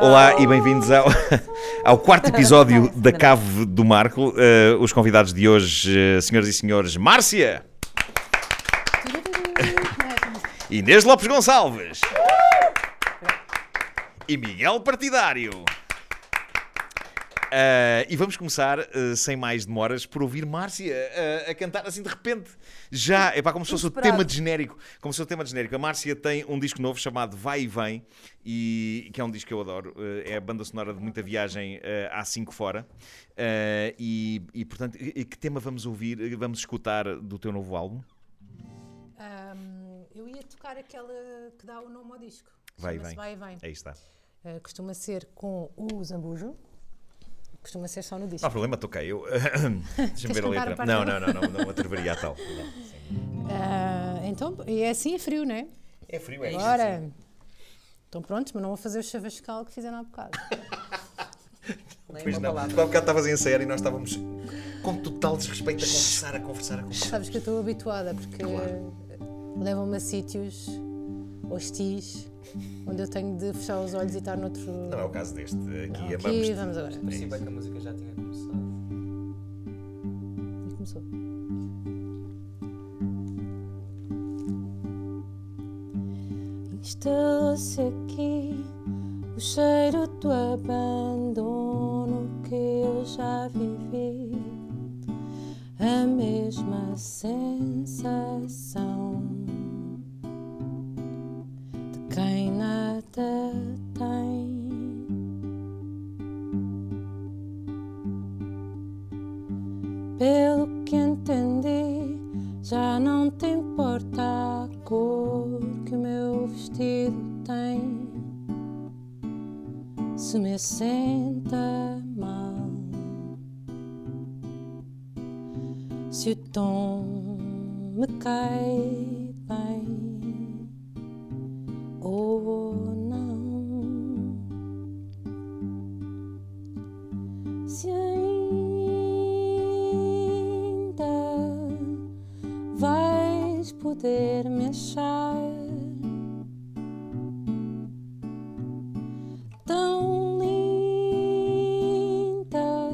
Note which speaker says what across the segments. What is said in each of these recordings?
Speaker 1: Olá e bem-vindos ao, ao quarto episódio da Cave do Marco. Eh, os convidados de hoje, eh, senhoras e senhores, Márcia e Inês Lopes Gonçalves e Miguel Partidário. Ah, e vamos começar, eh, sem mais demoras, por ouvir Márcia ah, a cantar assim de repente, já, é pá, como se fosse o
Speaker 2: Inesperado.
Speaker 1: tema de genérico. Como se fosse o tema de genérico. A Márcia tem um disco novo chamado Vai e Vem, e, que é um disco que eu adoro. Eh, é a banda sonora de muita viagem eh, há cinco fora. Eh, e, e, portanto, e- e que tema vamos ouvir, eh, vamos escutar do teu novo álbum?
Speaker 2: Ahm, eu ia tocar aquela que dá o nome ao disco.
Speaker 1: Vai e
Speaker 2: Chama-se
Speaker 1: vem.
Speaker 2: Vai e vem.
Speaker 1: Aí está.
Speaker 2: Eh, costuma ser com o Zambujo. Costuma ser só no
Speaker 1: Não há
Speaker 2: disco.
Speaker 1: problema, toquei eu. Deixa-me ver a
Speaker 2: cantar a
Speaker 1: letra.
Speaker 2: parte
Speaker 1: não, não,
Speaker 2: dela?
Speaker 1: não, não, não me atreveria a tal.
Speaker 2: Ah, então, e é assim, é frio, não é?
Speaker 1: É frio, é
Speaker 2: Agora. Estão prontos, mas não vão fazer o chavascal que fizeram há bocado.
Speaker 1: Pois não. Tu há bocado estavas a ensaiar e nós estávamos com total desrespeito a conversar, a conversar, a conversar.
Speaker 2: Sabes que eu estou habituada, porque eh, levam-me a sítios hostis onde eu tenho de fechar os olhos e estar noutro.
Speaker 1: Não é o é, caso deste. Aqui
Speaker 2: Não,
Speaker 1: amamos.
Speaker 2: aqui vamos agora.
Speaker 3: Parecia bem que a música já tinha
Speaker 4: É
Speaker 1: é
Speaker 3: começado.
Speaker 2: E começou. Instalou-se aqui o cheiro do abandono que eu já vivi. A mesma sensação de quem nada tem. Pelo que entendi, já não te importa a cor que o meu vestido tem. Se me senta mal, se o tom me cai bem ou não. se ainda vais poder me achar tão linda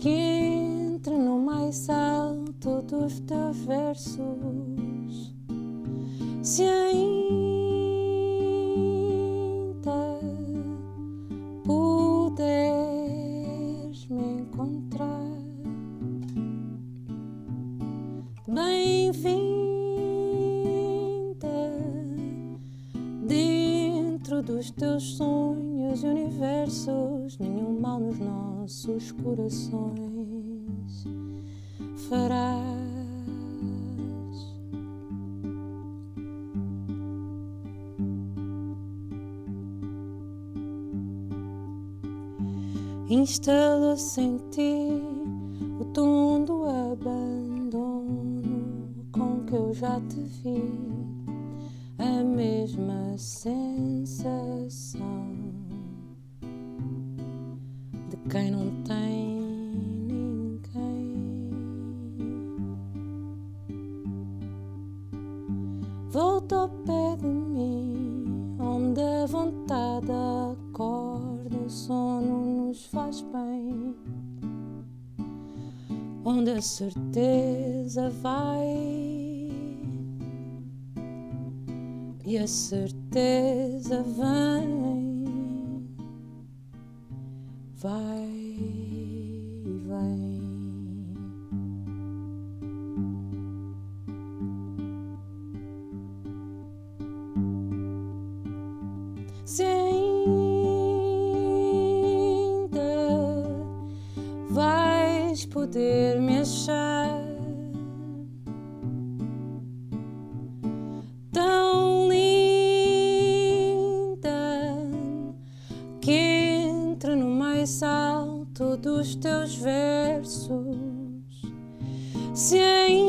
Speaker 2: que entre no mais alto dos teus versos. Se ainda puderes me encontrar. Bem-vinda dentro dos teus sonhos e universos. Nenhum mal nos nossos corações farás. instalou-se em ti o tom do abandono com que eu já te vi, a mesma sensação de quem não tem ninguém. Volta ao pé de mim, onde a vontade acorda, o sono nos faz bem. Onde a certeza vai e a certeza vem, vai e vem. Se ainda vais poder me achar tão linda que entre no mais alto dos teus versos. Se ainda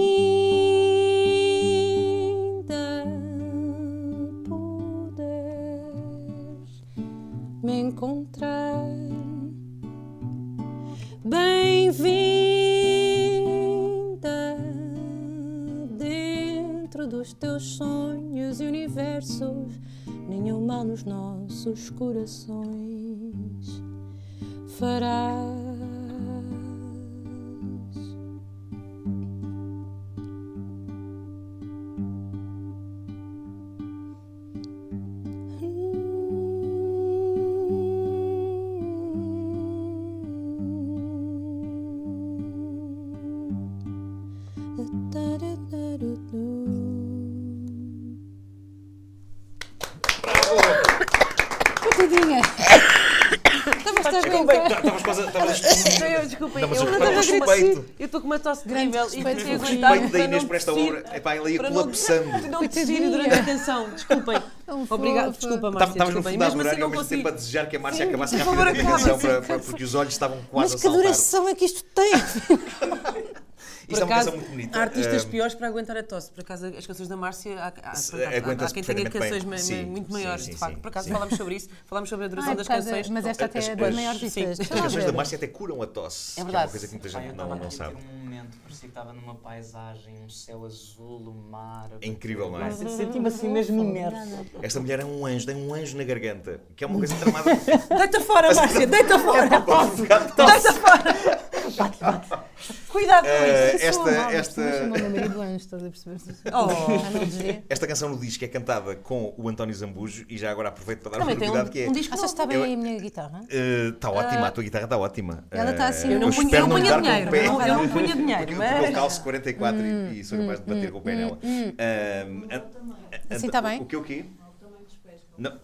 Speaker 2: puderes me encontrar, bem-vinda dentro dos teus sonhos e universos. nenhum mal nos nossos corações farás. Tadinha! Estavas a
Speaker 4: é?
Speaker 2: brincar?
Speaker 1: Estavas Tá, quase a- estavas a-
Speaker 5: Eu, desculpem,
Speaker 1: Não, mas
Speaker 5: eu
Speaker 1: eu reparo,
Speaker 5: não estava
Speaker 1: o
Speaker 5: a
Speaker 1: respeito.
Speaker 5: gritar. Eu estou com uma tosse
Speaker 2: Grande
Speaker 5: terrível e
Speaker 2: respeito.
Speaker 5: tentei
Speaker 2: O
Speaker 1: O
Speaker 5: aguentar.
Speaker 1: respeito da
Speaker 5: para não
Speaker 1: Inês para esta
Speaker 5: tossir-
Speaker 1: obra, epá, ela ia
Speaker 5: para não-
Speaker 1: colapsando.
Speaker 5: Não desistir durante a canção, desculpem.
Speaker 2: Tão fofa.
Speaker 5: Obrigado, desculpa, Márcia.
Speaker 1: Estavas no
Speaker 5: desculpem.
Speaker 1: fundo a
Speaker 5: Mesmo
Speaker 1: adorar
Speaker 5: assim
Speaker 1: e ao
Speaker 5: não
Speaker 1: mesmo tempo
Speaker 5: consigo.
Speaker 1: a desejar que a marcha
Speaker 5: Sim,
Speaker 1: acabasse
Speaker 5: por favor,
Speaker 1: rápido a
Speaker 5: acaba,
Speaker 1: canção,
Speaker 5: sim,
Speaker 1: para-
Speaker 5: acaba.
Speaker 1: para- porque os olhos estavam
Speaker 2: Mas
Speaker 1: quase a
Speaker 2: que
Speaker 1: saltar.
Speaker 2: duração é que isto tem?
Speaker 1: Isto é uma
Speaker 5: acaso,
Speaker 1: canção muito bonita.
Speaker 5: Há artistas
Speaker 1: Ah,
Speaker 5: piores para aguentar a tosse. Por acaso, as canções da Márcia, há, há,
Speaker 1: Se-
Speaker 5: pronto, há-
Speaker 1: aguenta-se
Speaker 5: há quem tenha
Speaker 1: perfeitamente
Speaker 5: canções
Speaker 1: bem.
Speaker 5: ma- ma-
Speaker 1: Sim,
Speaker 5: muito
Speaker 1: sim,
Speaker 5: maiores,
Speaker 1: sim,
Speaker 5: de facto.
Speaker 1: sim,
Speaker 5: Por acaso,
Speaker 1: sim.
Speaker 5: falámos sobre isso. Falámos sobre a duração
Speaker 4: Ai,
Speaker 5: das
Speaker 4: por causa-
Speaker 5: canções.
Speaker 4: Mas esta até
Speaker 1: As-
Speaker 4: é das
Speaker 1: as-
Speaker 4: maiores
Speaker 5: sim, as
Speaker 4: ditas.
Speaker 1: As canções da
Speaker 4: Marcia.
Speaker 1: Márcia até curam a tosse.
Speaker 5: É
Speaker 1: Que é uma
Speaker 5: verdade.
Speaker 1: coisa que muita
Speaker 3: Pá, eu
Speaker 1: gente
Speaker 3: estava
Speaker 1: não,
Speaker 3: a
Speaker 1: não
Speaker 3: sentir
Speaker 1: sabe.
Speaker 3: um momento, parecia que estava numa paisagem, um céu azul, o mar.
Speaker 1: É incrível, não é?
Speaker 3: Nossa,
Speaker 4: Uhum.
Speaker 3: Senti-me assim mesmo imerso.
Speaker 1: Esta mulher é um anjo, tem um anjo na garganta. Que é uma coisa tramada.
Speaker 5: Deita fora, Márcia, deita fora. Deita fora. Cuidado com
Speaker 1: Eh,
Speaker 5: Ah, isso.
Speaker 1: esta- esta-
Speaker 4: Chamou o meu marido anjo, estás a perceber?
Speaker 5: Oh.
Speaker 4: Já não dizia.
Speaker 1: Esta canção no disco é cantada com o António Zambujo e já agora aproveito para dar uma
Speaker 5: Também tem
Speaker 1: novidade que é.
Speaker 5: um, um disco ah,
Speaker 4: Achas que
Speaker 5: novo.
Speaker 4: está bem
Speaker 1: Eu-
Speaker 4: aí a minha guitarra?
Speaker 1: eh, Está ótima, a tua guitarra está ótima.
Speaker 4: Ela está
Speaker 1: Eh,
Speaker 4: assim, eu
Speaker 5: não punha-
Speaker 1: espero
Speaker 5: tá eu não
Speaker 1: lhe
Speaker 5: punha
Speaker 1: dar com o
Speaker 5: dinheiro,
Speaker 1: pé.
Speaker 5: não- eu não punha dinheiro,
Speaker 1: Porque
Speaker 5: mas- Hum,
Speaker 1: eu calço 44 e- e sou capaz de bater com o pé nela.
Speaker 5: tá
Speaker 4: Assim está bem?
Speaker 1: O que o quê? Não,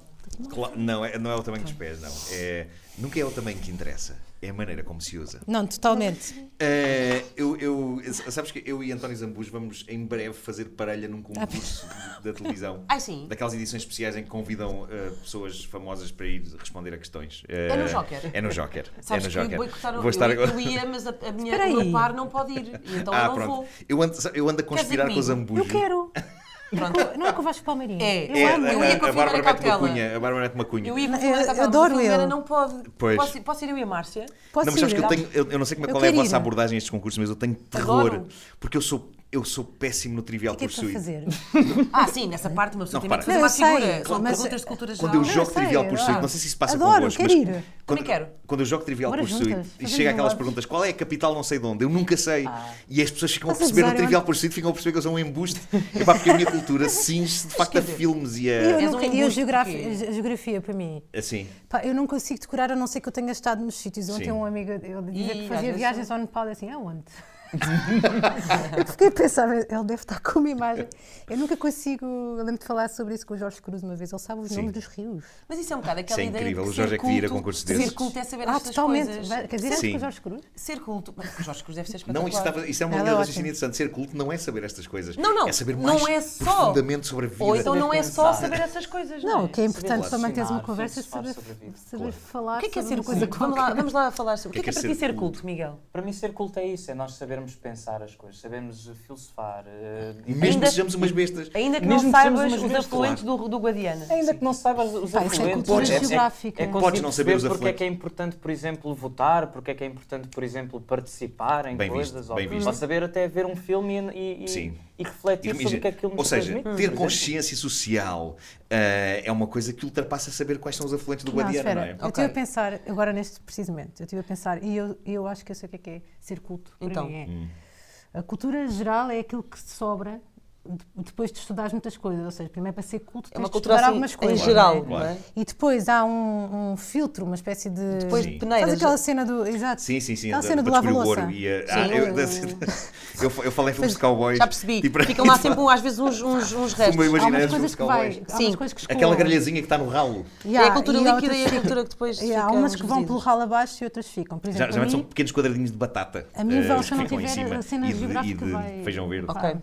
Speaker 1: cla- não, é, não é o tamanho
Speaker 5: Tá.
Speaker 1: dos pés, não. É, nunca é o tamanho que interessa, é a maneira como se usa.
Speaker 4: Não, totalmente.
Speaker 1: É, eu, eu- sabes que eu e António Zambus vamos em breve fazer parelha num concurso da televisão.
Speaker 5: Tá Ai, sim.
Speaker 1: Daquelas edições especiais em que convidam eh, pessoas famosas para ir responder a questões.
Speaker 5: É no
Speaker 1: Eh,
Speaker 5: Joker?
Speaker 1: É no Joker.
Speaker 5: Sabes
Speaker 1: é no
Speaker 5: que
Speaker 1: Joker.
Speaker 5: boicotaram
Speaker 1: Vou estar
Speaker 5: eu,
Speaker 1: agora-
Speaker 5: eu ia, mas a, a minha,
Speaker 4: Espera
Speaker 5: o meu
Speaker 4: aí.
Speaker 5: par não pode ir. E então
Speaker 1: ah,
Speaker 5: eu não
Speaker 1: pronto.
Speaker 5: vou.
Speaker 1: Eu ando, eu ando a conspirar com o
Speaker 5: comigo?
Speaker 1: Zambujo.
Speaker 4: Eu quero.
Speaker 5: Pronto.
Speaker 4: Não é com o Vasco Palmeirinho.
Speaker 5: É,
Speaker 4: Eu
Speaker 1: É,
Speaker 5: amo,
Speaker 1: a,
Speaker 5: eu ia
Speaker 1: a-
Speaker 5: com a
Speaker 1: a Bárbara
Speaker 5: Filomena
Speaker 1: mete uma
Speaker 5: Cautela.
Speaker 1: cunha. A Bárbara mete uma cunha.
Speaker 5: Eu ia com a
Speaker 4: Eu-
Speaker 5: Filomena
Speaker 4: eu
Speaker 5: Cautela, mas
Speaker 4: adoro
Speaker 5: a Filomena
Speaker 4: ele.
Speaker 5: não pode.
Speaker 1: Pois.
Speaker 5: Posso, ir- posso ir eu e a Márcia?
Speaker 4: Posso
Speaker 1: É. não, mas sabes
Speaker 4: ir?
Speaker 1: que eu tenho, eu, eu não sei como é
Speaker 4: Eu
Speaker 1: qual é a
Speaker 4: quero
Speaker 1: vossa
Speaker 4: ir.
Speaker 1: abordagem a estes concursos, mas eu tenho terror.
Speaker 5: Adoro.
Speaker 1: Porque eu sou, eu sou péssimo no Trivial
Speaker 4: O que é que é
Speaker 1: Pursuit.
Speaker 4: para fazer?
Speaker 5: Ah, sim, nessa parte uma pessoa
Speaker 1: Não,
Speaker 5: tem medo
Speaker 1: repara.
Speaker 5: de fazer
Speaker 4: Não,
Speaker 5: uma
Speaker 4: eu sei,
Speaker 5: figura. São
Speaker 4: mas-
Speaker 5: perguntas de cultura geral.
Speaker 1: Quando eu
Speaker 4: Não,
Speaker 1: jogo
Speaker 4: eu sei,
Speaker 1: Trivial
Speaker 4: eu
Speaker 1: Pursuit,
Speaker 4: lá.
Speaker 1: não sei se isso passa
Speaker 4: Adoro,
Speaker 1: convosco,
Speaker 4: quero ir.
Speaker 1: mas quando,
Speaker 5: Também quero.
Speaker 1: quando eu jogo Trivial
Speaker 4: Bora
Speaker 1: Pursuit
Speaker 4: juntas,
Speaker 1: e
Speaker 4: fazemos
Speaker 1: chega
Speaker 4: um
Speaker 1: aquelas
Speaker 4: bora.
Speaker 1: perguntas, qual é a capital não sei de onde? Eu nunca sei. E as pessoas ficam a
Speaker 4: Estás a
Speaker 1: perceber no
Speaker 4: gozar, eu
Speaker 1: Trivial
Speaker 4: ando-
Speaker 1: Pursuit, ficam a perceber que eu sou um embuste. Epá, porque a minha cultura cinge-se de facto a filmes e
Speaker 4: Eu,
Speaker 1: a...
Speaker 5: És
Speaker 4: nunca,
Speaker 5: um
Speaker 4: eu
Speaker 5: embuste
Speaker 4: geografi- a
Speaker 5: porquê?
Speaker 4: geografia, para mim.
Speaker 1: Assim,
Speaker 4: Pá, eu não consigo decorar a não ser que eu tenha estado nos sítios. Ontem
Speaker 1: Sim.
Speaker 4: um amigo eu dizia
Speaker 5: E
Speaker 4: que
Speaker 5: às
Speaker 4: fazia
Speaker 5: vezes
Speaker 4: viagens ao Nepal e assim, aonde? eu fiquei a pensar, ele deve estar com uma imagem. Eu nunca consigo. Eu lembro de falar sobre isso com o Jorge Cruz uma vez. Ele sabe os
Speaker 1: Sim.
Speaker 4: nomes dos rios.
Speaker 5: Mas isso é um bocado aquela
Speaker 1: Isso é
Speaker 5: ideia
Speaker 1: incrível,
Speaker 5: de
Speaker 1: o Jorge é que devia ir a concursos desses.
Speaker 5: Ser culto é saber
Speaker 4: Ah,
Speaker 5: estas
Speaker 4: totalmente. Vai-
Speaker 5: coisas.
Speaker 4: Quer dizer, antes
Speaker 1: Sim.
Speaker 4: com o Jorge Cruz?
Speaker 5: Ser culto. Mas o Jorge Cruz deve ser espetacular.
Speaker 1: não, isso, estava, isso é uma
Speaker 4: Ela é
Speaker 1: linha de raciocínio
Speaker 4: ótima.
Speaker 1: interessante. Ser culto não é saber estas coisas.
Speaker 5: Não, não,
Speaker 1: É saber
Speaker 5: não
Speaker 1: mais
Speaker 5: é só.
Speaker 1: profundamente sobre a vida.
Speaker 5: Ou então não é só
Speaker 3: pensar.
Speaker 5: saber essas coisas.
Speaker 4: Não,
Speaker 5: é?
Speaker 4: o que é importante
Speaker 1: Saber
Speaker 4: para manteres uma
Speaker 3: relacionar,
Speaker 4: conversa é
Speaker 3: filosofar
Speaker 4: saber,
Speaker 3: sobre a vida.
Speaker 4: saber falar
Speaker 5: O que é que é
Speaker 4: sobre
Speaker 5: ser
Speaker 4: uma
Speaker 5: culto?
Speaker 4: coisa
Speaker 5: Vamos lá,
Speaker 4: qualquer.
Speaker 5: vamos lá falar sobre. O que é que é para ti ser
Speaker 1: culto?
Speaker 5: culto, Miguel?
Speaker 3: Para mim, ser culto é isso: é nós sabermos pensar as coisas, sabemos filosofar. eh,
Speaker 1: Mesmo
Speaker 5: Ainda-
Speaker 1: que sejamos umas bestas.
Speaker 5: Ainda que
Speaker 3: Mesmo
Speaker 5: não
Speaker 3: que
Speaker 5: saibas
Speaker 3: sejamos umas
Speaker 5: os
Speaker 3: bestas,
Speaker 5: afluentes do, do Guadiana.
Speaker 3: Ainda que não saibas os
Speaker 4: Pá, isso é
Speaker 3: afluentes,
Speaker 4: cultura
Speaker 3: é- é-
Speaker 4: geográfica.
Speaker 3: É,
Speaker 4: Podes
Speaker 3: conseguir
Speaker 1: não saber os
Speaker 3: perceber porque é
Speaker 1: afluentes.
Speaker 3: que é importante, por exemplo, votar, porque é que é importante, por exemplo, participar em
Speaker 1: Bem
Speaker 3: coisas,
Speaker 1: visto,
Speaker 3: ou,
Speaker 1: bem
Speaker 3: ou
Speaker 1: visto.
Speaker 3: saber até ver um filme e- e, e-
Speaker 1: Sim.
Speaker 3: e refletir sobre o que é que ele nos
Speaker 1: Ou seja,
Speaker 4: Hum,
Speaker 3: transmite,
Speaker 1: ter
Speaker 4: Uhum.
Speaker 3: por exemplo.
Speaker 1: consciência social eh, é uma coisa que ultrapassa saber quais são os afluentes do
Speaker 4: Não,
Speaker 1: Guadiana, não,
Speaker 4: espera,
Speaker 1: é?
Speaker 4: eu estive a pensar, agora neste precisamente, eu estive a pensar, e eu, eu acho que eu sei o que é, que é ser culto. para
Speaker 5: Então.
Speaker 4: mim é.
Speaker 1: Hum.
Speaker 4: A cultura geral é aquilo que sobra de- depois de estudares muitas coisas. Ou seja, primeiro para ser culto
Speaker 5: É
Speaker 4: tens
Speaker 5: uma
Speaker 4: de
Speaker 5: cultura
Speaker 4: estudar
Speaker 5: assim,
Speaker 4: algumas
Speaker 5: em
Speaker 4: coisas.
Speaker 5: geral,
Speaker 4: não é?
Speaker 5: não é?
Speaker 4: E depois há um, um filtro, uma espécie de.
Speaker 5: Depois
Speaker 1: Sim.
Speaker 5: de
Speaker 4: Faz
Speaker 5: peneiras.
Speaker 4: aquela cena do. Exato.
Speaker 1: Sim, sim, sim.
Speaker 4: Aquela
Speaker 1: de-
Speaker 4: Tá cena
Speaker 1: para
Speaker 4: do lava
Speaker 1: descobrir o
Speaker 4: louça.
Speaker 1: ouro e a- ah, eu, eu, eu falei em filmes de cowboys.
Speaker 5: Já percebi.
Speaker 1: tipo-
Speaker 5: Ficam lá sempre, um- às vezes, uns, uns, uns
Speaker 1: Como eu
Speaker 5: restos.
Speaker 4: Há
Speaker 1: imaginei os
Speaker 4: umas
Speaker 1: filmes
Speaker 4: coisas
Speaker 1: de
Speaker 4: que vai.
Speaker 1: cowboys.
Speaker 4: Há
Speaker 5: Sim.
Speaker 4: umas coisas que escoam.
Speaker 1: Aquela grelhazinha que está no ralo.
Speaker 5: É
Speaker 4: Yeah,
Speaker 5: a cultura
Speaker 4: e há
Speaker 5: líquida e a
Speaker 4: outras-
Speaker 5: cultura que depois.
Speaker 4: e há
Speaker 5: fica
Speaker 4: umas que vão
Speaker 5: reduzida.
Speaker 4: pelo ralo abaixo e outras ficam. Por exemplo,
Speaker 1: Geralmente
Speaker 4: a
Speaker 1: são
Speaker 4: mim,
Speaker 1: pequenos quadradinhos de batata.
Speaker 4: A minha
Speaker 1: eh,
Speaker 4: avó,
Speaker 1: que
Speaker 4: se eu não
Speaker 1: ficam em
Speaker 4: tiver
Speaker 1: cima,
Speaker 4: a cena
Speaker 1: e de- E
Speaker 4: geográfica,
Speaker 1: de
Speaker 4: vai-
Speaker 1: feijão verde.
Speaker 5: Ok.
Speaker 4: pá,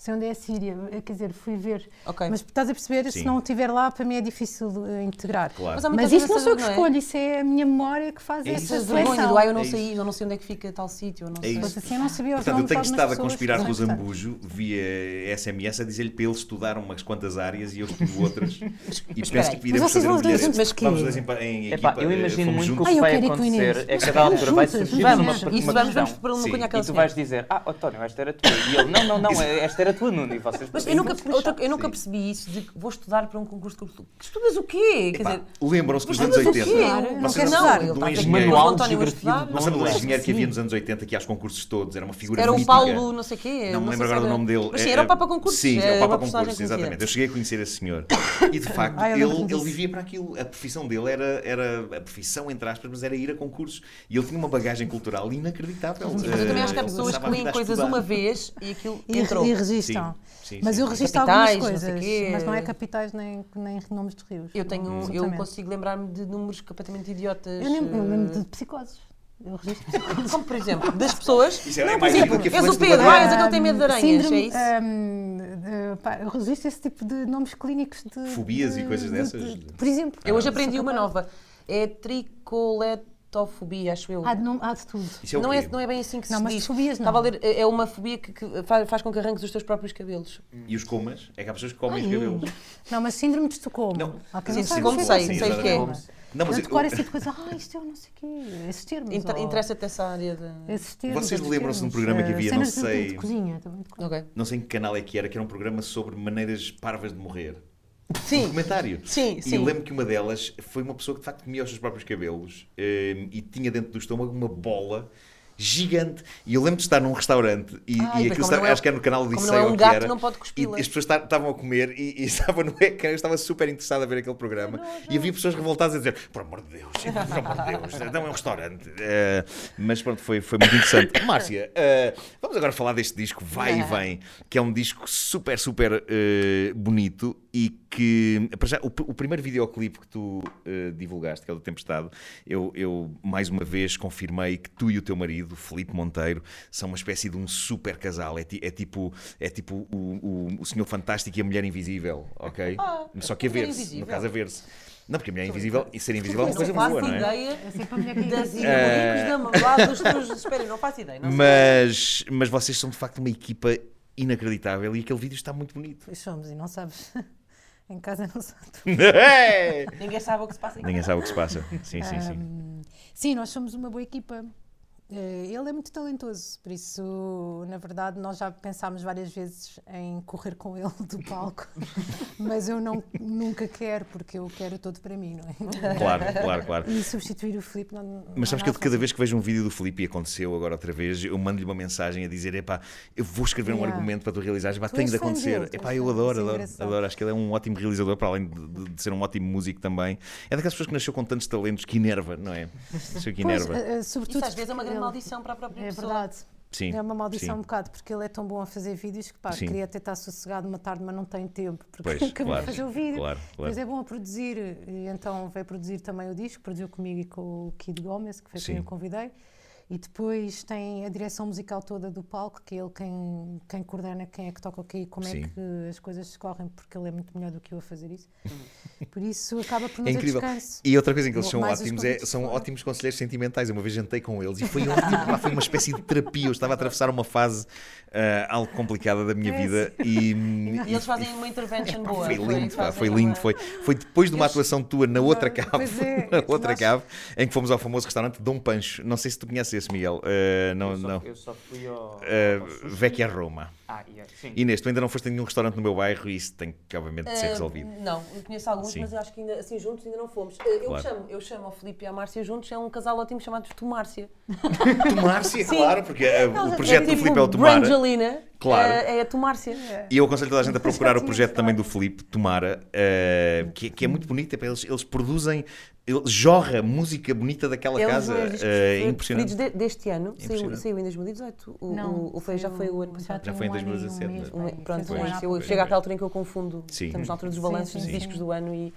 Speaker 4: Sei onde é a Síria, eh, quer dizer, fui ver.
Speaker 5: Ok.
Speaker 4: Mas estás a perceber,
Speaker 1: Sim.
Speaker 4: se não estiver lá, para mim é difícil eh, integrar.
Speaker 1: Claro.
Speaker 5: há muitas
Speaker 4: Mas isso não
Speaker 5: dessas,
Speaker 4: sou eu que
Speaker 5: é?
Speaker 4: escolho, isso é a minha memória que faz
Speaker 1: É isso.
Speaker 4: essa
Speaker 5: Essas
Speaker 4: seleção.
Speaker 5: vergonhas do ai, eu
Speaker 1: É
Speaker 5: não
Speaker 1: isso.
Speaker 5: saí, eu não sei onde é que fica tal sítio, eu não
Speaker 1: É
Speaker 5: sei.
Speaker 1: isso.
Speaker 4: Pois assim, eu não sabia os
Speaker 1: Portanto, eu
Speaker 4: nomes de
Speaker 1: tenho
Speaker 4: algumas
Speaker 1: estado a
Speaker 4: pessoas,
Speaker 1: conspirar com o
Speaker 4: mas, portanto,
Speaker 1: Zambujo via SMS a dizer-lhe para ele estudar umas quantas áreas e eu estudo outras. e
Speaker 5: espera
Speaker 1: penso
Speaker 5: aí.
Speaker 1: que iremos
Speaker 4: Mas vocês
Speaker 1: fazer
Speaker 4: vão
Speaker 1: um
Speaker 4: os dois
Speaker 1: bilhete.
Speaker 4: juntos
Speaker 1: Vamos
Speaker 4: porquê?
Speaker 1: os dois em, pa- em
Speaker 3: Epá,
Speaker 1: equipa.
Speaker 3: eu
Speaker 1: eh,
Speaker 3: imagino
Speaker 1: fomos
Speaker 3: muito que
Speaker 1: juntos.
Speaker 3: o
Speaker 4: Ai,
Speaker 3: que
Speaker 4: eu
Speaker 3: vai
Speaker 4: quero ir com
Speaker 3: acontecer
Speaker 4: Inês.
Speaker 3: é que a dada altura vai
Speaker 4: Juntas,
Speaker 3: surgir
Speaker 4: vamos.
Speaker 3: uma,
Speaker 4: Isso
Speaker 3: uma
Speaker 5: Isso vamos, vamos
Speaker 3: questão
Speaker 5: por um
Speaker 1: Sim.
Speaker 5: cunho
Speaker 1: E
Speaker 5: àquela
Speaker 3: e tu vais dizer, ah, António, esta era tua. E ele, não, não, não, esta era era tua, Nuno, e vocês
Speaker 5: Mas eu
Speaker 3: podem
Speaker 5: nunca,
Speaker 3: se
Speaker 5: outra- eu
Speaker 3: queixar.
Speaker 5: nunca
Speaker 1: sim.
Speaker 5: percebi isso de que vou estudar para um concurso de cultura. Estudas o quê? Quer
Speaker 1: Pá,
Speaker 5: dizer,
Speaker 1: Lembram-se dos anos
Speaker 5: estudas o
Speaker 1: 80?
Speaker 5: quê?
Speaker 4: Claro.
Speaker 5: Não
Speaker 4: Não tá
Speaker 5: sei,
Speaker 4: quero
Speaker 5: não.
Speaker 4: estudar.
Speaker 5: Ele
Speaker 1: De um
Speaker 5: está a dizer que
Speaker 1: engenheiro.
Speaker 5: o
Speaker 3: Manual de
Speaker 5: António a
Speaker 3: geografia
Speaker 5: estudar.
Speaker 3: de
Speaker 1: Nós lembro do
Speaker 3: Lembro-me.
Speaker 1: engenheiro que havia nos anos 80 que ia aos concursos todos, era uma figura
Speaker 5: Era o
Speaker 1: mítica.
Speaker 5: Paulo, não sei o quê.
Speaker 1: Não me lembro
Speaker 5: sei
Speaker 1: agora
Speaker 5: se
Speaker 1: do
Speaker 5: era-
Speaker 1: nome dele.
Speaker 5: Mas sim, era o Papa Concursos.
Speaker 1: Sim, era o Papa
Speaker 5: uma personagem
Speaker 1: Concursos,
Speaker 5: conhecida.
Speaker 1: exatamente. Eu cheguei a conhecer esse senhor. E de facto,
Speaker 4: Ah, eu
Speaker 1: ele,
Speaker 4: lembro-me
Speaker 1: ele
Speaker 4: disso.
Speaker 1: vivia para aquilo. A profissão dele era, era a profissão, entre aspas, mas era ir a concursos. E ele tinha uma bagagem cultural inacreditável.
Speaker 5: Mas eu também acho que há
Speaker 1: Eh,
Speaker 5: pessoas
Speaker 1: passava
Speaker 5: que
Speaker 1: a
Speaker 5: leem
Speaker 1: vida a
Speaker 5: coisas
Speaker 1: estudar.
Speaker 5: uma vez e aquilo
Speaker 4: E,
Speaker 5: entrou.
Speaker 4: e registam.
Speaker 1: Sim, sim,
Speaker 4: mas
Speaker 1: sim.
Speaker 4: eu registro algumas
Speaker 5: Capitais, não sei
Speaker 4: coisas,
Speaker 5: quê.
Speaker 4: mas não é capitais nem, nem nomes de rios.
Speaker 5: Eu, tenho, um- eu
Speaker 4: Exatamente.
Speaker 5: consigo lembrar-me de números completamente idiotas.
Speaker 4: Eu lembro, eu lembro
Speaker 5: eh,
Speaker 4: de psicoses. Eu registro.
Speaker 5: Como, por exemplo, das pessoas.
Speaker 1: Isso era
Speaker 5: não,
Speaker 1: mais
Speaker 5: por exemplo,
Speaker 1: do que a
Speaker 5: és o
Speaker 1: floresta
Speaker 5: Pedro,
Speaker 1: do
Speaker 5: ah,
Speaker 1: Adão.
Speaker 5: és aquele que tem medo de aranhas,
Speaker 4: Síndrome,
Speaker 5: é isso?
Speaker 4: hum, eh, pá, eu registro esse tipo de nomes clínicos de.
Speaker 1: Fobias e
Speaker 4: de-
Speaker 1: coisas
Speaker 4: de-
Speaker 1: dessas?
Speaker 4: de- por exemplo.
Speaker 5: eu hoje aprendi uma nova. É tricoletofobia, acho eu.
Speaker 4: Há Ah, de, nome- há de tudo.
Speaker 1: Isso é o
Speaker 5: não,
Speaker 1: quê?
Speaker 5: é, não é bem assim que
Speaker 4: Não,
Speaker 5: se
Speaker 4: mas
Speaker 5: diz.
Speaker 4: fobias não.
Speaker 5: Estava a ler, é é uma fobia que, que fa- faz com que arranques os teus próprios cabelos.
Speaker 1: E os comas? É que há pessoas que comem os cabelos. Então,
Speaker 4: Não, mas síndrome de Estocolmo.
Speaker 1: Não.
Speaker 4: Há quem
Speaker 5: Sim,
Speaker 4: saiba
Speaker 5: Estocolmo
Speaker 4: o que
Speaker 5: sei,
Speaker 4: é.
Speaker 5: sei o que é.
Speaker 4: Não,
Speaker 1: Não, mas
Speaker 4: eu
Speaker 1: eu-
Speaker 4: decoro esse tipo de coisa. Ah, isto eu não sei o quê. Esses termos.
Speaker 5: Inter-
Speaker 4: ou-
Speaker 5: Interessa-te essa área de.
Speaker 4: Esses termos,
Speaker 1: Vocês
Speaker 4: esses
Speaker 1: lembram-se de um
Speaker 4: termos.
Speaker 1: programa que
Speaker 4: Eh,
Speaker 1: havia, não
Speaker 4: cenas de- de-
Speaker 1: sei-
Speaker 4: De cozinha também. de cozinha.
Speaker 5: Ok.
Speaker 1: não sei em que canal é que era, que era um programa sobre maneiras parvas de morrer.
Speaker 5: Sim.
Speaker 1: um Comentário.
Speaker 5: Sim,
Speaker 1: e
Speaker 5: sim.
Speaker 1: eu lembro que uma delas foi uma pessoa que de facto comia os seus próprios cabelos hum, e tinha dentro do estômago uma bola gigante. E eu lembro de estar num restaurante e, e
Speaker 5: Ai, mas
Speaker 1: aquilo
Speaker 5: como
Speaker 1: estava,
Speaker 5: não é-
Speaker 1: acho que era no canal de
Speaker 5: como
Speaker 1: Odisseia
Speaker 5: não é
Speaker 1: ou
Speaker 5: um
Speaker 1: o que
Speaker 5: gato,
Speaker 1: era.
Speaker 5: não pode
Speaker 1: e
Speaker 5: cuspir, é?
Speaker 1: as pessoas ta- estavam a comer e, e estava no ecrã, eu estava super interessado a ver aquele programa. E havia pessoas revoltadas a dizer: por amor de Deus, por amor de Deus, não é um restaurante. Eh, mas pronto, foi, foi muito interessante. Márcia, eh, vamos agora falar deste disco Vai e Vem, que é um disco super, super eh, bonito e que, para já, o, pr- o primeiro videoclipe que tu eh, divulgaste, que é o do Tempestade, eu, eu mais uma vez confirmei que tu e o teu marido, Filipe Monteiro, são uma espécie de um super casal. É, ti- é tipo, é tipo o, o, o Senhor Fantástico e a Mulher Invisível, ok?
Speaker 5: Ah,
Speaker 1: Só que a
Speaker 5: a Mulher
Speaker 1: ver-se, no
Speaker 5: Invisível.
Speaker 1: caso a ver-se. Não, porque a mulher invisível e ser invisível é uma
Speaker 5: não
Speaker 1: coisa
Speaker 5: faço
Speaker 1: boa, não é? Eh,
Speaker 5: ideia
Speaker 4: É sempre a mulher que é
Speaker 5: das
Speaker 4: invisível.
Speaker 5: irmãs da mamada dos teus. Espera, não faço ideia. Não sei.
Speaker 1: Mas, mas vocês são de facto uma equipa inacreditável e aquele vídeo está muito bonito.
Speaker 4: Pois somos, e não sabes. em casa não sabes.
Speaker 5: Ninguém sabe o que se passa em
Speaker 1: Ninguém sabe o que se passa. Sim, sim, sim.
Speaker 4: Sim, nós somos uma boa equipa. Eh, Ele é muito talentoso, por isso, na verdade, nós já pensámos várias vezes em correr com ele do palco, mas eu não, nunca quero, porque eu quero todo para mim, não é?
Speaker 1: Claro, claro, claro.
Speaker 4: E substituir o Filipe não. não
Speaker 1: Mas sabes que eu, de cada vez que vejo um vídeo do Felipe e aconteceu agora outra vez, eu mando-lhe uma mensagem a dizer: epá, eu vou escrever um
Speaker 4: Yeah.
Speaker 1: argumento para tu realizares, pá,
Speaker 4: Tu
Speaker 1: tem
Speaker 4: és
Speaker 1: de
Speaker 4: fã dele,
Speaker 1: acontecer.
Speaker 4: tu
Speaker 1: Epá,
Speaker 4: és
Speaker 1: eu
Speaker 4: fã,
Speaker 1: adoro,
Speaker 4: isso é
Speaker 1: adoro,
Speaker 4: engraçado.
Speaker 1: adoro. Acho que ele é um ótimo realizador, para além de, de- de ser um ótimo músico também. É daquelas pessoas que nasceu com tantos talentos que inerva, não é? Isso que
Speaker 4: Pois,
Speaker 1: inerva.
Speaker 4: eh, eh, sobretudo
Speaker 5: Isso às vezes é uma grande
Speaker 4: ele-
Speaker 5: maldição para a própria
Speaker 4: É
Speaker 5: pessoa.
Speaker 4: verdade.
Speaker 1: Sim.
Speaker 4: É uma maldição um
Speaker 1: sim.
Speaker 4: bocado, porque ele é tão bom a fazer vídeos que pá,
Speaker 1: Sim.
Speaker 4: queria até estar sossegado uma tarde, mas não tem tempo, porque
Speaker 1: Pois,
Speaker 4: acabou
Speaker 1: claro,
Speaker 4: de fazer o vídeo.
Speaker 1: claro, claro.
Speaker 4: Depois é bom a produzir, e então vai produzir também o disco, produziu comigo e com o Kid Gomes, que foi
Speaker 1: Sim.
Speaker 4: quem eu convidei. E depois tem a direção musical toda do palco, que é ele quem, quem coordena quem é que toca o quê e como
Speaker 1: Sim.
Speaker 4: é que as coisas se correm, porque ele é muito melhor do que eu a fazer isso.
Speaker 5: Uhum.
Speaker 4: Por isso acaba por não
Speaker 1: É
Speaker 4: ter
Speaker 1: incrível.
Speaker 4: descanso.
Speaker 1: E outra coisa em que eles
Speaker 4: Bom,
Speaker 1: são
Speaker 4: mais os
Speaker 1: ótimos é,
Speaker 4: conteúdos
Speaker 1: são
Speaker 4: fora.
Speaker 1: ótimos conselheiros sentimentais. Eu uma vez jantei com eles e foi ótimo. Pá, foi uma espécie de terapia. Eu estava a atravessar uma fase ah, algo complicada da minha
Speaker 4: É,
Speaker 1: vida e,
Speaker 5: E eles fazem uma intervention
Speaker 1: É, Pá,
Speaker 5: boa.
Speaker 1: Foi lindo, pá,
Speaker 5: fazem
Speaker 1: foi lindo.
Speaker 5: uma-
Speaker 1: Foi, foi depois de uma
Speaker 4: Eles-
Speaker 1: atuação tua na outra
Speaker 4: Não,
Speaker 1: cave,
Speaker 4: pois é,
Speaker 1: na outra
Speaker 4: nós-
Speaker 1: cave, em que fomos ao famoso restaurante Dom Pancho. Não sei se tu conheces esse, Miguel. Uh, não,
Speaker 3: Eu só,
Speaker 1: não.
Speaker 3: Eu só fui ao.
Speaker 1: Uh,
Speaker 3: ao sushi.
Speaker 1: Vecchia Roma.
Speaker 3: Ah, e é- sim.
Speaker 1: Inês, tu ainda não foste a nenhum restaurante no meu bairro e isso tem que, obviamente, de ser
Speaker 5: Ah,
Speaker 1: resolvido.
Speaker 5: Não, eu conheço alguns,
Speaker 1: Sim.
Speaker 5: mas eu acho que ainda assim juntos ainda não fomos. Ah, Eu
Speaker 1: Claro.
Speaker 5: chamo, eu chamo ao Filipe e à Márcia juntos, é um casal ótimo chamado Tu Márcia.
Speaker 1: Tu, Márcia, claro, porque uh, o projeto do
Speaker 5: tipo
Speaker 1: Filipe é o Tomara.
Speaker 5: Brangelina,
Speaker 1: Claro.
Speaker 5: é, é a Tu Márcia.
Speaker 1: E eu aconselho toda a gente a procurar o
Speaker 4: tinha
Speaker 1: projeto também do Filipe Tomara, eh, que, que é muito bonito. é para Eles, eles produzem, ele jorra música bonita daquela
Speaker 5: É um dos
Speaker 1: casa.
Speaker 5: meus
Speaker 1: eh,
Speaker 5: discos preferidos
Speaker 1: impressionante.
Speaker 5: de- deste ano. Saiu,
Speaker 1: Impressionante.
Speaker 5: saiu em 2018. O,
Speaker 4: Não,
Speaker 5: o- o- foi- já foi o ano passado.
Speaker 1: Já
Speaker 4: tem
Speaker 1: foi em
Speaker 4: um ano e um
Speaker 1: 2017,
Speaker 4: mês,
Speaker 1: não é?
Speaker 4: bem,
Speaker 5: Um- Pronto,
Speaker 4: fez um ano há
Speaker 5: eu, eu
Speaker 4: pouco.
Speaker 5: chego àquela altura em que eu confundo.
Speaker 1: Sim.
Speaker 5: Estamos na altura dos
Speaker 4: Sim,
Speaker 5: balanços
Speaker 4: sim,
Speaker 5: dos
Speaker 4: sim.
Speaker 5: discos do ano e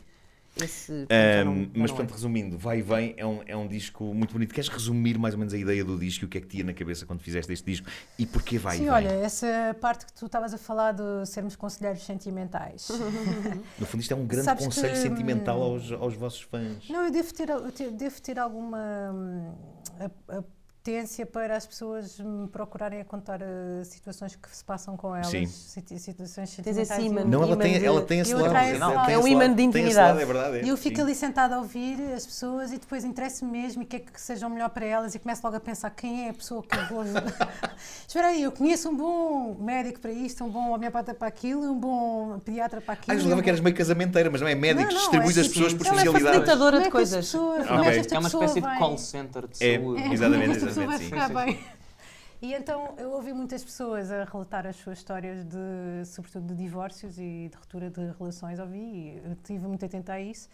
Speaker 5: esse.
Speaker 4: um-
Speaker 1: Ahm,
Speaker 5: já não- já
Speaker 1: mas
Speaker 5: não é.
Speaker 1: pronto, resumindo, Vai e Vem é um, é um disco muito bonito. Queres resumir mais ou menos a ideia do disco e o que é que tinha na cabeça quando fizeste este disco e porquê Vai e
Speaker 4: Sim,
Speaker 1: Vem?
Speaker 4: olha, essa parte que tu estavas a falar de sermos conselheiros sentimentais.
Speaker 1: No fundo, isto é um grande
Speaker 4: sabes
Speaker 1: conselho
Speaker 4: que, hum,
Speaker 1: sentimental aos, aos vossos fãs.
Speaker 4: Não, eu devo ter, al- eu te- devo ter alguma hum, a- a- tendência para as pessoas me procurarem a contar eh, situações que se passam com elas.
Speaker 1: Sim.
Speaker 4: situ- Situações
Speaker 5: Tens esse
Speaker 4: sentimentais e eu-
Speaker 5: ímã.
Speaker 1: Não, ela
Speaker 5: Ímã
Speaker 1: tem,
Speaker 5: de-
Speaker 1: ela tem esse
Speaker 4: eu
Speaker 1: lado.
Speaker 4: atraio esse
Speaker 1: Não,
Speaker 4: lado.
Speaker 1: tem
Speaker 4: É
Speaker 1: esse
Speaker 5: um ímã
Speaker 1: lado,
Speaker 5: de
Speaker 1: tem esse
Speaker 5: intimidade.
Speaker 1: lado, é verdade, é.
Speaker 4: E eu fico
Speaker 1: Sim.
Speaker 4: ali sentada a ouvir as pessoas e depois interessa me mesmo e quer que seja o melhor para elas e começo logo a pensar quem é a pessoa que eu vou ajudar. Espera aí, eu conheço um bom médico para isto, um bom homeopata para aquilo, um bom pediatra para aquilo.
Speaker 1: Ah, eu julgava que eras meio casamenteira, mas não é médico,
Speaker 4: Não, não,
Speaker 1: distribuis
Speaker 4: é
Speaker 1: as
Speaker 4: assim,
Speaker 1: pessoas por
Speaker 4: ela é
Speaker 1: especialidades.
Speaker 5: facilitadora. Adora de
Speaker 4: Como é que
Speaker 5: coisas.
Speaker 4: esta pessoa-
Speaker 1: Ok.
Speaker 4: como é que esta
Speaker 3: É uma
Speaker 4: pessoa
Speaker 3: espécie de
Speaker 4: vai-
Speaker 3: call center de
Speaker 1: É,
Speaker 4: é,
Speaker 3: saúde.
Speaker 4: como é
Speaker 1: Exatamente,
Speaker 4: que esta pessoa vai
Speaker 1: exatamente,
Speaker 4: ficar
Speaker 1: sim,
Speaker 4: bem? E então eu ouvi muitas pessoas a relatar as suas histórias, de, sobretudo de divórcios e de ruptura de relações, ouvi e eu estive muito atenta a isso.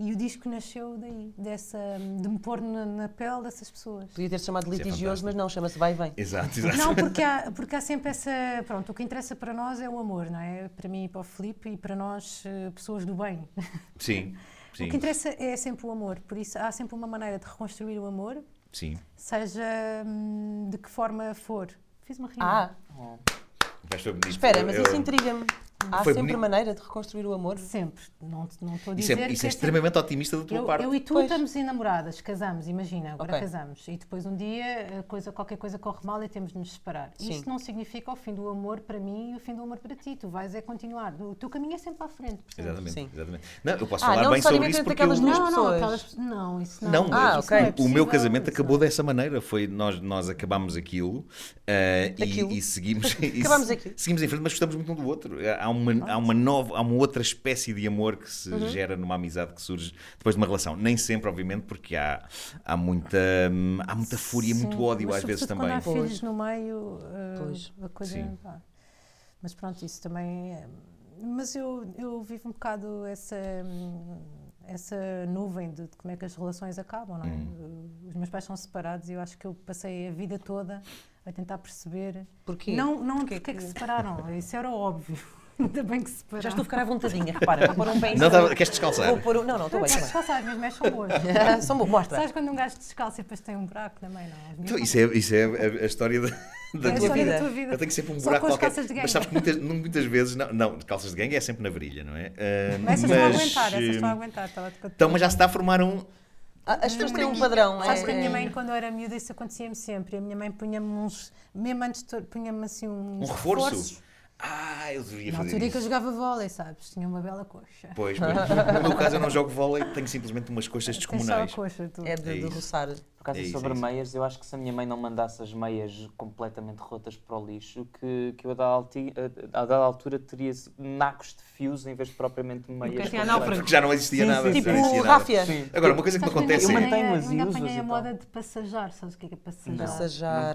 Speaker 4: E o disco nasceu daí, dessa, de me pôr na, na pele dessas pessoas.
Speaker 5: Podia ter chamado
Speaker 1: Isso é
Speaker 5: litigioso,
Speaker 1: fantástico.
Speaker 5: mas não, chama-se vai e vem.
Speaker 1: Exato, exato.
Speaker 4: Não, porque há, porque há sempre essa. Pronto, o que interessa para nós é o amor, não é? Para mim e para o Filipe e para nós, eh, pessoas do bem.
Speaker 1: Sim, sim,
Speaker 4: O que interessa é sempre o amor, por isso há sempre uma maneira de reconstruir o amor,
Speaker 1: sim.
Speaker 4: seja hum, de que forma for. Fiz uma rima.
Speaker 5: Ah,
Speaker 1: Mas foi bonito.
Speaker 5: espera, mas
Speaker 1: um Eu-
Speaker 5: isso intriga-me. Há
Speaker 1: Foi
Speaker 5: sempre
Speaker 1: bonito.
Speaker 5: maneira de reconstruir o amor.
Speaker 4: Sempre. Não te- não estou a
Speaker 1: Isso
Speaker 4: dizer.
Speaker 1: é,
Speaker 4: que
Speaker 1: isso é
Speaker 4: é sempre-
Speaker 1: extremamente otimista da tua
Speaker 4: Eu,
Speaker 1: parte.
Speaker 4: eu e tu
Speaker 5: Pois.
Speaker 4: estamos enamoradas, casamos, imagina, agora
Speaker 5: Ok.
Speaker 4: casamos. E depois um dia a coisa, qualquer coisa corre mal e temos de nos separar.
Speaker 5: Sim.
Speaker 4: Isto não significa o fim do amor para mim e o fim do amor para ti. Tu vais é continuar. O teu caminho é sempre à frente. percebes?
Speaker 1: Exatamente,
Speaker 5: Sim.
Speaker 1: exatamente. Não, eu posso
Speaker 5: Ah,
Speaker 1: falar
Speaker 5: não
Speaker 1: bem sobre
Speaker 5: necessariamente
Speaker 1: isso
Speaker 5: entre
Speaker 1: porque eu...
Speaker 5: aquelas duas
Speaker 4: Não, não,
Speaker 5: pessoas.
Speaker 4: aquelas pessoas- não, isso não.
Speaker 1: Não,
Speaker 5: Ah,
Speaker 1: eu-
Speaker 4: isso
Speaker 5: ok.
Speaker 4: não é
Speaker 1: o
Speaker 4: possível,
Speaker 1: meu casamento
Speaker 4: isso
Speaker 1: acabou dessa maneira. Foi nós, nós acabámos aquilo, eh, e-
Speaker 5: Aquilo.
Speaker 1: E, seguimos. e
Speaker 5: Acabámos
Speaker 1: se-
Speaker 5: aquilo.
Speaker 1: Seguimos em frente, mas gostamos muito um do outro. Há uma, há uma nova, há uma outra espécie de amor que se
Speaker 4: Uhum.
Speaker 1: gera numa amizade que surge depois de uma relação. Nem sempre, obviamente, porque há, há muita hum, há muita fúria,
Speaker 4: Sim,
Speaker 1: muito ódio
Speaker 4: mas
Speaker 1: às vezes
Speaker 4: sobretudo
Speaker 1: também.
Speaker 4: Quando há
Speaker 5: Pois.
Speaker 4: filhos no meio, eh,
Speaker 5: Pois.
Speaker 4: a coisa.
Speaker 1: Sim.
Speaker 4: vá. Mas pronto, isso também. é- Mas eu, eu vivo um bocado essa, hum, essa nuvem de, de como é que as relações acabam, não é?
Speaker 1: Hum.
Speaker 4: Os meus pais são separados e eu acho que eu passei a vida toda a tentar perceber.
Speaker 5: Porquê?
Speaker 4: Não, não porque é que se separaram, isso era óbvio. Ainda bem que se separaram.
Speaker 5: Já estou a ficar à vontadinha, repara. Vou pôr um pé em
Speaker 1: Não,
Speaker 5: cima.
Speaker 1: tá- queres descalçar?
Speaker 5: Vou pôr um... Não, não, estou
Speaker 4: Não,
Speaker 5: bem.
Speaker 4: podes
Speaker 5: estou
Speaker 4: descalçar, as minhas mãos são boas.
Speaker 5: bem. São bo- Mostra.
Speaker 4: Sabes quando um gajo descalça e depois tem um buraco na mão? Não, as minhas
Speaker 1: Então, isso é, isso é a, a história da, da
Speaker 4: É a
Speaker 1: tua
Speaker 4: história
Speaker 1: vida.
Speaker 4: da tua vida.
Speaker 1: Eu tenho sempre um
Speaker 4: Só
Speaker 1: buraco
Speaker 4: com as
Speaker 1: qualquer.
Speaker 4: calças de gangue.
Speaker 1: Mas sabes que muitas, não- muitas vezes. Não, não, calças de gangue é sempre na virilha, não é? Ah,
Speaker 4: Mas essas estão a aguentar,
Speaker 1: eh,
Speaker 4: essas estão a aguentar. estava a contar.
Speaker 1: Então, mas já se está a formar um.
Speaker 5: Ah, As pessoas têm um padrão.
Speaker 4: Sabes
Speaker 5: é-
Speaker 4: que a minha mãe, quando eu era miúda, isso acontecia-me sempre. A minha mãe punha-me uns. Mesmo antes, de to- punha-me assim
Speaker 1: Um
Speaker 4: uns.
Speaker 1: reforço?
Speaker 4: reforços.
Speaker 1: Ah, eu deveria
Speaker 4: Na
Speaker 1: fazer
Speaker 4: altura em
Speaker 1: isso.
Speaker 4: que eu jogava vôlei, sabes? Tinha uma bela coxa.
Speaker 1: Pois, pois. No meu caso, eu não jogo vôlei, tenho simplesmente umas coxas
Speaker 4: Tens só a
Speaker 1: descomunais.
Speaker 4: coxa, tu.
Speaker 5: É de,
Speaker 1: É
Speaker 5: de
Speaker 1: isso.
Speaker 5: roçar.
Speaker 3: Por causa
Speaker 1: É isso, é
Speaker 3: sobre
Speaker 1: isso.
Speaker 3: meias, eu acho que se a minha mãe não mandasse as meias completamente rotas para o lixo, que, que eu a dada, alti- a- a dada altura teria nacos de fios em vez de propriamente meias.
Speaker 5: assim, há
Speaker 3: completas.
Speaker 5: náufragos.
Speaker 1: Porque já não existia
Speaker 3: Sim,
Speaker 1: nada.
Speaker 3: sim,
Speaker 1: já
Speaker 5: Tipo
Speaker 1: não existia nada.
Speaker 5: ráfia.
Speaker 3: Sim.
Speaker 1: Agora, uma coisa que me
Speaker 4: Sabes que ainda
Speaker 1: acontece
Speaker 3: Eu
Speaker 1: é.
Speaker 4: apanhei a-
Speaker 3: mantenho as
Speaker 4: Ainda
Speaker 3: usas
Speaker 4: apanhei
Speaker 3: e
Speaker 4: a moda
Speaker 3: tal.
Speaker 4: de passajar, sabes o que é que é
Speaker 3: Não,
Speaker 4: passajar?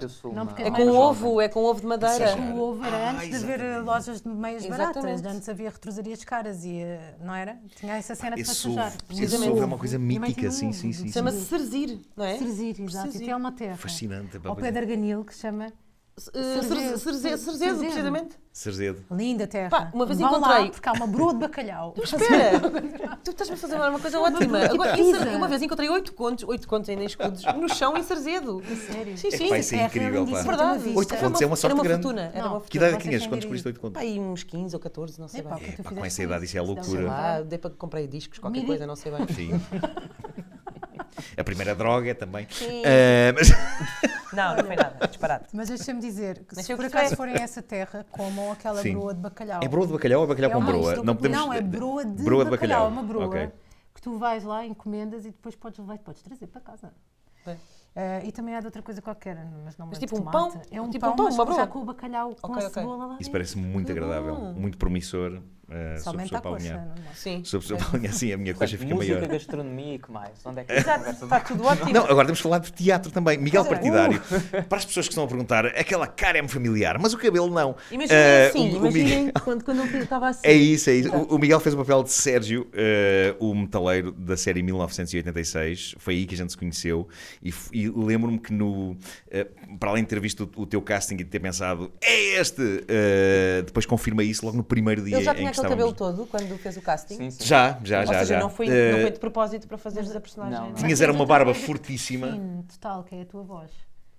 Speaker 5: Passajar.
Speaker 3: não, porque eu sou
Speaker 4: Não,
Speaker 3: uma-
Speaker 4: porque
Speaker 5: É
Speaker 4: Mas
Speaker 5: com
Speaker 4: jovem.
Speaker 5: ovo, é com ovo de madeira.
Speaker 1: Passajar.
Speaker 4: O over era
Speaker 1: Ah,
Speaker 4: antes de haver
Speaker 1: exatamente.
Speaker 4: lojas de meias baratas.
Speaker 5: Exatamente.
Speaker 4: Antes havia retrosarias caras e eh, não era? Tinha essa cena de
Speaker 1: Esse
Speaker 4: passajar.
Speaker 1: SUV, esse
Speaker 5: Precisamente.
Speaker 1: SUV é uma coisa
Speaker 4: Minha mãe tinha
Speaker 1: mítica, sim,
Speaker 4: um
Speaker 1: sim, sim. sim.
Speaker 5: Chama-se Serzir, não é?
Speaker 4: Cerzir, exato.
Speaker 5: Cerzir.
Speaker 4: E tem uma terra.
Speaker 1: Fascinante. pá,
Speaker 4: Ao pé de Arganil, que se chama
Speaker 5: Eh, Cerze-
Speaker 4: Cerzedo.
Speaker 5: Cerze- Cerzedo,
Speaker 4: Cerzedo.
Speaker 5: precisamente.
Speaker 1: Cerzedo.
Speaker 4: Linda terra.
Speaker 5: Pá, uma vez
Speaker 4: Vão
Speaker 5: encontrei-
Speaker 4: Lá, porque há uma broa de bacalhau.
Speaker 5: Espera! tu estás-me a fazer agora uma coisa ótima. Agora, em
Speaker 4: pizza.
Speaker 5: Cer- eu uma vez encontrei oito contos, oito contos ainda em escudos, no chão em Sarzedo.
Speaker 4: Sério?
Speaker 5: Sim, sim.
Speaker 1: Epá, isso é
Speaker 4: terra
Speaker 1: incrível, pá.
Speaker 4: lindíssima.
Speaker 5: Verdade.
Speaker 4: Oito
Speaker 5: Era
Speaker 1: contos é uma sorte
Speaker 5: Era uma
Speaker 1: grande.
Speaker 5: fortuna. Era
Speaker 4: Não.
Speaker 1: Que
Speaker 5: uma fortuna.
Speaker 1: idade é
Speaker 4: Vocês
Speaker 1: que tinhas?
Speaker 4: têm
Speaker 1: Quando
Speaker 4: de ir.
Speaker 1: escolheste 8 conto?
Speaker 5: Pá, aí uns 15 ou 14, não sei
Speaker 4: Epá,
Speaker 5: bem.
Speaker 4: que tu
Speaker 1: É, pá, com
Speaker 4: fizeste
Speaker 1: essa idade isso é loucura.
Speaker 5: Sei lá, dei para comprei discos, qualquer
Speaker 4: Midi.
Speaker 5: coisa, não sei bem.
Speaker 1: Sim. A primeira droga é também.
Speaker 5: Sim.
Speaker 1: Ah, mas-
Speaker 5: Não, não foi nada, disparado.
Speaker 4: Mas deixa-me dizer, que
Speaker 5: Mas
Speaker 4: se
Speaker 5: eu
Speaker 4: por
Speaker 5: gostei.
Speaker 4: acaso forem a essa terra, comam aquela
Speaker 1: Sim.
Speaker 4: broa de bacalhau.
Speaker 1: É broa de bacalhau ou bacalhau
Speaker 4: É
Speaker 1: com
Speaker 4: uma-
Speaker 1: broa?
Speaker 4: isto- Não, é broa de,
Speaker 1: broa
Speaker 4: bacalhau. É uma broa
Speaker 1: Ok.
Speaker 4: que tu vais lá, encomendas e depois podes levar e podes trazer para casa.
Speaker 5: Bem.
Speaker 4: Eh, e também há de outra coisa qualquer, mas não me
Speaker 5: Mas
Speaker 4: lembro
Speaker 5: tipo
Speaker 4: de
Speaker 5: um
Speaker 4: tomate.
Speaker 5: pão?
Speaker 4: É um
Speaker 5: Tipo um
Speaker 4: pão,
Speaker 5: pão,
Speaker 4: mas
Speaker 5: uma broa?
Speaker 4: já com o bacalhau, com
Speaker 5: Ok,
Speaker 4: a
Speaker 5: ok.
Speaker 4: cebola lá
Speaker 1: Isso
Speaker 4: dentro.
Speaker 1: parece muito agradável,
Speaker 5: bom.
Speaker 1: muito promissor. Uh, se a
Speaker 4: Somente
Speaker 1: pessoa
Speaker 4: à coxa.
Speaker 5: né?
Speaker 1: palmear.
Speaker 4: não é?
Speaker 5: Sim.
Speaker 1: Se a pessoa palmear, sim, a minha coxa fica
Speaker 3: Música,
Speaker 1: maior.
Speaker 3: gastronomia e que mais? Onde é que é a conversa
Speaker 5: Está tá tudo ótimo.
Speaker 1: Não, agora temos que falar de teatro também. Miguel
Speaker 5: é.
Speaker 1: Partidário,
Speaker 5: Uh.
Speaker 1: para as pessoas que estão a perguntar, aquela cara é-me familiar, mas o cabelo não.
Speaker 5: Imaginem
Speaker 1: Ah,
Speaker 5: assim,
Speaker 1: o- o
Speaker 5: imaginem
Speaker 1: Miguel-
Speaker 5: quando, quando eu estava assim.
Speaker 1: É isso, é isso. O, o Miguel fez o papel de Sérgio, eh, o metaleiro da série 1986. Foi aí que a gente se conheceu. E, f- e lembro-me que, no, eh, para além de ter visto o, o teu casting e de ter pensado, é este! eh, depois confirmei isso logo no primeiro dia
Speaker 5: Ele já
Speaker 1: em
Speaker 5: tinha
Speaker 1: é que
Speaker 5: aquele
Speaker 1: estávamos.
Speaker 5: cabelo todo quando fez o casting.
Speaker 3: Sim, sim.
Speaker 1: Já, já,
Speaker 5: Ou
Speaker 1: já.
Speaker 5: seja,
Speaker 1: já.
Speaker 5: não foi,
Speaker 1: Eh,
Speaker 5: não foi de propósito para fazeres a personagem.
Speaker 3: Não, não.
Speaker 1: Tinhas era uma barba
Speaker 4: Mas é
Speaker 1: fortíssima.
Speaker 4: Fino, total, que é a tua voz.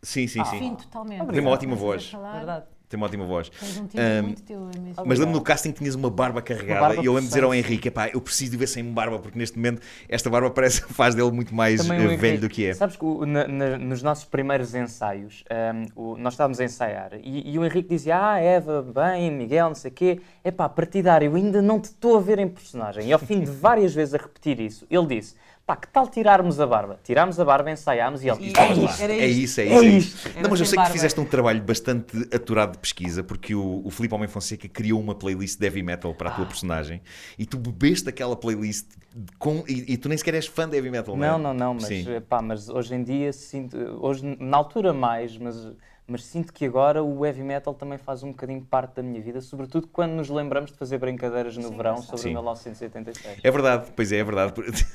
Speaker 1: Sim, sim, sim.
Speaker 4: Fino, totalmente.
Speaker 1: Tem uma ótima
Speaker 4: Começas a
Speaker 1: voz.
Speaker 4: falar.
Speaker 5: Verdade.
Speaker 1: Tem uma ótima voz.
Speaker 4: Tens um tiro
Speaker 1: Ahm,
Speaker 4: muito teu, é mesmo.
Speaker 1: Mas lembro no casting que tinhas uma barba carregada
Speaker 3: Uma barba
Speaker 1: e eu lembro de dizer ao
Speaker 3: possante.
Speaker 1: Henrique: pá, eu preciso de ver sem barba, porque neste momento esta barba parece faz dele muito mais
Speaker 3: Também
Speaker 1: eh,
Speaker 3: o
Speaker 1: velho
Speaker 3: Henrique.
Speaker 1: do que é.
Speaker 3: Sabes que o- na- na- nos nossos primeiros ensaios, ahm, o- nós estávamos a ensaiar e, e o Henrique dizia: Ah, Eva, bem, Miguel, não sei o quê, é pá, partidário, eu ainda não te estou a ver em personagem. E ao fim de várias vezes a repetir isso, ele disse: Pá, que tal tirarmos a barba? Tirámos a barba, ensaiámos e ele disse:
Speaker 1: Estavas lá.
Speaker 5: era
Speaker 1: é
Speaker 5: isto.
Speaker 1: isso, é
Speaker 3: É
Speaker 1: isso. é
Speaker 3: isto.
Speaker 1: isso.
Speaker 5: Era
Speaker 1: Não, mas eu
Speaker 5: sem
Speaker 1: sei que
Speaker 5: barba.
Speaker 1: fizeste um trabalho bastante aturado de pesquisa, porque o, o Filipe Homem Fonseca criou uma playlist de heavy metal para a tua personagem e tu bebeste aquela playlist com, e, e tu nem sequer és fã de heavy metal,
Speaker 3: Não,
Speaker 1: é?
Speaker 3: não, não, mas, eh,
Speaker 1: Sim.
Speaker 3: pá, mas hoje em dia sinto, hoje na altura mais, mas, mas sinto que agora o heavy metal também faz um bocadinho parte da minha vida, sobretudo quando nos lembramos de fazer brincadeiras no verão sobre
Speaker 1: Sim.
Speaker 3: 1986.
Speaker 1: É verdade, pois é, é verdade.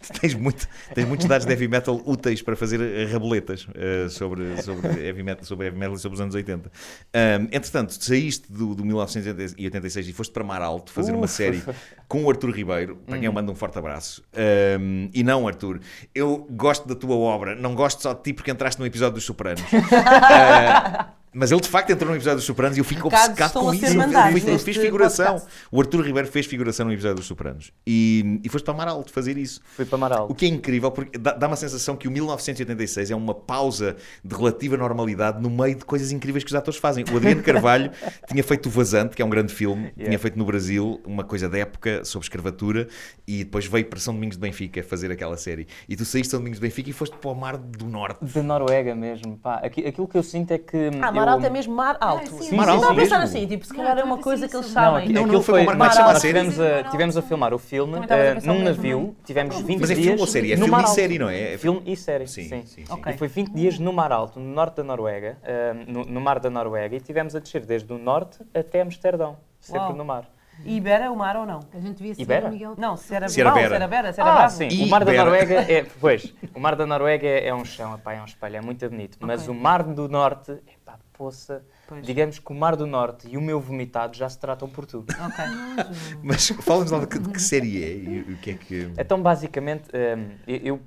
Speaker 1: Tu tens, muito, tens muitos dados de heavy metal úteis para fazer eh, raboletas eh, sobre, sobre, heavy metal, sobre heavy metal e sobre os anos 80. Ahm, entretanto, saíste do, do 1986 e foste para Mar Alto fazer uma
Speaker 3: Uf.
Speaker 1: série com o Arthur Ribeiro, para
Speaker 5: Uhum.
Speaker 1: quem eu mando um forte abraço. Ahm, e não, Arthur, eu gosto da tua obra, não gosto só de ti porque entraste num episódio dos Sopranos. Ah, Mas ele de facto entrou num episódio dos Sopranos e eu fico
Speaker 5: Recados
Speaker 1: obcecado
Speaker 5: estão
Speaker 1: com
Speaker 5: a ser
Speaker 1: isso. Ele
Speaker 5: mandados
Speaker 1: fez- Ele fez
Speaker 5: neste
Speaker 1: figuração.
Speaker 5: podcast.
Speaker 1: O Arthur Ribeiro fez figuração no episódio dos Sopranos e, e foste para Amaral de fazer isso.
Speaker 3: Fui para Amaral.
Speaker 1: O que é incrível, porque dá- dá uma sensação que o 1986 é uma pausa de relativa normalidade no meio de coisas incríveis que os atores fazem. O Adriano Carvalho tinha feito O Vazante, que é um grande filme, tinha feito no Brasil uma coisa da época sobre escravatura e depois veio para São Domingos de Benfica fazer aquela série. E tu saíste de São Domingos de Benfica e foste para o Mar do Norte.
Speaker 3: Da Noruega mesmo, pá. Aqui- Aquilo que eu sinto é que.
Speaker 5: Ah, mar
Speaker 3: eu-
Speaker 5: alto é mesmo mar alto.
Speaker 4: sim,
Speaker 1: Mar
Speaker 5: Eu
Speaker 1: alto
Speaker 5: estava a pensar
Speaker 1: mesmo.
Speaker 5: assim, tipo, se calhar é uma coisa que eles
Speaker 3: Não,
Speaker 5: sabem.
Speaker 1: Não,
Speaker 3: aquilo
Speaker 1: não, foi com o Marco
Speaker 3: Mar
Speaker 1: Marques, chama a
Speaker 3: Alto.
Speaker 1: série.
Speaker 3: Tivemos a, tivemos a filmar o filme
Speaker 4: Também estava a
Speaker 3: eh,
Speaker 4: pensar
Speaker 3: num
Speaker 4: o mesmo.
Speaker 3: navio, tivemos 20
Speaker 1: Mas é
Speaker 3: dias.
Speaker 1: filme ou série? É
Speaker 3: no
Speaker 1: filme
Speaker 3: Mar
Speaker 1: e
Speaker 3: Alto.
Speaker 1: série, não é? É
Speaker 3: Filme e série.
Speaker 1: Sim,
Speaker 3: Sim,
Speaker 1: sim, sim.
Speaker 5: Ok.
Speaker 3: E foi 20 dias no Mar Alto, no norte da Noruega, eh, no, no mar da Noruega, e tivemos a descer desde o norte até Amsterdão, sempre
Speaker 5: Uau.
Speaker 3: no mar.
Speaker 5: E Ibera é o mar ou não?
Speaker 4: A gente devia seguir
Speaker 3: Ibera?
Speaker 4: o Miguel.
Speaker 5: Não, se era,
Speaker 1: Se era
Speaker 5: mau,
Speaker 1: Bera.
Speaker 5: se era Bera, se era
Speaker 3: Ah,
Speaker 5: bravo.
Speaker 3: sim,
Speaker 1: E
Speaker 3: o mar da
Speaker 1: Bera.
Speaker 3: Noruega é. Pois, o mar da Noruega é um chão, epá, é um espelho, é muito bonito. Mas o mar do norte, epá, poça.
Speaker 5: Pois.
Speaker 3: Digamos que o mar do norte e o meu vomitado já se tratam por tudo.
Speaker 5: Ok.
Speaker 1: é Mas fala-nos lá de que, de que série é e o que é que.
Speaker 3: Então, basicamente, hum, eu, eu,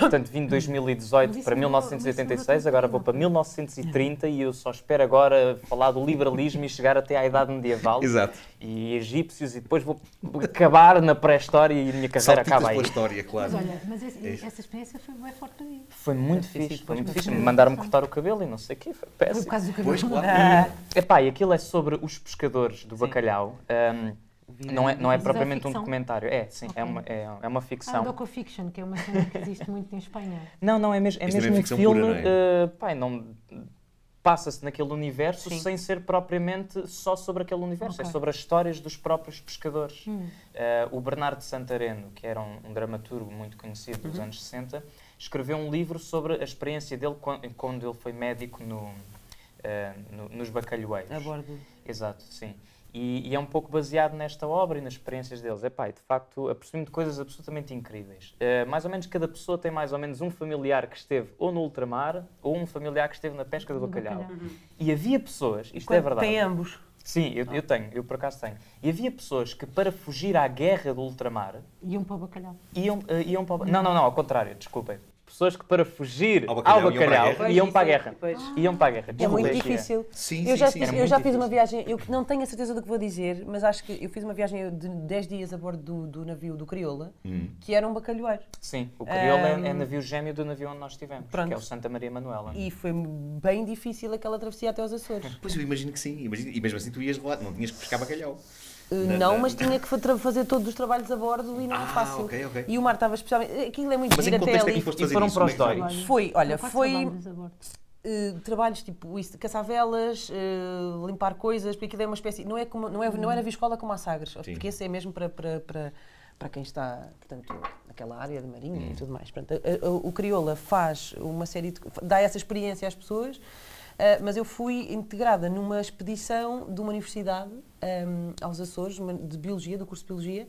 Speaker 3: portanto, vim de 2018 para 1986, agora vou para 1930 e eu só espero agora falar do liberalismo e chegar até à Idade Medieval
Speaker 1: Exato.
Speaker 3: e egípcios e depois vou acabar na pré-história e a minha carreira
Speaker 1: Saltitas
Speaker 3: acaba aí.
Speaker 1: pela história, claro.
Speaker 4: Mas olha, mas esse- essa experiência foi bem forte para mim.
Speaker 3: Foi muito fixe, foi muito fixe. Mandaram-me cortar o cabelo e não sei o quê, foi
Speaker 4: Por
Speaker 5: É
Speaker 3: péssimo.
Speaker 4: causa do cabelo. Ah,
Speaker 1: Pois, claro.
Speaker 3: Epá, e aquilo é sobre os pescadores do bacalhau. hum, não, é, não é
Speaker 4: Mas é
Speaker 3: propriamente um
Speaker 4: ficção.
Speaker 3: documentário, é, sim, é, uma, é, é uma
Speaker 4: Ah,
Speaker 3: ficção.
Speaker 4: docofiction, que é uma cena que existe muito em Espanha.
Speaker 3: Não, não, é mesmo, é
Speaker 1: Isto também
Speaker 3: mesmo
Speaker 1: é
Speaker 3: um
Speaker 1: ficção
Speaker 3: filme.
Speaker 1: pura, não
Speaker 3: eh, pá, não passa-se naquele universo sem ser propriamente só sobre aquele universo, é
Speaker 4: Ok.
Speaker 3: sobre as histórias dos próprios pescadores.
Speaker 5: Hum.
Speaker 3: Eh, o Bernardo Santareno, que era um, um dramaturgo muito conhecido dos
Speaker 5: Uhum.
Speaker 3: anos 60, escreveu um livro sobre a experiência dele quan- quando, ele foi médico no, eh, no- nos bacalhoeiros.
Speaker 5: A bordo.
Speaker 3: Exato, sim. E, e é um pouco baseado nesta obra e nas experiências deles. Epá, e de facto, apercebi-me de coisas absolutamente incríveis. Eh, mais ou menos cada pessoa tem mais ou menos um familiar que esteve ou no ultramar ou um familiar que esteve na pesca do bacalhau.
Speaker 5: Uhum.
Speaker 3: E havia pessoas, isto é verdade.
Speaker 5: Tem ambos.
Speaker 3: Sim, eu, eu tenho, eu por acaso tenho. E havia pessoas que para fugir à guerra do ultramar
Speaker 4: E um para o bacalhau.
Speaker 3: iam, eh, iam para o... Não, não, não, ao contrário, desculpem. Pessoas que para fugir
Speaker 1: Ao
Speaker 3: ao
Speaker 1: bacalhau
Speaker 3: bacalhau,
Speaker 1: iam para a guerra.
Speaker 3: iam para a
Speaker 5: Pois,
Speaker 3: guerra.
Speaker 5: pois.
Speaker 3: Iam para a guerra.
Speaker 5: É muito
Speaker 3: Desculpem.
Speaker 5: difícil.
Speaker 1: Sim,
Speaker 5: eu
Speaker 1: sim,
Speaker 5: já,
Speaker 1: sim,
Speaker 5: fiz,
Speaker 1: sim.
Speaker 3: É
Speaker 5: eu já
Speaker 3: muito
Speaker 5: fiz uma
Speaker 3: difícil.
Speaker 5: viagem, eu que não tenho a certeza do que vou dizer, mas acho que eu fiz uma viagem de 10 dias a bordo do, do navio do Crioula,
Speaker 1: Hum.
Speaker 5: que era um bacalhoeiro.
Speaker 3: Sim, o Crioula
Speaker 5: Ahm,
Speaker 3: é, é navio gêmeo do navio onde nós estivemos,
Speaker 5: Pronto.
Speaker 3: que é o Santa Maria Manuela.
Speaker 5: E foi bem difícil aquela travessia até aos Açores.
Speaker 1: Pois eu imagino que sim, imagino- e mesmo assim tu ias lá, não tinhas que pescar bacalhau.
Speaker 5: Uh, Não, mas tinha que fa- tra- fazer todos os trabalhos a bordo e não
Speaker 1: Ah,
Speaker 5: é fácil.
Speaker 1: ok, ok.
Speaker 5: E o mar estava especialmente. Aquilo é muito
Speaker 1: Mas em que
Speaker 5: giro até
Speaker 1: contexto é que
Speaker 5: ali.
Speaker 1: foste
Speaker 3: E
Speaker 1: fazer
Speaker 3: foram
Speaker 1: isso?
Speaker 3: para
Speaker 1: Como é
Speaker 3: os
Speaker 1: que foi?
Speaker 3: Dóris.
Speaker 5: Foi, olha,
Speaker 4: Quatro
Speaker 5: foi
Speaker 4: trabalhos a bordo.
Speaker 5: uh, trabalhos tipo isso, caçar velas, uh, limpar coisas, porque aquilo é uma espécie. Não é, como, não é, não é navio escola como há sagres, porque esse é mesmo para, para, para, para quem está portanto, naquela área de marinha e tudo mais. Portanto, a- a- o Crioula faz uma série de. dá essa experiência às pessoas. uh, mas eu fui integrada numa expedição de uma universidade um, aos Açores, uma- de Biologia, do curso de Biologia,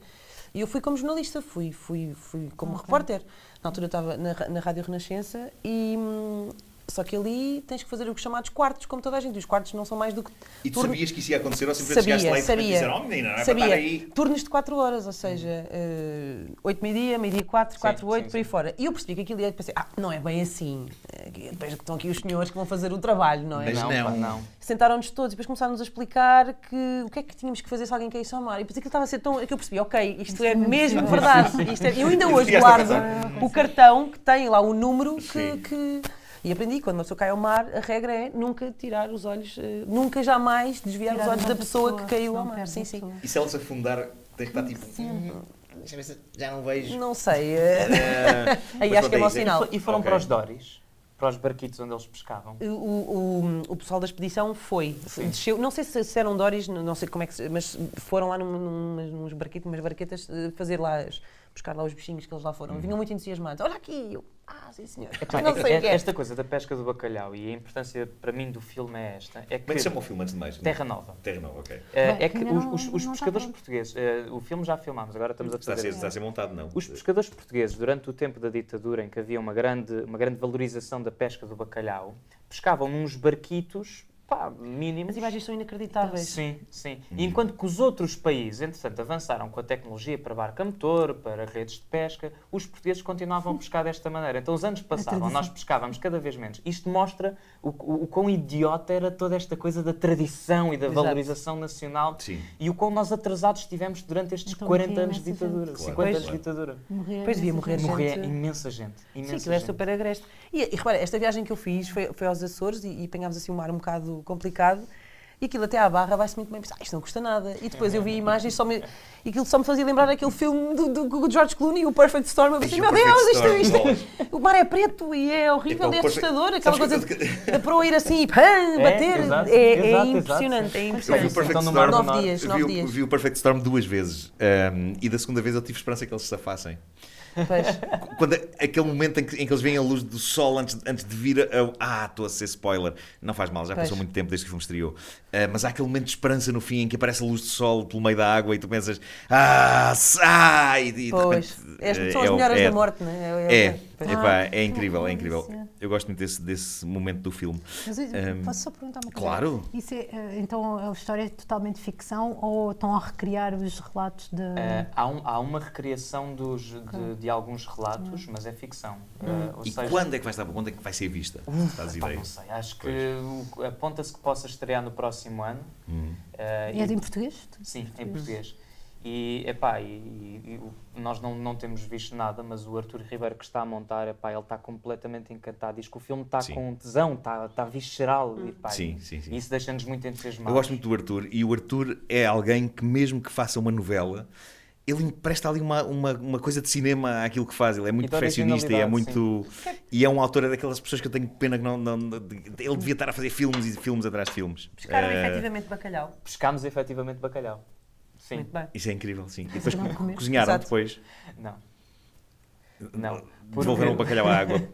Speaker 5: e eu fui como jornalista, fui, fui, fui como repórter. Na altura eu estava na, ra- na Rádio Renascença e, hum, Só que ali tens que fazer os chamados quartos, como toda a gente. Os quartos não são mais do que.
Speaker 1: E tu
Speaker 5: turno-
Speaker 1: sabias que isso ia acontecer ou simplesmente
Speaker 5: Sabia,
Speaker 1: chegaste lá e de repente
Speaker 5: sabia.
Speaker 1: disseram, oh menina, não é para
Speaker 5: sabia.
Speaker 1: estar aí. Hum.
Speaker 5: Turnos de 4 horas, ou seja, eh, 8 meio-dia, meio-dia 4, 4,
Speaker 3: sim,
Speaker 5: 8, por aí
Speaker 3: sim.
Speaker 5: fora. E eu percebi que aquilo ia pensei, ah, não é bem assim. Eh, Depois que estão aqui os senhores que vão fazer o trabalho, não é?
Speaker 1: Mas
Speaker 3: Não,
Speaker 1: não.
Speaker 3: pá, não.
Speaker 5: Sentaram-nos todos e depois começaram-nos a explicar que, o que é que tínhamos que fazer se alguém caísse ao mar. E depois aquilo estava a ser tão. é que eu percebi, ok, isto é mesmo verdade. Isto é- eu ainda hoje
Speaker 1: Ficaste a
Speaker 5: guardo o cartão que tem lá o número que.
Speaker 1: Sim.
Speaker 5: que- e aprendi, quando uma pessoa cai ao mar, a regra é nunca tirar os olhos, eh, nunca jamais desviar os
Speaker 4: Tirar
Speaker 5: olhos
Speaker 4: a
Speaker 5: da
Speaker 4: mão da
Speaker 5: pessoa,
Speaker 4: pessoa,
Speaker 5: que caiu
Speaker 4: senão
Speaker 5: ao mar.
Speaker 4: perde
Speaker 5: Sim,
Speaker 4: a
Speaker 5: sim.
Speaker 4: pessoa.
Speaker 1: E se ela se afundar, tens que estar tipo. "Hum, deixa eu ver se Já não vejo.
Speaker 5: Não sei. eh,
Speaker 1: Eh,
Speaker 5: Aí
Speaker 1: mas
Speaker 5: acho que é mau
Speaker 1: pronto, isso.
Speaker 5: sinal.
Speaker 3: E foram
Speaker 1: Ok.
Speaker 3: para os Doris, para os barquitos onde eles pescavam.
Speaker 5: O, o, o pessoal da expedição foi, desceu, não sei se, se eram Doris, não sei como é que se, mas foram lá num, num, nos barquitos, umas barquetas, eh, fazer lá, as- buscar lá os bichinhos que eles lá foram. Vinham muito entusiasmados. Olha aqui, eu, ah, sim senhor,
Speaker 3: Uhum. Epá,
Speaker 5: não
Speaker 3: é que
Speaker 5: sei o
Speaker 3: é-
Speaker 5: que é.
Speaker 3: Esta coisa da pesca do bacalhau e a importância para mim do filme é esta. É que
Speaker 1: Como é que se chama o filme antes de mais?
Speaker 3: Terra Nova.
Speaker 1: Terra Nova, ok.
Speaker 3: Eh,
Speaker 4: Bem,
Speaker 3: é que
Speaker 4: ainda
Speaker 3: os,
Speaker 4: não-
Speaker 3: os- os
Speaker 4: não está
Speaker 3: pescadores
Speaker 4: pronto.
Speaker 3: portugueses, eh, o filme já filmámos, agora estamos a
Speaker 1: Está a ser,
Speaker 3: fazer.
Speaker 1: está a ser montado, não.
Speaker 3: Os pescadores portugueses, durante o tempo da ditadura, em que havia uma grande, uma grande valorização da pesca do bacalhau, pescavam uns barquitos, pá, mínimos.
Speaker 5: As imagens são inacreditáveis.
Speaker 3: Sim, sim. E enquanto que os outros países, entretanto, avançaram com a tecnologia para barca a motor, para redes de pesca, os portugueses continuavam a pescar desta maneira. Então os anos passavam, nós pescávamos cada vez menos. Isto mostra o, o, o quão idiota era toda esta coisa da tradição e da
Speaker 5: Exato.
Speaker 3: valorização nacional
Speaker 1: Sim.
Speaker 3: e o quão nós atrasados estivemos durante estes
Speaker 4: Então,
Speaker 3: 40
Speaker 4: morria
Speaker 3: anos de
Speaker 4: imensa gente.
Speaker 3: ditadura,
Speaker 4: Claro,
Speaker 3: 50 anos de
Speaker 1: claro.
Speaker 3: ditadura.
Speaker 4: Morrer, é
Speaker 5: Pois devia morrer gente.
Speaker 3: Morria imensa gente.
Speaker 5: Sim,
Speaker 3: Imensa
Speaker 5: aquilo era
Speaker 3: gente.
Speaker 5: super agreste. E, e repara, esta viagem que eu fiz foi, foi aos Açores e, e apanhámos assim um mar um bocado complicado. E aquilo até à barra vai-se muito bem. Pensei, ah, isto não custa nada. E depois eu vi imagens só me, e aquilo só me fazia lembrar aquele filme do, do, do George Clooney, o Perfect Storm. Eu pensei,
Speaker 1: Sim, o
Speaker 5: meu Deus,
Speaker 1: Perfect
Speaker 5: isto,
Speaker 1: Storm,
Speaker 5: isto,
Speaker 1: bolas.
Speaker 5: O mar é preto e é horrível
Speaker 1: Então,
Speaker 5: e é
Speaker 1: o Perfect-
Speaker 5: assustador. Aquela
Speaker 1: Sabes
Speaker 5: coisa
Speaker 1: que-
Speaker 5: de- da proa ir assim e pam, bater.
Speaker 3: exato,
Speaker 5: é, é
Speaker 3: exato, exato.
Speaker 5: impressionante, é
Speaker 1: Eu vi o
Speaker 5: impressionante.
Speaker 1: Perfect
Speaker 3: Então, no
Speaker 1: Storm.
Speaker 3: Mar do
Speaker 5: Nove
Speaker 3: Norte.
Speaker 5: dias,
Speaker 1: vi
Speaker 5: nove
Speaker 1: o-
Speaker 5: dias.
Speaker 1: vi o Perfect Storm duas vezes ahm, e da segunda vez eu tive esperança que eles se safassem.
Speaker 5: Pois.
Speaker 1: Qu- Quando a- aquele momento em que, em que eles veem a luz do sol antes, antes de vir a. a- Ah, estou a ser spoiler. Não faz mal, já
Speaker 5: Pois.
Speaker 1: passou muito tempo desde que o filme estreou. Ah, mas há aquele momento de esperança no fim em que aparece a luz do sol pelo meio da água e tu pensas. Ah, sai! E, de
Speaker 5: Pois.
Speaker 1: repente,
Speaker 5: É as-
Speaker 1: eh,
Speaker 5: São as
Speaker 1: é o-
Speaker 5: melhores
Speaker 1: é-
Speaker 5: da morte, não é?
Speaker 1: É,
Speaker 5: pois.
Speaker 1: epá,
Speaker 4: Ah,
Speaker 1: é incrível,
Speaker 4: que
Speaker 1: é incrível.
Speaker 4: horror, isso
Speaker 1: Eu gosto muito desse, desse momento do filme.
Speaker 4: Mas eu-
Speaker 1: Ahm,
Speaker 4: posso só perguntar uma coisa?
Speaker 1: claro.
Speaker 4: Isso é, eh, então a história é totalmente ficção ou estão a recriar os relatos de.
Speaker 5: É,
Speaker 3: Eh, há, um- há uma recriação dos, de, de alguns relatos, mas é ficção. Eh, ou
Speaker 1: E
Speaker 3: seja,
Speaker 1: quando é que vai estar? Quando é que vai ser vista? Faz
Speaker 3: Pá,
Speaker 1: ideia.
Speaker 3: não sei, acho que o- aponta-se que possa estrear no próximo ano.
Speaker 1: Hum.
Speaker 3: Eh,
Speaker 4: é
Speaker 3: e-
Speaker 4: de em português?
Speaker 3: Sim, em português. E, epá, e, e- e o- nós não, não temos visto nada, mas o Arthur Ribeiro que está a montar, epá, ele está completamente encantado. Diz que o filme está
Speaker 1: Sim.
Speaker 3: com um tesão, está está visceral. E, epá,
Speaker 1: Sim,
Speaker 3: e-
Speaker 1: sim, sim.
Speaker 3: e isso deixa-nos muito entusiasmados.
Speaker 1: Eu gosto muito do Arthur e o Arthur é alguém que, mesmo que faça uma novela, ele empresta ali uma, uma, uma coisa de cinema àquilo que faz. Ele é muito
Speaker 3: E da
Speaker 1: perfeccionista e é
Speaker 3: Então, originalidade,
Speaker 1: muito. E é um autor é daquelas pessoas que eu tenho pena que não. não- ele devia estar a fazer filmes e filmes atrás de filmes.
Speaker 5: Pescaram
Speaker 1: Eh,
Speaker 5: efetivamente bacalhau.
Speaker 3: Pescámos efetivamente bacalhau. Sim.
Speaker 5: Muito bem.
Speaker 1: Isso é incrível, sim. E depois
Speaker 4: não comer.
Speaker 1: cozinharam
Speaker 5: Exato.
Speaker 1: depois,
Speaker 3: Não. Não.
Speaker 1: devolveram o um bacalhau à água.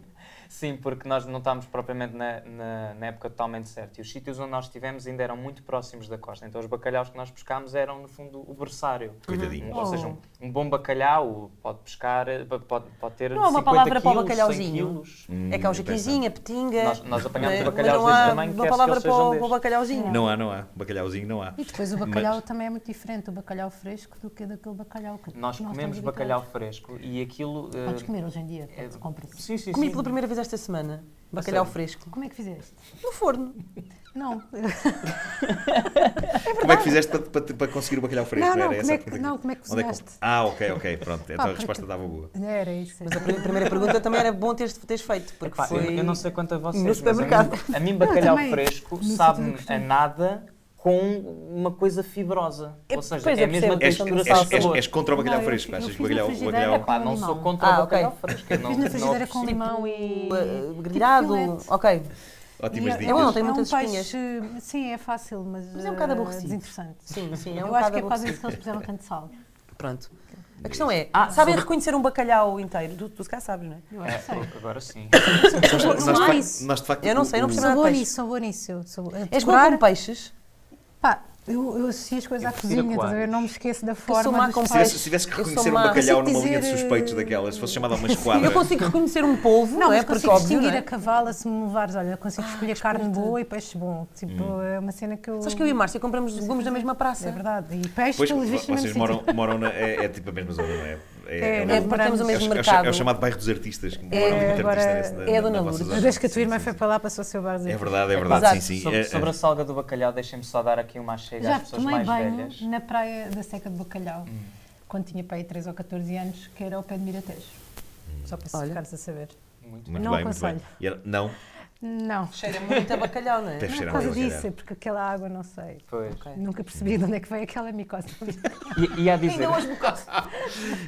Speaker 3: Sim, porque nós não estávamos propriamente na, na, na época totalmente certa. E os sítios onde nós estivemos ainda eram muito próximos da costa. Então os bacalhaus que nós pescámos eram, no fundo, o berçário.
Speaker 1: Coitadinho.
Speaker 3: Um- ou seja,
Speaker 5: Uhum.
Speaker 3: um, um bom bacalhau pode pescar, eh, pode, pode ter
Speaker 5: Não há uma
Speaker 3: 50
Speaker 5: palavra para o
Speaker 3: quilos, 100
Speaker 5: bacalhauzinho?
Speaker 3: quilos.
Speaker 5: É que há o jaquinzinho, a petinga.
Speaker 3: Nós- nós apanhámos
Speaker 5: Mas- mas
Speaker 3: bacalhaus
Speaker 5: não há
Speaker 3: desse tamanho,
Speaker 5: Uma
Speaker 3: quer-se
Speaker 5: palavra
Speaker 3: que
Speaker 5: para
Speaker 3: eles
Speaker 5: o,
Speaker 3: sejam
Speaker 5: para o bacalhauzinho.
Speaker 1: Não há, não há. Bacalhauzinho não há.
Speaker 4: E depois o
Speaker 1: Mas-
Speaker 4: bacalhau também é muito diferente, o bacalhau fresco do que daquele bacalhau que
Speaker 3: Nós
Speaker 4: nós
Speaker 3: comemos
Speaker 4: estamos
Speaker 3: bacalhau
Speaker 4: habituados.
Speaker 3: fresco e aquilo... eh,
Speaker 4: Podes comer hoje em dia, podes comprar.
Speaker 3: Sim, sim,
Speaker 5: Comi
Speaker 3: sim.
Speaker 5: pela primeira vez esta semana bacalhau
Speaker 3: sério?
Speaker 5: fresco.
Speaker 4: Como é que fizeste?
Speaker 5: No forno.
Speaker 4: Não,
Speaker 1: Como é que fizeste para, para- para conseguir o bacalhau fresco?
Speaker 4: Não, não,
Speaker 1: Era
Speaker 4: como
Speaker 1: essa
Speaker 4: é
Speaker 1: a
Speaker 4: que-
Speaker 1: pergunta
Speaker 4: não, como é que
Speaker 1: Onde
Speaker 4: cozinhaste?
Speaker 1: Ah, ok, ok, pronto. Então a
Speaker 4: porque-
Speaker 1: resposta estava boa.
Speaker 4: não era isso.
Speaker 5: Mas a pri- primeira pergunta também era bom teres, teres feito, porque
Speaker 3: Pá, eu-
Speaker 5: foi.
Speaker 3: eu, não sei quanto a vocês,
Speaker 5: no
Speaker 3: mas a mim,
Speaker 5: supermercado.
Speaker 3: a mim bacalhau
Speaker 4: também.
Speaker 3: fresco
Speaker 4: No
Speaker 3: sabe-me
Speaker 4: supermercado.
Speaker 3: a nada com uma coisa fibrosa.
Speaker 5: É-
Speaker 3: Ou seja,
Speaker 5: pois,
Speaker 3: é
Speaker 5: eu
Speaker 3: a mesma
Speaker 5: percebo.
Speaker 1: És,
Speaker 5: Questão
Speaker 3: textura,
Speaker 5: do
Speaker 1: és,
Speaker 3: sal,
Speaker 1: és,
Speaker 3: sabor.
Speaker 1: és contra o bacalhau
Speaker 4: Não, eu
Speaker 1: fresco?
Speaker 4: fi- eu
Speaker 1: Achas que o
Speaker 4: fiz na
Speaker 1: bacalhau, o
Speaker 4: frigideira
Speaker 1: bacalhau...
Speaker 4: com-
Speaker 3: Pá, não
Speaker 4: limão.
Speaker 3: sou contra
Speaker 5: Ah,
Speaker 3: o bacalhau
Speaker 5: ok.
Speaker 3: fresco. Eu não,
Speaker 4: Fiz na
Speaker 3: não
Speaker 4: frigideira com
Speaker 3: aprecio.
Speaker 4: limão e.
Speaker 5: Uh,
Speaker 4: tipo
Speaker 5: grelhado.
Speaker 4: filete.
Speaker 5: ok.
Speaker 1: Ótimas
Speaker 5: E
Speaker 1: dicas.
Speaker 5: é bom, não tem
Speaker 4: é um
Speaker 5: muitas espinhas.
Speaker 4: peixe. Sim, é fácil, mas.
Speaker 5: Mas é um bocado
Speaker 4: eh,
Speaker 5: aborrecido.
Speaker 4: Desinteressante.
Speaker 5: Sim, sim, é um
Speaker 4: Eu acho
Speaker 5: bocado
Speaker 4: que é quase
Speaker 5: aborrecido.
Speaker 4: isso que eles puseram a canto de sal.
Speaker 5: Pronto. A questão é, sabem reconhecer um bacalhau inteiro? Tu, tu se calhar sabes, não é?
Speaker 4: Eu acho que sei.
Speaker 3: É, agora sim.
Speaker 1: Nós,
Speaker 4: Não há
Speaker 1: de facto-
Speaker 4: isso.
Speaker 1: nós de facto...
Speaker 5: Eu não sei, não
Speaker 1: o-
Speaker 5: percebo.
Speaker 4: Sabor
Speaker 5: peixe.
Speaker 4: nisso, sabor nisso. Sabor.
Speaker 5: És bom com peixes?
Speaker 4: Pá, Eu, eu associo as coisas
Speaker 3: Eu
Speaker 4: à
Speaker 3: prefiro
Speaker 4: cozinha, estás a ver?
Speaker 3: aquários.
Speaker 4: Não me esqueço da
Speaker 5: sou
Speaker 4: forma.
Speaker 5: má
Speaker 4: dos
Speaker 5: com
Speaker 1: Se
Speaker 4: pratos.
Speaker 1: tivesse, se tivesse que
Speaker 5: Eu sou
Speaker 1: reconhecer o
Speaker 5: má.
Speaker 1: bacalhau
Speaker 4: Consigo
Speaker 1: numa linha de
Speaker 4: dizer,
Speaker 1: suspeitos
Speaker 4: eh,
Speaker 1: daquelas, se fosse chamada uma
Speaker 5: Sim,
Speaker 1: esquadra.
Speaker 5: eu consigo reconhecer um polvo, não,
Speaker 4: Não,
Speaker 5: é?
Speaker 4: mas
Speaker 5: Porque
Speaker 4: consigo
Speaker 5: óbvio,
Speaker 4: distinguir
Speaker 5: não
Speaker 4: a
Speaker 5: é? Ah,
Speaker 4: cavala se me levares. Olha, consigo escolher carne boa e peixe bom. Tipo,
Speaker 1: Hum.
Speaker 4: é uma cena que eu.
Speaker 5: Sabes que eu e a Márcia compramos legumes na mesma praça.
Speaker 4: É verdade. E peixe,
Speaker 1: Pois,
Speaker 4: pelos vistos, no
Speaker 1: vocês
Speaker 4: mesmo
Speaker 1: moram,
Speaker 4: sítio.
Speaker 1: moram na, é, é tipo a mesma zona, não é? É,
Speaker 4: É,
Speaker 1: o-
Speaker 4: é
Speaker 5: É, porque temos
Speaker 1: é
Speaker 5: o
Speaker 4: o-
Speaker 1: o-
Speaker 5: mesmo
Speaker 1: é o-
Speaker 5: mercado.
Speaker 1: é o chamado bairro dos artistas, que
Speaker 5: É,
Speaker 1: mora muito
Speaker 4: agora-
Speaker 1: artista nesse, na,
Speaker 5: é
Speaker 1: na
Speaker 5: a Dona
Speaker 1: vossa
Speaker 5: Lourdes.
Speaker 1: zona.
Speaker 4: Desde que a
Speaker 1: Sim,
Speaker 4: tua irmã
Speaker 1: sim,
Speaker 4: foi
Speaker 1: sim.
Speaker 4: para lá, passou o seu barzinho.
Speaker 1: É verdade, é verdade,
Speaker 5: Exato.
Speaker 1: sim, sim.
Speaker 3: Sobre,
Speaker 1: É,
Speaker 3: sobre a salga do bacalhau, deixem-me só dar aqui uma chega
Speaker 4: Já
Speaker 3: às pessoas
Speaker 4: tomei
Speaker 3: mais
Speaker 4: banho
Speaker 3: velhas. Hum.
Speaker 4: na praia da Seca de Bacalhau, quando tinha para aí 13 ou 14 anos, que era ao pé de Miratejo.
Speaker 3: Hum.
Speaker 4: Só para se
Speaker 5: Olha.
Speaker 4: ficares a saber.
Speaker 1: é, muito
Speaker 4: Não
Speaker 1: bem, muito bem.
Speaker 4: aconselho.
Speaker 1: E era- Não,
Speaker 4: Não.
Speaker 5: Cheira muito a bacalhau, não é?
Speaker 1: deve
Speaker 4: Não é por
Speaker 1: cheirar
Speaker 4: causa
Speaker 1: muito.
Speaker 4: disso, é porque aquela água, não sei.
Speaker 3: Pois.
Speaker 5: Ok.
Speaker 4: Nunca
Speaker 3: Hum.
Speaker 4: percebi de onde é que veio aquela micose.
Speaker 3: E, e há a dizer.
Speaker 5: Não, as bocas.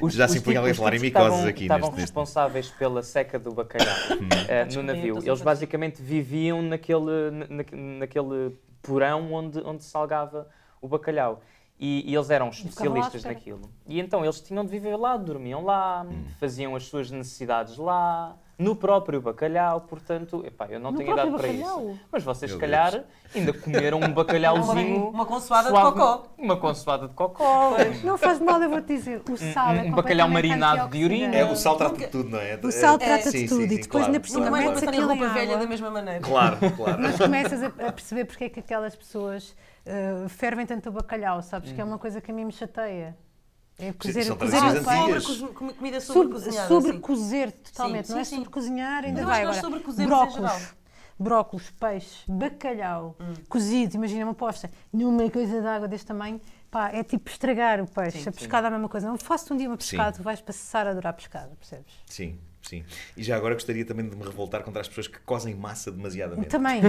Speaker 3: Os-
Speaker 1: Já se
Speaker 3: os
Speaker 1: impunha alguém
Speaker 3: tipos-
Speaker 1: a
Speaker 3: os
Speaker 1: falar em
Speaker 3: tipos que
Speaker 1: micoses
Speaker 3: estavam-
Speaker 1: aqui
Speaker 3: Estavam
Speaker 1: neste- neste-
Speaker 3: responsáveis pela seca do bacalhau eh, no
Speaker 5: Desculpem, eu
Speaker 3: navio.
Speaker 5: estou
Speaker 3: Eles
Speaker 5: sempre-
Speaker 3: basicamente viviam naquele, na- na- naquele porão onde, onde salgava o bacalhau. E, e eles eram especialistas
Speaker 4: espera.
Speaker 3: naquilo. E então eles tinham de viver lá, dormiam lá,
Speaker 1: Hum.
Speaker 3: faziam as suas necessidades lá, no próprio bacalhau. Portanto, epá, eu não
Speaker 4: No
Speaker 3: tenho idade para
Speaker 4: próprio
Speaker 3: isso.
Speaker 4: bacalhau?
Speaker 3: Mas vocês, se
Speaker 1: Meu
Speaker 3: calhar, ainda comeram um bacalhauzinho.
Speaker 5: Uma consoada de
Speaker 3: suave-
Speaker 5: cocó.
Speaker 3: Uma consoada de cocó.
Speaker 4: não faz mal, eu vou-te dizer. O sal é
Speaker 3: um bacalhau
Speaker 4: completamente
Speaker 3: marinado de urina.
Speaker 1: É,
Speaker 4: antioxidante.
Speaker 1: o sal trata de tudo, não é?
Speaker 4: O sal
Speaker 1: É,
Speaker 4: trata
Speaker 1: sim,
Speaker 4: de
Speaker 1: sim,
Speaker 4: tudo
Speaker 1: sim,
Speaker 4: e depois
Speaker 1: claro,
Speaker 4: na piscina
Speaker 5: Nunca mais vou
Speaker 4: metes
Speaker 5: passar em
Speaker 4: aquilo em
Speaker 5: roupa velha da
Speaker 4: água.
Speaker 5: mesma maneira.
Speaker 1: Claro, claro.
Speaker 4: Mas começas a, a perceber porque é que aquelas pessoas eh, fervem tanto o bacalhau, sabes?
Speaker 3: Hum.
Speaker 4: Que é uma coisa que a mim me chateia. É cozer,
Speaker 1: são
Speaker 4: cozer
Speaker 1: tradições
Speaker 4: o peixe.
Speaker 1: antigas.
Speaker 5: Sobre comi- comida
Speaker 4: Sobre-
Speaker 5: sobrecozinhada. assim.
Speaker 4: Sobrecozer totalmente,
Speaker 5: Sim,
Speaker 4: não é
Speaker 5: sim, sim.
Speaker 4: sobrecozinhar, ainda
Speaker 5: Eu acho
Speaker 4: vai
Speaker 5: que nós
Speaker 4: agora.
Speaker 5: sobrecozemos em geral. Hum.
Speaker 4: Brócolos, brócolos, peixe, bacalhau, cozido, imagina uma posta, numa coisa de água deste tamanho, pá, é tipo estragar o peixe. a pescada é a mesma coisa. Não faço um dia uma pescada,
Speaker 1: Sim.
Speaker 4: tu vais passar a adorar a pescada, percebes?
Speaker 1: Sim, sim. E já agora gostaria também de me revoltar contra as pessoas que cozem massa demasiadamente.
Speaker 4: Também.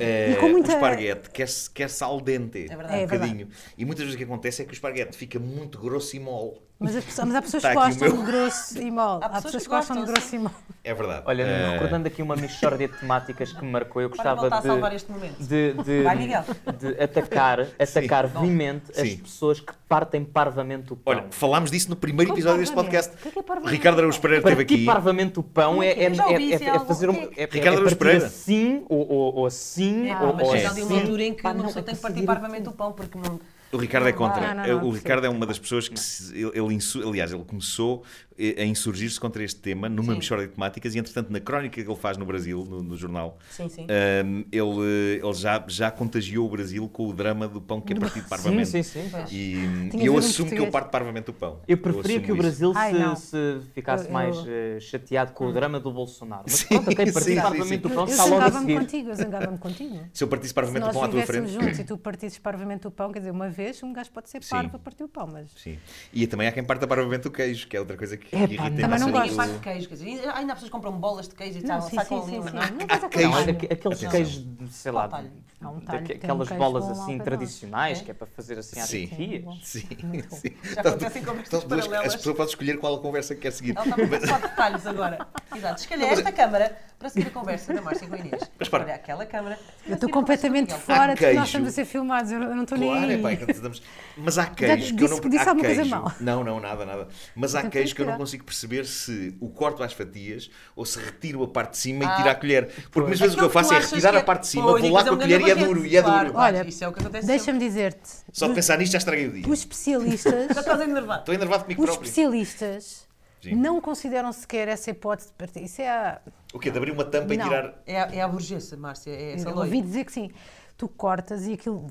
Speaker 1: É,
Speaker 4: Então, E com muita-
Speaker 1: O esparguete quer-se quer al dente,
Speaker 5: verdade.
Speaker 1: um
Speaker 4: É verdade.
Speaker 1: bocadinho. E muitas vezes o que acontece é que o esparguete fica muito grosso e mole.
Speaker 4: Mas, as pessoas- mas há pessoas
Speaker 1: Tá
Speaker 4: que
Speaker 1: aqui o
Speaker 4: gostam
Speaker 1: meu.
Speaker 4: de grosso e mole. Há pessoas, que gostam de grosso e mole.
Speaker 1: É verdade.
Speaker 3: Olha,
Speaker 1: É,
Speaker 3: recordando aqui uma mixórdia de temáticas que me marcou, eu
Speaker 5: Para
Speaker 3: gostava
Speaker 5: voltar a salvar
Speaker 3: de,
Speaker 5: este momento.
Speaker 3: de, de-
Speaker 5: Vai, Miguel.
Speaker 3: de atacar, atacar veemente as
Speaker 1: Sim.
Speaker 3: pessoas que partem parvamente o pão.
Speaker 1: Olha, falámos disso no primeiro
Speaker 4: Como
Speaker 1: episódio deste
Speaker 4: parvamente?
Speaker 1: podcast.
Speaker 4: O que é que é parvamente?
Speaker 1: Ricardo Araújo Pereira esteve
Speaker 3: Partir
Speaker 1: aqui.
Speaker 3: parvamente o pão é, é,
Speaker 5: Eu já ouvi
Speaker 3: é-
Speaker 5: isso em
Speaker 3: é- é
Speaker 5: algum-
Speaker 3: fazer um. É, é
Speaker 1: Ricardo Araújo
Speaker 3: partir
Speaker 1: Pereira.
Speaker 3: assim, ou, ou, ou assim,
Speaker 4: Ah,
Speaker 3: ou,
Speaker 5: É, Mas
Speaker 1: é
Speaker 3: ou
Speaker 5: já de uma
Speaker 3: assim.
Speaker 5: altura em que
Speaker 3: Pá,
Speaker 5: uma
Speaker 3: não,
Speaker 5: pessoa
Speaker 3: é
Speaker 5: tem que partir
Speaker 3: conseguir-
Speaker 5: parvamente o pão, porque não.
Speaker 1: O Ricardo é contra.
Speaker 4: Não, não, não,
Speaker 1: o
Speaker 4: não,
Speaker 1: Ricardo é uma das pessoas que se- ele, ele insu- aliás, ele começou eh, a insurgir-se contra este tema numa mistura de temáticas e, entretanto, na crónica que ele faz no Brasil, no, no jornal,
Speaker 5: Sim, sim.
Speaker 1: ahm, ele, ele já, já contagiou o Brasil com o drama do pão que é partido
Speaker 3: Sim,
Speaker 1: parvamente.
Speaker 3: sim, sim.
Speaker 1: E,
Speaker 4: Tinha
Speaker 1: e eu
Speaker 4: sido um
Speaker 1: assumo que eu
Speaker 4: português.
Speaker 1: parto parvamente o pão.
Speaker 3: Eu preferia
Speaker 1: assumo
Speaker 3: que o
Speaker 1: isso.
Speaker 3: Brasil
Speaker 4: Ai,
Speaker 3: se,
Speaker 4: não.
Speaker 3: se ficasse
Speaker 4: Eu- eu-
Speaker 3: mais eh, chateado
Speaker 5: Hum.
Speaker 3: com o drama do Bolsonaro. Mas
Speaker 1: Sim,
Speaker 3: pronto, ok,
Speaker 1: sim, sim,
Speaker 3: partir parvamente
Speaker 1: sim.
Speaker 3: o
Speaker 4: Eu
Speaker 3: pão está logo a
Speaker 4: zangava-me
Speaker 3: seguir.
Speaker 4: contigo, eu zangava-me contigo.
Speaker 1: Se eu partisse
Speaker 4: Se
Speaker 1: parvamente o
Speaker 4: nós
Speaker 1: pão à tua frente.
Speaker 4: estivéssemos juntos e tu partisses parvamente o pão, quer dizer, uma vez um gajo pode ser
Speaker 1: Sim.
Speaker 4: parvo a partir o pão, mas
Speaker 1: Sim. E também há quem parta parvamente o queijo, que é outra coisa que, que
Speaker 3: Epá,
Speaker 1: irrita
Speaker 3: não.
Speaker 4: Também não
Speaker 1: imenso.
Speaker 4: gosto.
Speaker 5: Ninguém faz de queijo, quer dizer, ainda há pessoas que compram bolas de queijo e
Speaker 4: Não,
Speaker 5: tal,
Speaker 4: sim,
Speaker 5: sacam a
Speaker 4: sim, sim,
Speaker 5: língua,
Speaker 4: sim.
Speaker 5: não é?
Speaker 4: Não faz
Speaker 1: Há
Speaker 4: a
Speaker 1: queijo.
Speaker 3: Não,
Speaker 4: coisa
Speaker 3: olha,
Speaker 4: mal.
Speaker 3: que- aqueles
Speaker 1: Atenção.
Speaker 3: queijos, de, sei lá,
Speaker 5: Há um talho.
Speaker 3: de-
Speaker 4: Há um
Speaker 3: de-
Speaker 4: talho, tem um
Speaker 3: aquelas
Speaker 4: queijo
Speaker 3: bolas
Speaker 4: bom lá
Speaker 3: assim
Speaker 4: ao pé de nós.
Speaker 3: tradicionais,
Speaker 5: É.
Speaker 3: que é para fazer assim às
Speaker 1: Sim,
Speaker 3: tifias.
Speaker 1: sim,
Speaker 4: Muito
Speaker 1: sim.
Speaker 5: Já acontecem conversas
Speaker 1: duas-
Speaker 5: paralelas.
Speaker 1: As pessoas podem escolher qual a conversa que quer seguir.
Speaker 5: Ela está muito só de detalhes agora. Exato. Se calhar esta câmara para seguir a conversa da Márcia com a Inês.
Speaker 1: Mas para.
Speaker 5: Olha, aquela câmara.
Speaker 4: Eu estou completamente fora de que
Speaker 1: queijo.
Speaker 4: nós estamos a ser filmados, eu eu não estou
Speaker 1: Claro,
Speaker 4: nem
Speaker 1: é
Speaker 4: aí.
Speaker 1: pá, é que estamos- mas há queijo que eu
Speaker 4: disse
Speaker 1: não
Speaker 4: que disse
Speaker 1: há
Speaker 4: alguma coisa
Speaker 1: queijo-
Speaker 4: mal.
Speaker 1: Não, não, nada, nada. Mas há
Speaker 4: Então
Speaker 1: queijo que eu não
Speaker 4: tirar.
Speaker 1: consigo perceber se o corto às fatias ou se retiro a parte de cima
Speaker 4: Ah,
Speaker 1: e tiro a colher. Porque muitas vezes o que eu
Speaker 5: Então,
Speaker 4: Então,
Speaker 1: faço é retirar a parte de cima, vou lá com a
Speaker 4: um
Speaker 1: colher e é duro, e é duro.
Speaker 4: Olha,
Speaker 5: isso é o que acontece.
Speaker 4: Deixa-me dizer-te,
Speaker 1: Só de pensar nisto já estraguei o dia.
Speaker 4: os especialistas,
Speaker 5: sempre. Já estás enervado.
Speaker 1: Estou enervado comigo
Speaker 4: os
Speaker 1: próprio.
Speaker 4: especialistas
Speaker 1: Sim.
Speaker 4: não consideram sequer essa hipótese de partir. Isso é a...
Speaker 1: O quê? De abrir uma tampa e
Speaker 4: Não.
Speaker 1: tirar.
Speaker 5: É, a- é a burguesa, Márcia. É essa
Speaker 4: Eu
Speaker 5: loira.
Speaker 4: ouvi dizer que sim. Tu cortas e aquilo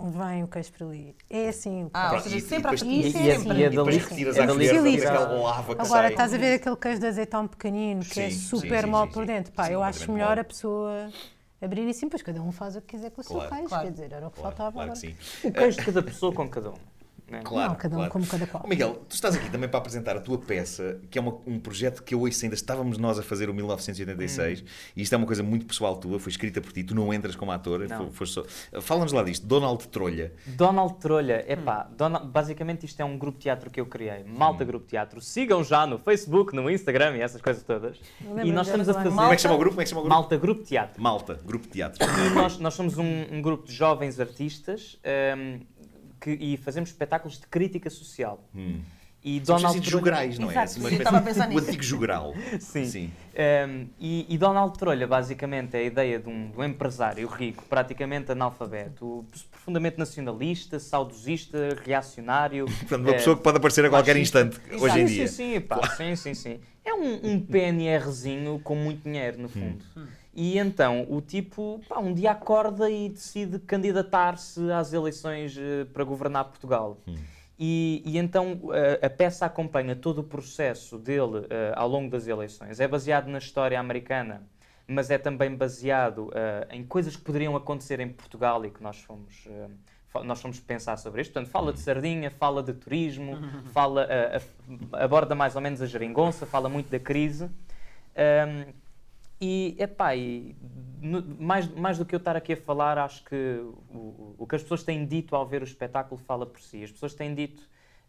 Speaker 4: vem o queijo para ali. É assim.
Speaker 5: Ah, ou
Speaker 1: Pronto,
Speaker 5: seja,
Speaker 1: e- assim, e
Speaker 5: sempre há
Speaker 1: depois-
Speaker 3: E,
Speaker 5: sempre.
Speaker 3: e, é- e é
Speaker 1: E depois
Speaker 3: dali,
Speaker 1: retiras
Speaker 3: é
Speaker 1: a
Speaker 3: dali
Speaker 1: colher,
Speaker 4: Facilita.
Speaker 1: vamos ver
Speaker 3: que
Speaker 1: aquela lava que
Speaker 4: Agora,
Speaker 1: sai.
Speaker 4: estás a ver aquele queijo de azeitão pequenino que é
Speaker 1: Sim, sim,
Speaker 4: super
Speaker 1: sim,
Speaker 4: mal
Speaker 1: sim,
Speaker 4: por
Speaker 1: sim.
Speaker 4: dentro. Pá,
Speaker 1: Sim,
Speaker 4: eu acho
Speaker 1: completamente
Speaker 4: melhor
Speaker 1: mal.
Speaker 4: a pessoa abrir assim, pois cada um faz o que quiser com o
Speaker 1: Claro,
Speaker 4: seu queijo.
Speaker 5: claro.
Speaker 4: Quer dizer, era o que
Speaker 1: Claro,
Speaker 4: faltava
Speaker 1: claro que
Speaker 4: agora.
Speaker 1: sim.
Speaker 3: o queijo de cada pessoa com cada um. né?
Speaker 1: Claro,
Speaker 4: Não, cada um
Speaker 1: claro.
Speaker 4: como cada qual.
Speaker 1: Oh, Miguel, tu estás aqui também para apresentar a tua peça, que é uma- um projeto que eu ouço ainda estávamos nós a fazer o 1986,
Speaker 5: Hum.
Speaker 1: e isto é uma coisa muito pessoal tua, foi escrita por ti, tu não entras como ator,
Speaker 3: Não.
Speaker 1: fo- foste só... Fala-nos lá disto, Donald Trolha.
Speaker 3: Donald Trolha, epá, Donald- basicamente isto é um grupo de teatro que eu criei,
Speaker 1: Hum.
Speaker 3: Malta Grupo de Teatro. Sigam já no Facebook, no Instagram e essas coisas todas.
Speaker 4: lembro
Speaker 3: E nós
Speaker 4: dela
Speaker 3: estamos a
Speaker 4: lá.
Speaker 3: fazer
Speaker 1: Como é que chama o grupo? Como é que chama o grupo?
Speaker 3: Malta Grupo de Teatro.
Speaker 1: Malta, grupo de teatro.
Speaker 3: E nós, nós somos um, um grupo de jovens artistas ehm, que, e fazemos espetáculos de crítica social. E
Speaker 1: São uma espécie
Speaker 3: Donald
Speaker 1: Hum. assim de
Speaker 3: Trump-
Speaker 1: jograis, não é?
Speaker 5: Exato,
Speaker 1: Assim, uma
Speaker 5: sim,
Speaker 1: espécie-
Speaker 5: estava a pensar
Speaker 1: O
Speaker 5: nisso.
Speaker 1: antigo jogral.
Speaker 3: Sim.
Speaker 1: Sim.
Speaker 3: Um, e, e Donald Trolha, basicamente, é a ideia de um, de um empresário rico, praticamente analfabeto, profundamente nacionalista, saudosista, reacionário.
Speaker 1: Portanto, uma
Speaker 5: É.
Speaker 3: eh,
Speaker 1: pessoa que pode aparecer a qualquer
Speaker 3: fascista.
Speaker 1: instante, hoje
Speaker 3: sim,
Speaker 1: em dia.
Speaker 3: Sim, sim, pá, sim, sim, sim. É um, um PNRzinho com muito dinheiro,
Speaker 1: Hum.
Speaker 3: no fundo. E então, o tipo, pá, um dia acorda e decide candidatar-se às eleições eh, para governar Portugal.
Speaker 1: Hum.
Speaker 3: E, e então eh, a, peça acompanha todo o processo dele eh, ao longo das eleições. É baseado na história americana, mas é também baseado eh, em coisas que poderiam acontecer em Portugal e que nós fomos, eh, fa- nós fomos pensar sobre isto. Portanto, fala de sardinha, fala de turismo, fala, eh, a- aborda mais ou menos a geringonça, fala muito da crise. Ahm, e, epá, e no- mais, mais do que eu estar aqui a falar, acho que o, o que as pessoas têm dito ao ver o espetáculo fala por si. As pessoas têm dito,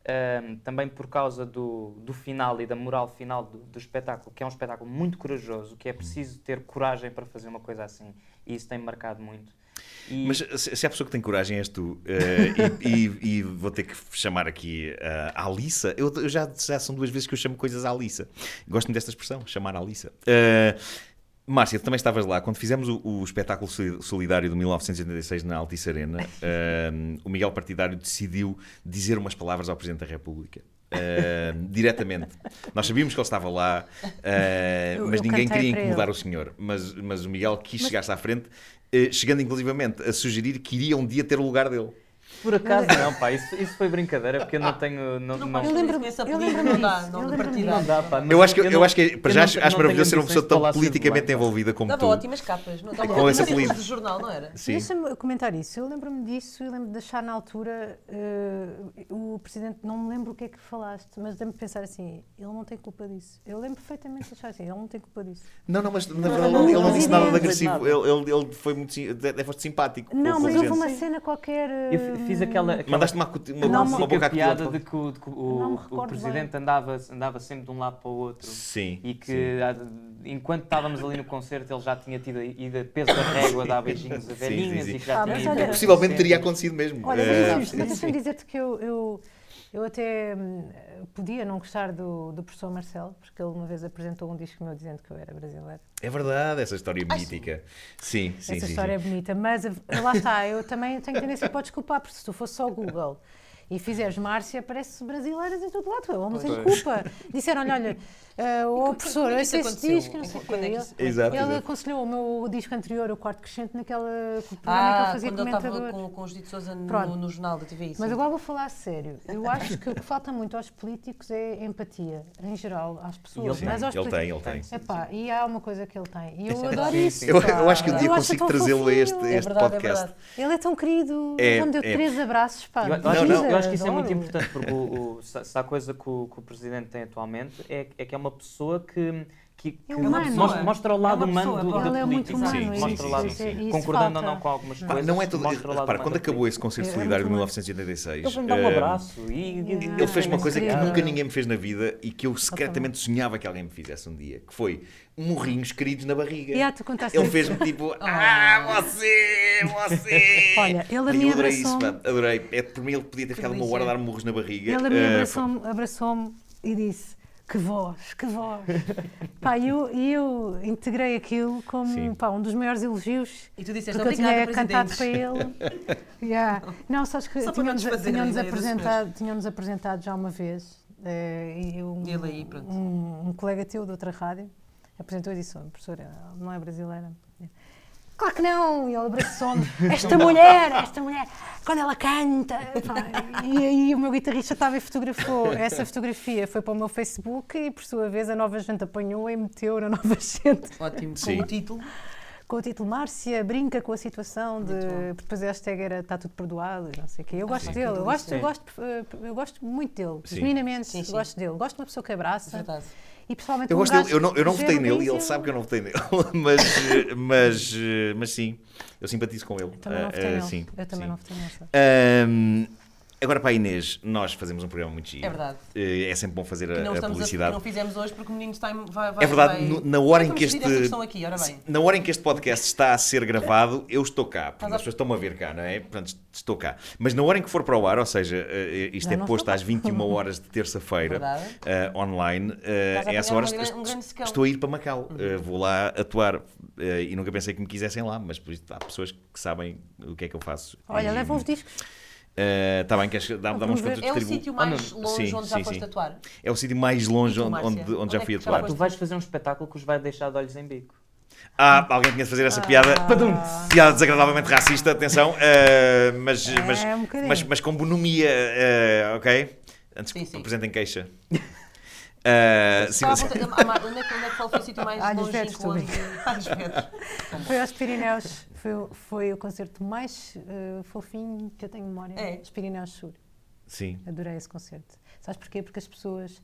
Speaker 3: ahm, também por causa do, do final e da moral final do, do espetáculo, que é um espetáculo muito corajoso, que é preciso ter coragem para fazer uma coisa assim. E isso tem marcado muito. E-
Speaker 1: Mas se se a pessoa que tem coragem és tu, eh, e, e- e vou ter que chamar aqui eh, a Alissa, eu, eu já, já são duas vezes que eu chamo coisas à Alissa. Gosto muito desta expressão, chamar a Alissa. Eh, Márcia, tu também estavas lá. Quando fizemos o, o espetáculo soli- solidário de 1986 na Altice Arena, eh, o Miguel Partidário decidiu dizer umas palavras ao Presidente da República. eh, diretamente. Nós sabíamos que ele estava lá, eh,
Speaker 4: Eu-
Speaker 1: mas
Speaker 4: eu
Speaker 1: ninguém
Speaker 4: cantei
Speaker 1: queria
Speaker 4: para
Speaker 1: incomodar o
Speaker 4: ele.
Speaker 1: senhor. Mas, mas o Miguel quis chegar-se à frente, eh, chegando inclusivamente a sugerir que iria um dia ter o lugar dele.
Speaker 3: por acaso não, pá, isso, isso foi brincadeira, porque eu não tenho. Não, não,
Speaker 1: assim.
Speaker 4: Eu lembro-me
Speaker 5: Esse
Speaker 4: eu
Speaker 5: apelido
Speaker 4: lembro-me
Speaker 5: não dá,
Speaker 4: disso,
Speaker 5: não
Speaker 4: eu
Speaker 5: do
Speaker 4: lembro-me
Speaker 5: partidário.
Speaker 3: não dá, pá. não-
Speaker 1: Eu acho que, eu
Speaker 3: não-
Speaker 1: acho que para
Speaker 3: eu
Speaker 1: já,
Speaker 3: não-
Speaker 1: acho,
Speaker 3: eu
Speaker 1: acho
Speaker 3: não
Speaker 1: maravilhoso
Speaker 3: tenho
Speaker 1: ser uma pessoa
Speaker 3: ambições de
Speaker 1: tão
Speaker 3: falar sobre
Speaker 1: politicamente
Speaker 3: bem, pá.
Speaker 1: envolvida como
Speaker 5: Dava
Speaker 1: tu.
Speaker 5: ótimas capas, não dava
Speaker 1: é um Com esse
Speaker 5: ótimas
Speaker 1: apelido.
Speaker 5: de jornal, não era?
Speaker 1: Sim.
Speaker 4: Deixa-me comentar isso. Eu lembro-me disso e lembro de achar na altura eh, o presidente, não me lembro o que é que falaste, mas lembro de pensar assim: ele não tem culpa disso. Eu lembro perfeitamente de achar assim: ele não tem culpa disso.
Speaker 1: Não, não, mas na verdade
Speaker 4: não,
Speaker 1: ele
Speaker 4: não
Speaker 1: não disse nada de
Speaker 4: disse
Speaker 1: agressivo.
Speaker 3: nada.
Speaker 1: Ele, ele, ele foi muito sim- até foste simpático.
Speaker 4: Não,
Speaker 1: Foi
Speaker 4: mas houve
Speaker 1: gente.
Speaker 4: uma cena qualquer.
Speaker 3: Eu
Speaker 4: eh,
Speaker 3: fi- fiz aquela. aquela-
Speaker 1: Mandaste uma, acu- uma,
Speaker 4: Não,
Speaker 1: uma,
Speaker 4: uma-
Speaker 1: boca
Speaker 3: a piada
Speaker 1: acutilante.
Speaker 3: de que o, de que o-
Speaker 4: Não me
Speaker 3: o
Speaker 4: recordo
Speaker 3: presidente andava, andava sempre de um lado para o outro.
Speaker 1: Sim.
Speaker 3: E que a- enquanto estávamos ali no concerto ele já tinha tido a- ido a peso da régua, dar beijinhos a
Speaker 1: Sim,
Speaker 3: velhinhas
Speaker 1: sim,
Speaker 3: e
Speaker 1: sim.
Speaker 3: que já
Speaker 4: Ah,
Speaker 3: tinha
Speaker 4: mas
Speaker 3: ido
Speaker 4: olha-
Speaker 3: a-
Speaker 1: Possivelmente teria acontecido mesmo.
Speaker 4: Olha,
Speaker 1: Eh,
Speaker 4: mas, é mas deixa-me dizer-te que eu, eu, eu até hum, podia não gostar do, do professor Marcelo, porque ele uma vez apresentou um disco meu dizendo que eu era brasileira.
Speaker 1: é verdade, essa história mítica. Sim, sim,
Speaker 4: Essa
Speaker 1: sim,
Speaker 4: história
Speaker 1: sim.
Speaker 4: é bonita, mas a- lá está, eu também tenho tendência para desculpar, porque se tu fosse só Google e fizeres Márcia, parece brasileiras em todo lado, ele não tem culpa. Disseram-lhe, olha, ah, ó professor,
Speaker 5: quando é que
Speaker 4: esse
Speaker 5: isso
Speaker 4: este disco, não
Speaker 5: aconteceu?
Speaker 4: sei o quê.
Speaker 5: Quando é que
Speaker 4: Ele-
Speaker 5: isso-
Speaker 1: Exato.
Speaker 4: Ele
Speaker 1: exato.
Speaker 4: aconselhou o meu disco anterior, o quarto crescente, naquela que o programa em que
Speaker 5: Ah,
Speaker 4: eu fazia
Speaker 5: quando ele estava
Speaker 4: comentador.
Speaker 5: com, com o Judito Souza
Speaker 4: Pronto.
Speaker 5: no, no jornal da TV.
Speaker 4: Mas agora vou falar a sério. Eu acho que o que falta muito aos políticos é empatia, em geral, às pessoas.
Speaker 1: Sim,
Speaker 4: é mas aos
Speaker 1: ele tem, ele
Speaker 4: políticos-
Speaker 1: tem.
Speaker 4: Epá, e há uma coisa que ele tem. E eu adoro isso.
Speaker 1: Eu,
Speaker 4: pá.
Speaker 1: eu acho que um dia
Speaker 4: Eu acho
Speaker 1: consigo
Speaker 4: tão
Speaker 1: trazê-lo a
Speaker 4: fofinho.
Speaker 1: este, este
Speaker 5: É verdade, é
Speaker 1: podcast.
Speaker 5: verdade.
Speaker 4: Ele é tão querido.
Speaker 1: É,
Speaker 4: Ele já me deu
Speaker 1: é.
Speaker 4: três abraços, pá.
Speaker 3: Eu, eu
Speaker 1: Não,
Speaker 3: acho, que
Speaker 1: não.
Speaker 3: isso- eu acho que isso é
Speaker 4: Adoro.
Speaker 3: muito importante, porque o, o- se, se há coisa que o, que o Presidente tem atualmente é, que- é que é uma pessoa que, que, que
Speaker 4: É humano.
Speaker 3: mos-
Speaker 4: Pessoa.
Speaker 3: mostra, o lado
Speaker 5: É uma
Speaker 3: humano
Speaker 5: pessoa,
Speaker 3: do,
Speaker 5: claro.
Speaker 4: Ele
Speaker 3: da
Speaker 4: é muito
Speaker 3: política.
Speaker 4: humano,
Speaker 1: Sim,
Speaker 4: isso-
Speaker 1: mostra o lado-
Speaker 4: isso- é, isso
Speaker 3: Concordando ou
Speaker 4: falta.
Speaker 3: não com algumas
Speaker 1: Pá,
Speaker 3: coisas.
Speaker 1: não é tudo.
Speaker 3: mostra o lado
Speaker 1: Repara,
Speaker 3: humano
Speaker 1: quando
Speaker 3: da
Speaker 1: acabou esse concerto
Speaker 4: É, é
Speaker 1: solidário de
Speaker 4: muito bom.
Speaker 1: 1986,
Speaker 3: Ele vem-me dar um
Speaker 1: eh,
Speaker 3: abraço e... e- e-
Speaker 1: Ele fez uma coisa que
Speaker 4: Incrível.
Speaker 1: nunca ninguém me fez na vida e que
Speaker 4: Então.
Speaker 1: eu secretamente sonhava que alguém me fizesse um dia, que foi morrinhos queridos na barriga.
Speaker 4: E há, tu assim. contaste
Speaker 1: Ele
Speaker 4: isso.
Speaker 1: fez-me tipo, ah, você, você.
Speaker 4: Olha, ele a
Speaker 1: Pá,
Speaker 4: mim
Speaker 1: eu adorei isso,
Speaker 4: abraçou-me.
Speaker 1: pá, adorei. É, por mim ele podia ter ficado uma hora a dar murros na barriga.
Speaker 4: Ele a
Speaker 1: Eh,
Speaker 4: mim abraçou-me abraçou e disse: Que voz, que voz. pá, e eu, e eu integrei aquilo
Speaker 1: Sim.
Speaker 4: como pá, um dos maiores elogios.
Speaker 5: E tu disseste,
Speaker 4: Porque eu tinha
Speaker 5: obrigada,
Speaker 4: cantado para
Speaker 5: Presidente.
Speaker 4: ele. Yeah. Não, sabes que
Speaker 5: Só para não
Speaker 4: tinham-nos
Speaker 5: desfazer a
Speaker 4: tinham-nos
Speaker 5: ideia dos
Speaker 4: apresentado, tinham apresentado já uma vez. eh, e um,
Speaker 5: Ele aí, pronto.
Speaker 4: um, um colega teu de outra rádio apresentou e disse: "Oh, professora, ela não é brasileira? Claro que não! E ele abraçou-me. Esta mulher, esta mulher, quando ela canta. pá. E aí o meu guitarrista estava e fotografou. Essa fotografia foi para o meu Facebook e, por sua vez, a Nova Gente apanhou e meteu na Nova Gente
Speaker 5: Ótimo.
Speaker 1: Sim.
Speaker 5: Com o título.
Speaker 4: com o título Márcia brinca com a situação de. Porque depois a hashtag era está tudo perdoado, e não sei o quê.
Speaker 5: Ah,
Speaker 4: Eu gosto dele, eu gosto, eu, gosto, eh, eu gosto muito dele,
Speaker 1: Sim.
Speaker 4: genuinamente
Speaker 5: Sim, sim.
Speaker 4: gosto dele. Gosto de uma pessoa que abraça.
Speaker 5: Verdade.
Speaker 4: E pessoalmente
Speaker 1: Eu
Speaker 4: um
Speaker 1: gosto dele,
Speaker 4: gajo
Speaker 1: eu não, eu não votei nele e ele
Speaker 4: geralíssimo.
Speaker 1: sabe que eu não votei nele, mas, eh, mas, eh, mas sim, eu simpatizo com ele.
Speaker 4: Também não
Speaker 1: Ah,
Speaker 4: votei
Speaker 1: ah,
Speaker 4: nele.
Speaker 1: sim, É
Speaker 4: eu também
Speaker 1: sim.
Speaker 4: não votei nele. sabe?
Speaker 1: Ahm, Agora para a Inês, nós fazemos um programa muito giro.
Speaker 5: É verdade.
Speaker 1: Eh, É sempre bom fazer
Speaker 5: Que
Speaker 1: a,
Speaker 5: não,
Speaker 1: a
Speaker 5: estamos a- que
Speaker 1: publicidade.
Speaker 5: não fizemos hoje porque o menino está em, vai, vai,
Speaker 1: É verdade,
Speaker 5: vai-
Speaker 1: no- na hora em
Speaker 5: Vamos
Speaker 1: que
Speaker 5: fugir
Speaker 1: este.
Speaker 5: desta questão aqui, ora bem.
Speaker 1: Na hora em que este podcast está a ser gravado, eu estou cá, porque
Speaker 5: Mas,
Speaker 1: as pessoas estão-me a ver cá, não é? Portanto, estou cá. Mas na hora em que for para o ar, ou seja, eh, isto
Speaker 4: Já
Speaker 1: é
Speaker 4: não
Speaker 1: posto
Speaker 4: estou
Speaker 1: às 21 horas de terça-feira
Speaker 5: Verdade.
Speaker 1: eh, online, eh,
Speaker 5: Estás a
Speaker 1: a essa hora
Speaker 5: apanhar uma gran-
Speaker 1: est-
Speaker 5: um grande Uhum. secão.
Speaker 1: estou a ir para Macau. Eh, vou lá atuar eh, e nunca pensei que me quisessem lá, mas por isso há pessoas que sabem o que é que eu faço.
Speaker 4: Olha,
Speaker 1: E-
Speaker 4: leva uns discos.
Speaker 1: Eh, Está bem, queres dar, dar uns
Speaker 4: Vamos ver.
Speaker 1: contos
Speaker 5: É o sítio mais
Speaker 1: Ah, não.
Speaker 5: longe
Speaker 1: Sim,
Speaker 5: onde já
Speaker 1: sim,
Speaker 5: foste
Speaker 1: sim.
Speaker 5: atuar.
Speaker 1: É o sítio mais longe
Speaker 5: E tu,
Speaker 1: onde,
Speaker 5: Márcia?
Speaker 1: onde, onde
Speaker 5: Onde
Speaker 1: já
Speaker 5: é
Speaker 1: fui
Speaker 5: que já
Speaker 1: atuar.
Speaker 5: foste?
Speaker 3: Tu vais fazer um espetáculo que os vai deixar de olhos em bico.
Speaker 1: Ah, alguém tinha de fazer essa piada.
Speaker 4: Ah.
Speaker 1: Piada desagradavelmente racista, atenção. eh, mas, mas,
Speaker 4: um bocadinho.
Speaker 1: mas, mas com bonomia, eh, ok? Antes
Speaker 5: Sim,
Speaker 1: que
Speaker 5: sim.
Speaker 1: apresentem queixa. Eh, sim,
Speaker 5: Estava
Speaker 1: mas-
Speaker 5: a perguntar- Amar, onde é que onde é que foi o sítio mais
Speaker 4: Alhos
Speaker 5: longe?
Speaker 4: verdes, estou a
Speaker 5: Alhos verdes.
Speaker 4: Foi aos Pirineus. Foi, o- foi o concerto mais eh, fofinho que eu tenho memória.
Speaker 5: É?
Speaker 4: Os Pirineus Sur.
Speaker 1: sim.
Speaker 4: Adorei esse concerto. Sabes porquê? Porque as pessoas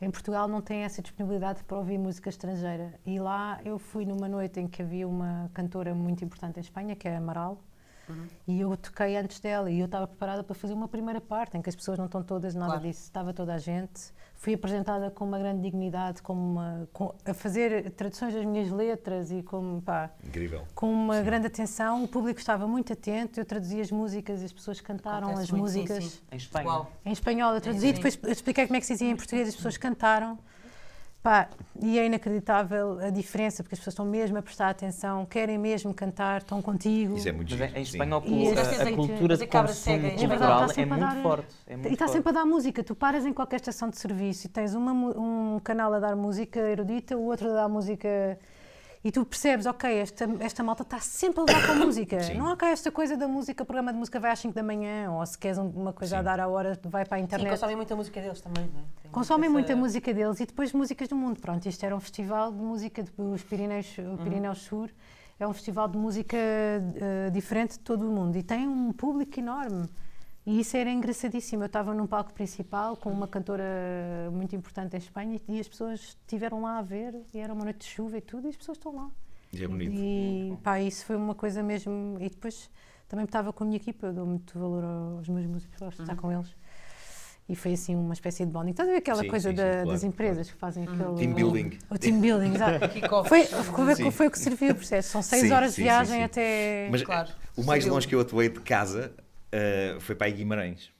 Speaker 4: em Portugal não têm essa disponibilidade para ouvir música estrangeira. E lá eu fui numa noite em que havia uma cantora muito importante em Espanha, que é a Amaral.
Speaker 5: Uhum.
Speaker 4: E eu toquei antes dela e eu estava preparada para fazer uma primeira parte em que as pessoas não estão todas, nada
Speaker 5: Claro.
Speaker 4: disso, estava toda a gente. Fui apresentada com uma grande dignidade, como uma- com- a fazer traduções das minhas letras e como, pá,
Speaker 1: Incrível.
Speaker 4: com uma grande atenção. O público estava muito atento, eu traduzia as músicas e as pessoas cantaram
Speaker 5: Acontece
Speaker 4: as
Speaker 5: muito, sim,
Speaker 4: músicas.
Speaker 5: sim.
Speaker 3: Em Espanha.
Speaker 5: Uau.
Speaker 4: Em espanhol eu traduzi, depois eu expliquei como é que se dizia em português, as pessoas cantaram. Pá, e é inacreditável a diferença, porque as pessoas estão mesmo a prestar atenção, querem mesmo cantar, estão contigo.
Speaker 1: Isso é muito
Speaker 3: Mas
Speaker 1: giro.
Speaker 3: em, em
Speaker 1: sim.
Speaker 3: espanhol a,
Speaker 4: E
Speaker 3: a-
Speaker 4: esse
Speaker 3: a
Speaker 5: azeite,
Speaker 3: cultura de
Speaker 5: fazer cabra cega,
Speaker 3: consumo
Speaker 5: é verdade,
Speaker 3: cultural
Speaker 4: está
Speaker 3: é
Speaker 4: sempre a
Speaker 3: muito
Speaker 4: dar-
Speaker 3: forte. É
Speaker 4: E
Speaker 3: muito
Speaker 4: está
Speaker 3: forte.
Speaker 4: sempre a dar música. Tu paras em qualquer estação de serviço e tens uma mu- um canal a dar música erudita, o outro a dar música. E tu percebes, ok, esta, esta malta está sempre a levar com a música.
Speaker 1: Sim.
Speaker 4: Não há cá esta coisa da música, o programa de música vai às 5 da manhã, ou se queres um- uma coisa a dar à hora, vai para a
Speaker 5: Sim,
Speaker 4: internet.
Speaker 5: consomem muita música deles também, não é? Tem
Speaker 4: Consomem
Speaker 5: essa-
Speaker 4: muita música deles e depois músicas do mundo. Pronto, isto era um festival de música dos Pirineus, o Pirineus Sur. É um festival de música eh, diferente de todo o mundo e tem um público enorme. E isso era engraçadíssimo. Eu estava num palco principal com uma cantora muito importante em Espanha e, e as pessoas estiveram lá a ver. E era uma noite de chuva e tudo, e as pessoas estão lá.
Speaker 1: Isso é bonito.
Speaker 4: E pá, isso foi uma coisa mesmo. E depois também estava com a minha equipa, eu dou muito valor aos meus músicos, gosto
Speaker 5: Uhum.
Speaker 4: de estar com eles. E foi assim uma espécie de bonding. Estás a ver aquela
Speaker 1: Sim,
Speaker 4: coisa
Speaker 1: sim, sim,
Speaker 4: da-
Speaker 1: claro,
Speaker 4: das empresas que fazem
Speaker 5: Uhum.
Speaker 4: aquele.
Speaker 1: Team building.
Speaker 4: O team building, exato.
Speaker 5: Kickoff.
Speaker 4: Foi, foi,
Speaker 1: Sim.
Speaker 4: foi o que serviu o processo. São seis
Speaker 1: Sim,
Speaker 4: horas
Speaker 1: sim,
Speaker 4: de viagem
Speaker 1: sim, sim.
Speaker 4: até.
Speaker 1: Mas
Speaker 5: Claro.
Speaker 1: eh, o mais
Speaker 5: Saiu.
Speaker 1: longe que eu atuei de casa eh, foi para aí Guimarães.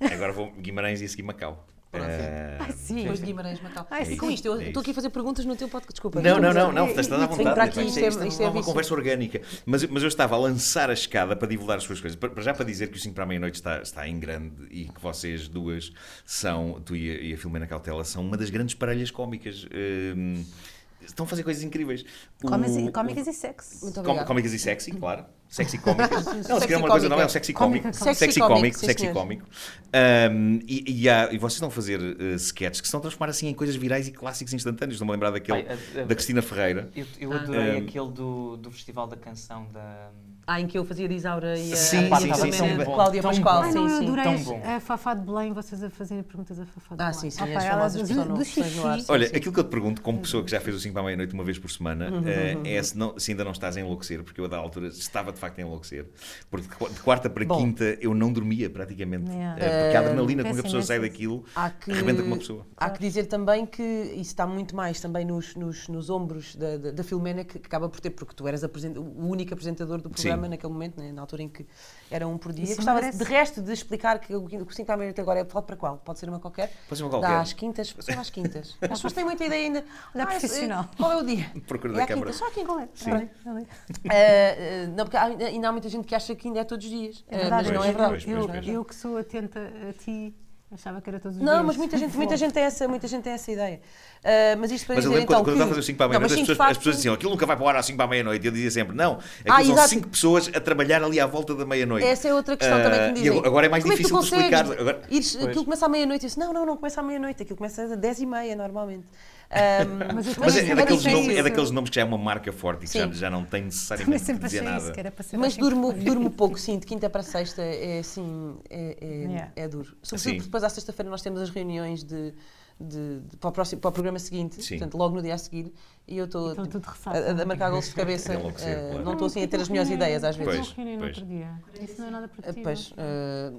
Speaker 1: Agora vou Guimarães e a seguir Macau.
Speaker 5: Pronto.
Speaker 1: Eh,
Speaker 4: assim? Ah, Sim.
Speaker 5: Depois de Guimarães, Macau.
Speaker 4: Ai,
Speaker 5: E com
Speaker 4: sim.
Speaker 5: isto, eu
Speaker 1: É
Speaker 5: estou aqui a
Speaker 1: isso.
Speaker 5: fazer perguntas no teu podcast, desculpa.
Speaker 1: Não, não, não,
Speaker 4: mas-
Speaker 1: não,
Speaker 4: e-
Speaker 1: estás
Speaker 4: e-
Speaker 1: à
Speaker 4: e-
Speaker 1: vontade.
Speaker 5: para aqui,
Speaker 1: Epá,
Speaker 5: isto
Speaker 1: isto,
Speaker 5: é-
Speaker 1: é, isto é
Speaker 5: isto é
Speaker 1: uma
Speaker 5: vício.
Speaker 1: conversa orgânica. Mas, mas eu estava a lançar a escada para divulgar as suas coisas. Para para já para dizer que o 5 para a meia-noite está, está em grande e que vocês duas são, tu e a, e a Filomena Cautela, são uma das grandes parelhas cómicas. Hum, estão a fazer coisas incríveis. O-
Speaker 4: Cómicas e-
Speaker 1: o-
Speaker 4: Cómicas e sexo.
Speaker 5: Muito
Speaker 1: com-
Speaker 5: obrigada.
Speaker 1: Cómicas e sexy, claro. Sexy cómicas. Não, se
Speaker 5: Sexy
Speaker 1: calhar uma coisa
Speaker 5: cómica.
Speaker 1: nova é o sexy cómico.
Speaker 4: Cómica,
Speaker 5: cómica.
Speaker 1: Sexy
Speaker 5: Sexy cómico,
Speaker 1: cómico,
Speaker 5: sim, é.
Speaker 1: sexy
Speaker 5: senhor.
Speaker 1: cómico. Ahm, e, e há- e vocês estão a fazer eh, sketches que se estão a transformar assim em coisas virais e clássicos instantâneos. Estou-me a lembrar daquele
Speaker 3: Ai, a- a-
Speaker 1: da Cristina Ferreira.
Speaker 3: Eu, eu
Speaker 5: é.
Speaker 3: adorei
Speaker 1: Um,
Speaker 3: aquele do, do Festival da Canção da.
Speaker 5: Ah, em que eu fazia de Isaura e a,
Speaker 1: Sim,
Speaker 5: a
Speaker 1: sim,
Speaker 5: Filomena
Speaker 1: sim, sim.
Speaker 5: de Cláudia
Speaker 3: Tão
Speaker 5: Pascoal.
Speaker 3: bom.
Speaker 4: Ai,
Speaker 5: Ah, sim,
Speaker 4: não, eu
Speaker 5: sim.
Speaker 4: adorei
Speaker 3: Tão bom.
Speaker 4: a Fafá de Belém, vocês a fazerem perguntas a Fafá de
Speaker 5: Ah,
Speaker 4: Belém.
Speaker 5: sim, sim,
Speaker 4: Ah, pá,
Speaker 5: as
Speaker 4: ela
Speaker 5: famosas
Speaker 4: do-
Speaker 5: que estão no-
Speaker 4: do
Speaker 5: que estão no ar.
Speaker 4: xixi.
Speaker 1: Olha, aquilo que eu te pergunto, como pessoa que já fez o 5 para a meia-noite uma vez por semana,
Speaker 5: Uhum,
Speaker 1: eh, é se, não- se ainda não estás a enlouquecer, porque eu, a da altura, estava de facto a enlouquecer. Porque de qu- de quarta para
Speaker 5: Bom.
Speaker 1: quinta eu não dormia praticamente.
Speaker 4: Yeah.
Speaker 1: Eh, porque a adrenalina com que a
Speaker 4: Péssimo,
Speaker 1: pessoa sai
Speaker 4: péssimo.
Speaker 1: daquilo
Speaker 5: Há que,
Speaker 1: arrebenta com uma pessoa.
Speaker 5: há que dizer também que isso está muito mais também nos, nos, nos ombros da, da, da Filomena que, que acaba por ter, porque tu eras apresen- o único apresentador do programa
Speaker 1: Sim.
Speaker 5: naquele momento, né, na altura em que era um por dia.
Speaker 4: Isso
Speaker 5: Gostava
Speaker 4: merece.
Speaker 5: de resto de explicar que o 5 está à meia-noite agora é pode para qual? Pode ser uma qualquer?
Speaker 1: Pode ser uma qualquer.
Speaker 5: Dá às quintas, só às quintas. As pessoas têm muita ideia ainda.
Speaker 4: Olha,
Speaker 5: esse-
Speaker 4: profissional.
Speaker 5: Qual é o dia?
Speaker 1: Procura
Speaker 5: é
Speaker 1: da
Speaker 5: à
Speaker 1: Câmara.
Speaker 5: quinta, só à quinta.
Speaker 4: Qual é? Olha, olha.
Speaker 5: Ah, ah, não, porque há- ainda há muita gente que acha que ainda é todos os dias. Ah,
Speaker 4: É verdade,
Speaker 5: mas não é
Speaker 4: eu-
Speaker 5: verdade.
Speaker 1: Pois,
Speaker 4: eu,
Speaker 1: pois, pois.
Speaker 4: eu que sou atenta a ti, achava que era todos os dias.
Speaker 5: Não, mas muita gente, muita gente tem essa, muita gente tem essa ideia. Ah, mas isto para
Speaker 1: Mas eu
Speaker 5: dizer
Speaker 1: lembro quando, quando eu
Speaker 5: então que...
Speaker 1: estava a fazer o 5 para a
Speaker 5: Não, mas
Speaker 1: meia-noite, as,
Speaker 5: sim, de
Speaker 1: pessoas- as
Speaker 5: facto,
Speaker 1: pessoas diziam aquilo nunca vai para o ar às 5 para a meia-noite. Eu dizia sempre, não, aqui
Speaker 5: Ah,
Speaker 1: são
Speaker 5: exato.
Speaker 1: 5 pessoas a trabalhar ali à volta da meia-noite.
Speaker 5: Essa é outra questão
Speaker 1: Ah,
Speaker 5: também que me
Speaker 1: e
Speaker 5: dizem.
Speaker 1: agora- agora é mais
Speaker 5: Como
Speaker 1: difícil
Speaker 5: é
Speaker 1: de
Speaker 5: que tu consegues?
Speaker 1: explicar. Agora-
Speaker 5: Ires-
Speaker 3: Pois.
Speaker 5: aquilo começa à meia-noite. Eu disse, não, não, não começa à meia-noite. Aquilo começa às 10 e meia, normalmente. Ah, Ahm,
Speaker 4: Mas eu também
Speaker 1: Mas
Speaker 4: Sim,
Speaker 1: é, é
Speaker 4: sim,
Speaker 1: daqueles
Speaker 4: sim,
Speaker 1: nomes, é
Speaker 4: sim.
Speaker 1: daqueles nomes que já é uma marca forte e que já,
Speaker 5: Sim.
Speaker 1: já não tem
Speaker 4: Mas
Speaker 1: necessariamente que
Speaker 4: sempre achei
Speaker 1: dizer nada.
Speaker 4: isso, que era para ser
Speaker 5: mas
Speaker 4: assim.
Speaker 5: durmo, durmo pouco, sim, de quinta para sexta é assim, é, é,
Speaker 4: Yeah.
Speaker 5: é duro. Sobretudo
Speaker 1: Sim.
Speaker 5: porque depois à sexta-feira nós temos as reuniões de, de- de- para, o próximo, para o programa seguinte,
Speaker 1: Sim.
Speaker 5: portanto, logo no dia a seguir, e eu estou
Speaker 4: Então
Speaker 5: tipo,
Speaker 4: tudo
Speaker 5: a,
Speaker 4: ressaca.
Speaker 5: a marcar gols de cabeça.
Speaker 1: É logo cedo,
Speaker 5: eh,
Speaker 1: claro.
Speaker 5: Não estou assim a ter as melhores ideias às
Speaker 4: Pois,
Speaker 5: vezes.
Speaker 1: Pois,
Speaker 4: pois.
Speaker 1: pois.
Speaker 4: Isso é não é nada
Speaker 5: Eh,
Speaker 4: produtivo.
Speaker 5: Pois, eh,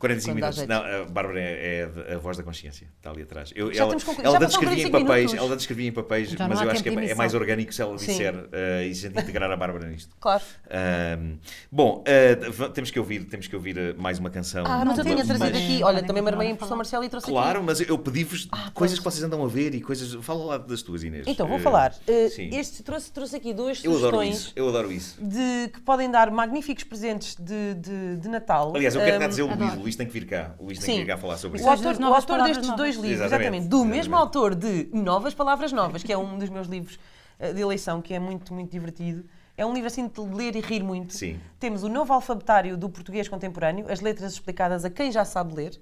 Speaker 1: 45
Speaker 5: Quando dá
Speaker 1: minutos.
Speaker 5: jeito.
Speaker 1: Não, a Bárbara é, é a voz da consciência, está ali atrás. Eu,
Speaker 5: Já
Speaker 1: ela
Speaker 5: temos conclu-
Speaker 1: ela
Speaker 5: já
Speaker 1: da
Speaker 5: passaram
Speaker 1: descrevia em
Speaker 5: 45
Speaker 1: papéis,
Speaker 5: minutos.
Speaker 1: ela descrevia em papéis,
Speaker 6: Já não
Speaker 1: mas
Speaker 6: há
Speaker 1: eu acho que
Speaker 6: tempo de
Speaker 1: é, é
Speaker 6: emissão.
Speaker 1: mais orgânico se ela
Speaker 5: Sim.
Speaker 1: disser eh, e se a gente integrar a Bárbara nisto.
Speaker 5: claro.
Speaker 1: Ahm, bom, eh, v- temos que ouvir, temos que ouvir eh, mais uma canção.
Speaker 5: Ah, não
Speaker 1: do
Speaker 5: te tinha
Speaker 1: Blues
Speaker 5: trazido
Speaker 1: Brothers.
Speaker 5: aqui.
Speaker 4: Mas-
Speaker 5: Olha, também me armei em
Speaker 4: Falar.
Speaker 5: professor Marcelo e trouxe aqui. Ah,
Speaker 1: Claro, mas eu pedi-vos coisas que vocês andam a ver e coisas. Fala lá das tuas, Inês.
Speaker 5: Então, vou
Speaker 1: Eh,
Speaker 5: falar. Eh,
Speaker 1: sim.
Speaker 5: Este trouxe, trouxe aqui duas
Speaker 1: Eu adoro
Speaker 5: sugestões.
Speaker 1: isso, eu adoro isso.
Speaker 5: de- que podem dar magníficos presentes de, de- de Natal.
Speaker 1: Aliás, eu quero cá
Speaker 5: Ahm,
Speaker 1: dizer o Luís,
Speaker 4: adoro.
Speaker 1: o Luís tem que vir cá. O Luís tem
Speaker 5: Sim.
Speaker 1: que vir cá falar sobre
Speaker 5: o
Speaker 1: isso.
Speaker 4: Essas
Speaker 5: autor,
Speaker 4: duas
Speaker 5: o
Speaker 4: novas
Speaker 5: autor
Speaker 4: palavras
Speaker 5: destes
Speaker 4: novas.
Speaker 5: dois livros,
Speaker 1: Exatamente,
Speaker 5: exatamente, do
Speaker 1: exatamente.
Speaker 5: mesmo autor de Novas Palavras Novas, que é um dos meus livros eh, de eleição, que é muito, muito divertido. É um livro assim de ler e rir muito.
Speaker 1: Sim.
Speaker 5: Temos o novo alfabetário do português contemporâneo, as letras explicadas a quem já sabe ler.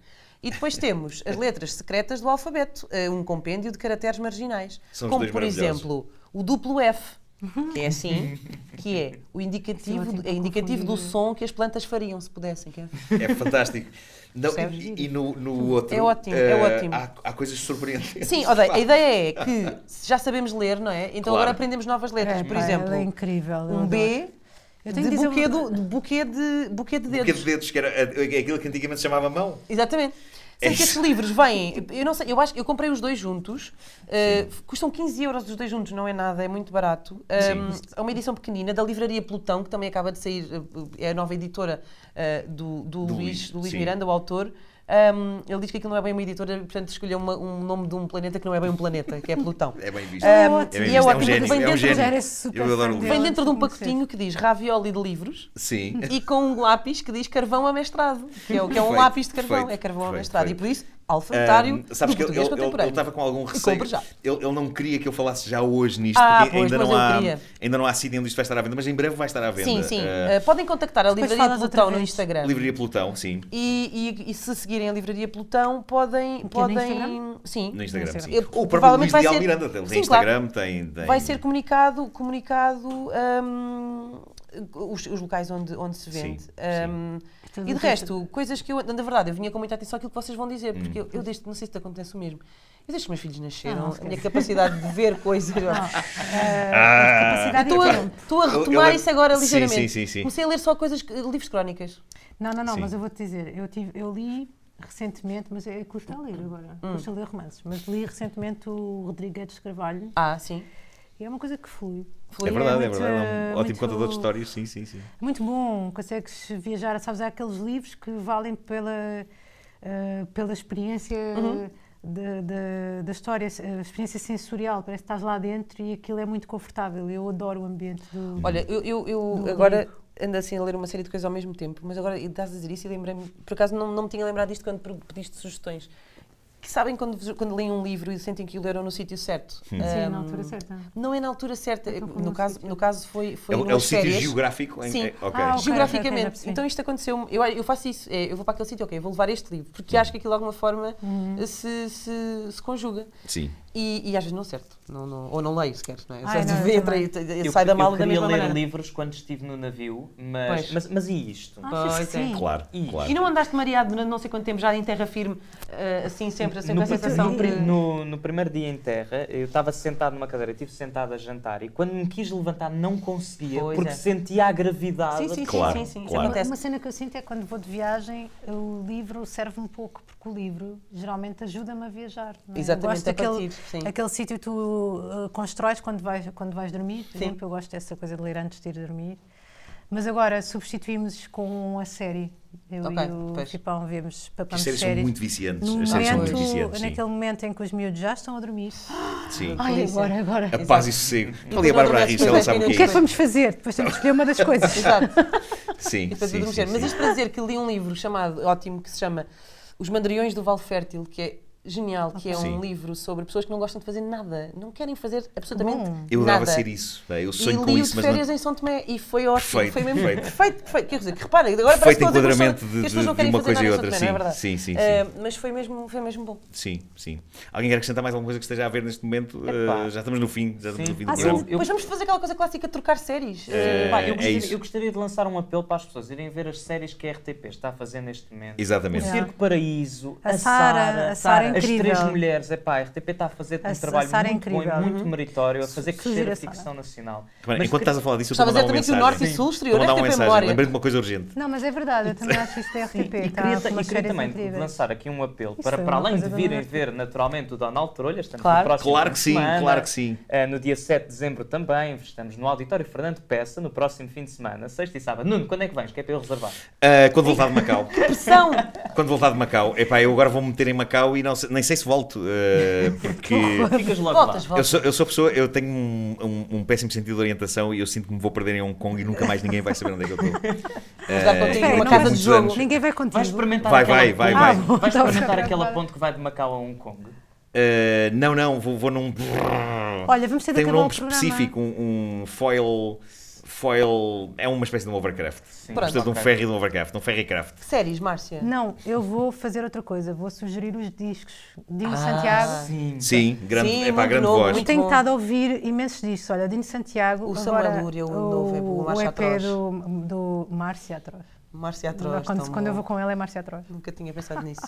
Speaker 5: E depois temos as letras secretas do alfabeto, eh, um compêndio de caracteres marginais.
Speaker 1: São os
Speaker 5: como,
Speaker 1: dois
Speaker 5: por
Speaker 1: maravilhosos.
Speaker 5: exemplo, o duplo F, que é assim, que é o indicativo,
Speaker 4: tipo
Speaker 5: é indicativo do som que as plantas fariam se pudessem. Que é-
Speaker 1: É fantástico. Não,
Speaker 5: Percebes?
Speaker 1: e, e no, no outro.
Speaker 5: É ótimo, é
Speaker 1: eh,
Speaker 5: ótimo.
Speaker 1: Há, há coisas surpreendentes.
Speaker 5: Sim, odeio. a ideia é que se já sabemos ler, não é? Então
Speaker 1: Claro.
Speaker 5: agora aprendemos novas letras.
Speaker 6: É,
Speaker 5: Por
Speaker 6: pá,
Speaker 5: exemplo,
Speaker 6: ela é incrível. eu
Speaker 5: um
Speaker 6: adoro.
Speaker 5: B
Speaker 6: Eu
Speaker 5: de
Speaker 6: tenho que dizer
Speaker 5: buquê,
Speaker 6: uma-
Speaker 5: do- de buquê de, buquê de dedos.
Speaker 1: Porque de dedos, que era eh, aquilo que antigamente se chamava mão.
Speaker 5: Exatamente. Sendo que estes livros vêm, eu não sei, eu acho que eu comprei os dois juntos, uh, custam 15 euros os dois juntos, não é nada, é muito barato. Um, é uma edição pequenina da Livraria Plutão, que também acaba de sair, uh, é a nova editora uh, do, do,
Speaker 1: Do Luís,
Speaker 5: Luís, do Luís
Speaker 1: sim.
Speaker 5: Miranda, o autor. Um, ele diz que aquilo não é bem uma editora, portanto escolheu uma- um nome de um planeta que não é bem um planeta, que é Plutão.
Speaker 1: É bem visto.
Speaker 5: É
Speaker 1: É bem
Speaker 5: ótimo.
Speaker 1: visto,
Speaker 5: E é
Speaker 1: é um
Speaker 5: ótimo.
Speaker 1: gênio.
Speaker 5: Vem
Speaker 1: é um
Speaker 5: dentro-
Speaker 1: gênio.
Speaker 6: Rogério é super
Speaker 1: Eu adoro o
Speaker 6: fã
Speaker 1: Luís.
Speaker 6: dele.
Speaker 5: Vem dentro de um
Speaker 6: Tem que ser.
Speaker 5: pacotinho que diz ravioli de livros
Speaker 1: Sim.
Speaker 5: e com um lápis que diz carvão a mestrado, que é, o- que é um
Speaker 1: Perfeito,
Speaker 5: lápis de carvão,
Speaker 1: perfeito,
Speaker 5: é carvão a
Speaker 1: perfeito,
Speaker 5: mestrado. E por isso, alfabetário
Speaker 1: Ahm, sabes
Speaker 5: do
Speaker 1: que ele-
Speaker 5: português
Speaker 1: ele ele- ele
Speaker 5: contemporâneo.
Speaker 1: estava com algum receio.
Speaker 5: compra já.
Speaker 1: Ele, ele não queria que eu falasse já hoje nisto,
Speaker 5: Ah,
Speaker 1: porque
Speaker 5: pois,
Speaker 1: ainda,
Speaker 5: mas
Speaker 1: não
Speaker 5: eu
Speaker 1: há,
Speaker 5: queria.
Speaker 1: ainda não há sítio onde isto vai estar à venda, mas em breve vai estar à venda.
Speaker 5: Sim, Ah, sim.
Speaker 1: Ah,
Speaker 5: Uh, podem contactar a Livraria
Speaker 6: falas outra
Speaker 5: Plutão no
Speaker 6: vez.
Speaker 5: Instagram.
Speaker 1: Livraria Plutão, sim.
Speaker 5: E, e- e se seguirem a Livraria Plutão, podem.
Speaker 4: Que é no
Speaker 5: podem
Speaker 4: Instagram?
Speaker 5: sim.
Speaker 1: No Instagram, sim. Ou
Speaker 5: Eu-
Speaker 1: o próprio Luís
Speaker 5: provavelmente
Speaker 1: de
Speaker 5: vai ser-
Speaker 1: Almiranda tem
Speaker 5: Sim,
Speaker 1: Instagram, tem, tem-
Speaker 5: Vai ser comunicado, comunicado hum, os, os locais onde, onde se vende.
Speaker 1: Sim,
Speaker 5: Hum,
Speaker 4: Tudo
Speaker 5: E de
Speaker 4: o que-
Speaker 5: resto, coisas que eu. Na verdade, eu vinha com muita atenção àquilo que vocês vão dizer, porque
Speaker 1: Hum.
Speaker 5: eu, eu desde. Não sei se te acontece o mesmo. Eu desde que meus filhos
Speaker 4: Ah,
Speaker 5: nasceram,
Speaker 4: não
Speaker 5: a minha capacidade de ver coisas.
Speaker 1: Ah,
Speaker 5: Eu Estou a, estou a
Speaker 1: Eu- eu
Speaker 5: retomar
Speaker 1: lembro-
Speaker 5: isso agora
Speaker 1: Sim, sim,
Speaker 5: ligeiramente.
Speaker 1: sim, sim.
Speaker 5: Comecei a ler só coisas, que- livros de crónicas.
Speaker 4: Não, não, não,
Speaker 1: Sim.
Speaker 4: mas eu vou-te dizer, eu, tive, eu li recentemente, mas é custa a ler agora,
Speaker 5: Hum.
Speaker 4: custa a ler romances, mas li recentemente o Rodrigues de Carvalho
Speaker 5: Ah, sim.
Speaker 4: e é uma coisa que flui.
Speaker 1: é
Speaker 5: Flui.
Speaker 1: verdade, é
Speaker 4: muito, eh,
Speaker 1: verdade. É um
Speaker 4: muito-
Speaker 1: ótimo contador de histórias, sim, sim, sim.
Speaker 4: É muito bom, consegues viajar, sabes, há aqueles livros que valem pela, eh, pela experiência da, da, da história, eh, a experiência sensorial, parece que estás lá dentro e aquilo é muito confortável, eu adoro o ambiente do...
Speaker 5: Olha, eu, eu, eu agora ando assim a ler uma série de coisas ao mesmo tempo, mas agora estás a dizer isso e lembrei-me. Por acaso não, não me tinha lembrado disto quando per- pediste sugestões. Que sabem quando, vos- quando leem um livro e sentem que o leram no sítio certo?
Speaker 4: Sim, na
Speaker 5: Ahm,
Speaker 4: altura certa.
Speaker 5: Não é na altura certa.
Speaker 4: Então foi
Speaker 5: No
Speaker 4: no
Speaker 5: caso,
Speaker 4: sítio.
Speaker 5: no caso foi, foi
Speaker 1: É, o- é o
Speaker 5: numas
Speaker 1: sítio
Speaker 5: férias.
Speaker 1: geográfico em
Speaker 5: Sim.
Speaker 1: é- ok.
Speaker 4: Ah, ok. ok, já
Speaker 5: Geograficamente.
Speaker 4: percebi.
Speaker 5: então isto aconteceu eu, eu faço isso, é, eu vou para aquele sítio, ok, vou levar este livro, porque acho que aquilo de alguma forma
Speaker 4: Uhum.
Speaker 5: eh, se, se, se conjuga.
Speaker 1: Sim.
Speaker 5: E, e às vezes não acerto, não, não, ou não leio sequer, não é?
Speaker 4: Ai,
Speaker 5: Só
Speaker 4: não, eu
Speaker 5: entra
Speaker 4: também.
Speaker 5: e e- e
Speaker 3: Eu,
Speaker 5: sai da
Speaker 3: eu
Speaker 5: mala da
Speaker 3: queria
Speaker 5: mesma
Speaker 3: ler
Speaker 1: um
Speaker 5: maneira.
Speaker 3: livros quando estive no navio, mas,
Speaker 5: Pois.
Speaker 3: mas, mas e isto?
Speaker 4: Achas
Speaker 5: Pois
Speaker 4: que
Speaker 5: é.
Speaker 4: sim?
Speaker 1: Claro,
Speaker 3: E-
Speaker 1: claro.
Speaker 5: E não andaste mareado durante não sei quanto tempo já em terra firme, eh, assim sempre, assim, com
Speaker 3: No,
Speaker 5: a sensação
Speaker 3: pri-
Speaker 5: de...
Speaker 3: no- no primeiro dia em terra, eu estava sentado numa cadeira, estive sentado a jantar e quando me quis levantar não conseguia
Speaker 5: Pois
Speaker 3: porque
Speaker 5: é.
Speaker 3: sentia a gravidade.
Speaker 5: Sim, sim, sim,
Speaker 1: Claro,
Speaker 5: sim, sim, isso
Speaker 1: claro.
Speaker 5: acontece.
Speaker 4: Uma cena que eu sinto é quando vou de viagem, o livro serve-me pouco, porque o livro geralmente ajuda-me a viajar. não é? Eu
Speaker 5: Exatamente,
Speaker 4: gosto
Speaker 5: é
Speaker 4: daquele
Speaker 5: partir, sim.
Speaker 4: aquele sítio que tu uh, constróis quando vais, quando vais dormir, por
Speaker 5: Sim.
Speaker 4: exemplo, eu gosto dessa coisa de ler antes de ir dormir. Mas agora substituímos com a série. Eu
Speaker 5: Ok,
Speaker 4: e o
Speaker 5: pois.
Speaker 4: Chipão vemos
Speaker 1: As
Speaker 4: papamos
Speaker 1: séries
Speaker 4: séries.
Speaker 1: são muito viciantes.
Speaker 4: no
Speaker 1: As séries são muito
Speaker 4: momento,
Speaker 1: viciantes, sim.
Speaker 4: naquele momento em que os miúdos já estão a dormir.
Speaker 1: sim.
Speaker 4: Ai,
Speaker 5: isso é-
Speaker 4: agora, agora.
Speaker 1: A paz e sossego. Estou ali a Bárbara a rir, ela sabe o que
Speaker 4: O que
Speaker 1: é
Speaker 4: é que
Speaker 1: isso.
Speaker 4: vamos fazer? Depois temos que escolher uma das coisas.
Speaker 5: Exato.
Speaker 1: Sim,
Speaker 5: E depois
Speaker 1: sim,
Speaker 5: adormecer.
Speaker 1: sim,
Speaker 5: um Mas
Speaker 1: sim.
Speaker 5: isto para dizer que li um livro chamado, ótimo, que se chama Os Mandriões do Vale Fértil, que é genial, que é um
Speaker 1: Sim.
Speaker 5: livro sobre pessoas que não gostam de fazer nada, não querem fazer absolutamente nada.
Speaker 1: Eu adorava ser isso. pá, Eu
Speaker 5: E
Speaker 1: sonho com
Speaker 5: li o de
Speaker 1: isso, mas não-
Speaker 5: férias em São Tomé e foi ótimo,
Speaker 1: Perfeito,
Speaker 5: foi mesmo
Speaker 1: perfeito.
Speaker 5: perfeito, perfeito. Quer dizer, que repara, agora
Speaker 1: Perfeito
Speaker 5: parece que estou a dizer que
Speaker 1: enquadramento
Speaker 5: as
Speaker 1: de-
Speaker 5: pessoas- que as pessoas
Speaker 1: de-
Speaker 5: não
Speaker 1: de
Speaker 5: querem
Speaker 1: uma
Speaker 5: fazer
Speaker 1: coisa
Speaker 5: nada
Speaker 1: e
Speaker 5: em
Speaker 1: outra,
Speaker 5: São Tomé, não é verdade?
Speaker 1: sim, sim, sim,
Speaker 5: Eh, Mas foi mesmo, foi mesmo bom.
Speaker 1: Sim, sim. Alguém quer acrescentar mais alguma coisa que esteja a ver neste momento?
Speaker 3: Epá.
Speaker 1: Uh, já estamos no fim, já estamos
Speaker 3: Sim.
Speaker 1: no fim do
Speaker 3: Ah, sim.
Speaker 1: programa.
Speaker 3: Eu-
Speaker 5: Depois vamos fazer aquela coisa clássica de trocar séries.
Speaker 1: Eh,
Speaker 3: Pá, eu,
Speaker 1: é
Speaker 3: gostaria,
Speaker 1: isso.
Speaker 3: eu gostaria de lançar um apelo para as pessoas irem ver as séries que a RTP está a fazer neste momento.
Speaker 1: Exatamente.
Speaker 3: O Circo Paraíso,
Speaker 4: A
Speaker 3: a
Speaker 4: Sara,
Speaker 3: Sara,
Speaker 4: a Sara é é
Speaker 3: as três
Speaker 4: incrível.
Speaker 3: mulheres, é pá, a RTP está a fazer um
Speaker 4: A- a
Speaker 3: trabalho
Speaker 4: Sara é
Speaker 3: muito bom e
Speaker 4: incrível.
Speaker 3: muito meritório, a fazer crescer
Speaker 4: Sugiro
Speaker 3: a
Speaker 4: a Sara.
Speaker 3: ficção nacional.
Speaker 1: Bem,
Speaker 3: Mas
Speaker 1: Enquanto
Speaker 3: que-
Speaker 1: estás a falar disso, eu estou a
Speaker 5: Gostava de
Speaker 1: mandar
Speaker 5: dizer
Speaker 1: uma
Speaker 5: também
Speaker 1: mensagem.
Speaker 5: que o Norte e
Speaker 1: Estou
Speaker 5: Sul
Speaker 1: a
Speaker 5: estreou
Speaker 1: mandar
Speaker 5: na
Speaker 1: uma
Speaker 5: RTP
Speaker 1: mensagem.
Speaker 5: Memória.
Speaker 1: Lembrei de uma coisa urgente.
Speaker 4: Não, mas é verdade, eu também acho isto da RTP.
Speaker 3: E
Speaker 4: tá,
Speaker 3: queria, ta-
Speaker 4: com
Speaker 3: e queria
Speaker 4: umas séries
Speaker 3: também
Speaker 4: incríveis.
Speaker 3: lançar aqui um apelo
Speaker 4: Isso
Speaker 3: para,
Speaker 4: é
Speaker 3: para
Speaker 4: uma
Speaker 3: além de
Speaker 4: coisa da
Speaker 3: virem
Speaker 4: Norte.
Speaker 3: ver naturalmente o Donald Trolha, estamos
Speaker 5: Claro.
Speaker 3: no próximo
Speaker 1: Claro
Speaker 3: fim
Speaker 1: que
Speaker 3: de
Speaker 1: sim,
Speaker 3: semana.
Speaker 1: claro que sim.
Speaker 3: Eh, no dia 7 de dezembro também, estamos no Auditório Fernando Peça, no próximo fim de semana, sexta e sábado. Nuno, quando é que vens? Que é para eu reservar.
Speaker 1: Ah, quando voltar de Macau.
Speaker 5: Pressão!
Speaker 1: Quando voltar de Macau. Epá, eu agora vou-me meter em Macau e não sei- nem sei se volto. ah, porque
Speaker 3: Ficas logo
Speaker 5: Voltas,
Speaker 1: eu
Speaker 3: lá.
Speaker 5: voltas.
Speaker 1: sou, eu sou pessoa, eu tenho um, um- um péssimo sentido de orientação e eu sinto que me vou perder em Hong Kong e nunca mais ninguém vai saber onde é que eu estou.
Speaker 5: dar contigo
Speaker 1: Eh,
Speaker 5: numa
Speaker 1: durante
Speaker 5: casa de
Speaker 1: muitos
Speaker 5: jogo.
Speaker 1: anos.
Speaker 4: Ninguém vai contigo.
Speaker 3: Vais experimentar
Speaker 1: Vai,
Speaker 3: aquela
Speaker 1: vai, vai,
Speaker 3: ponte-
Speaker 1: vai.
Speaker 4: Ah,
Speaker 3: Vais
Speaker 4: bom,
Speaker 3: experimentar
Speaker 4: tá
Speaker 3: aquela
Speaker 4: bem.
Speaker 3: ponte que vai de Macau a Hong Kong.
Speaker 1: Eh, não, não, vou, vou num.
Speaker 4: Olha, vamos ter de
Speaker 1: Tem um
Speaker 4: acabar o
Speaker 1: nome
Speaker 4: programa.
Speaker 1: específico, um, um foil. Foil. É uma espécie de um overcraft.
Speaker 5: Pronto.
Speaker 1: Portanto, um
Speaker 3: ok.
Speaker 1: ferry de um overcraft, um ferrycraft.
Speaker 5: Séries, Márcia.
Speaker 4: Não, eu vou fazer outra coisa. Vou sugerir os discos. Dino Santiago.
Speaker 3: Sim.
Speaker 1: Sim, grande,
Speaker 5: Sim,
Speaker 1: é para a
Speaker 5: muito
Speaker 1: grande
Speaker 5: novo,
Speaker 1: voz.
Speaker 5: muito-
Speaker 4: Tenho
Speaker 5: bom.
Speaker 4: estado a ouvir imensos discos. Olha, Dino Santiago.
Speaker 5: O Samuel
Speaker 4: agora,
Speaker 5: Luria, o
Speaker 4: o,
Speaker 5: novo EP, o
Speaker 4: o
Speaker 5: Marcha
Speaker 4: EP
Speaker 5: Atroz.
Speaker 4: do, do Márcia Atroz.
Speaker 5: Márcia Atroz.
Speaker 4: quando
Speaker 5: tão
Speaker 4: quando eu
Speaker 5: bom.
Speaker 4: vou com Ah, ela é Márcia Atroz.
Speaker 5: Nunca tinha pensado nisso.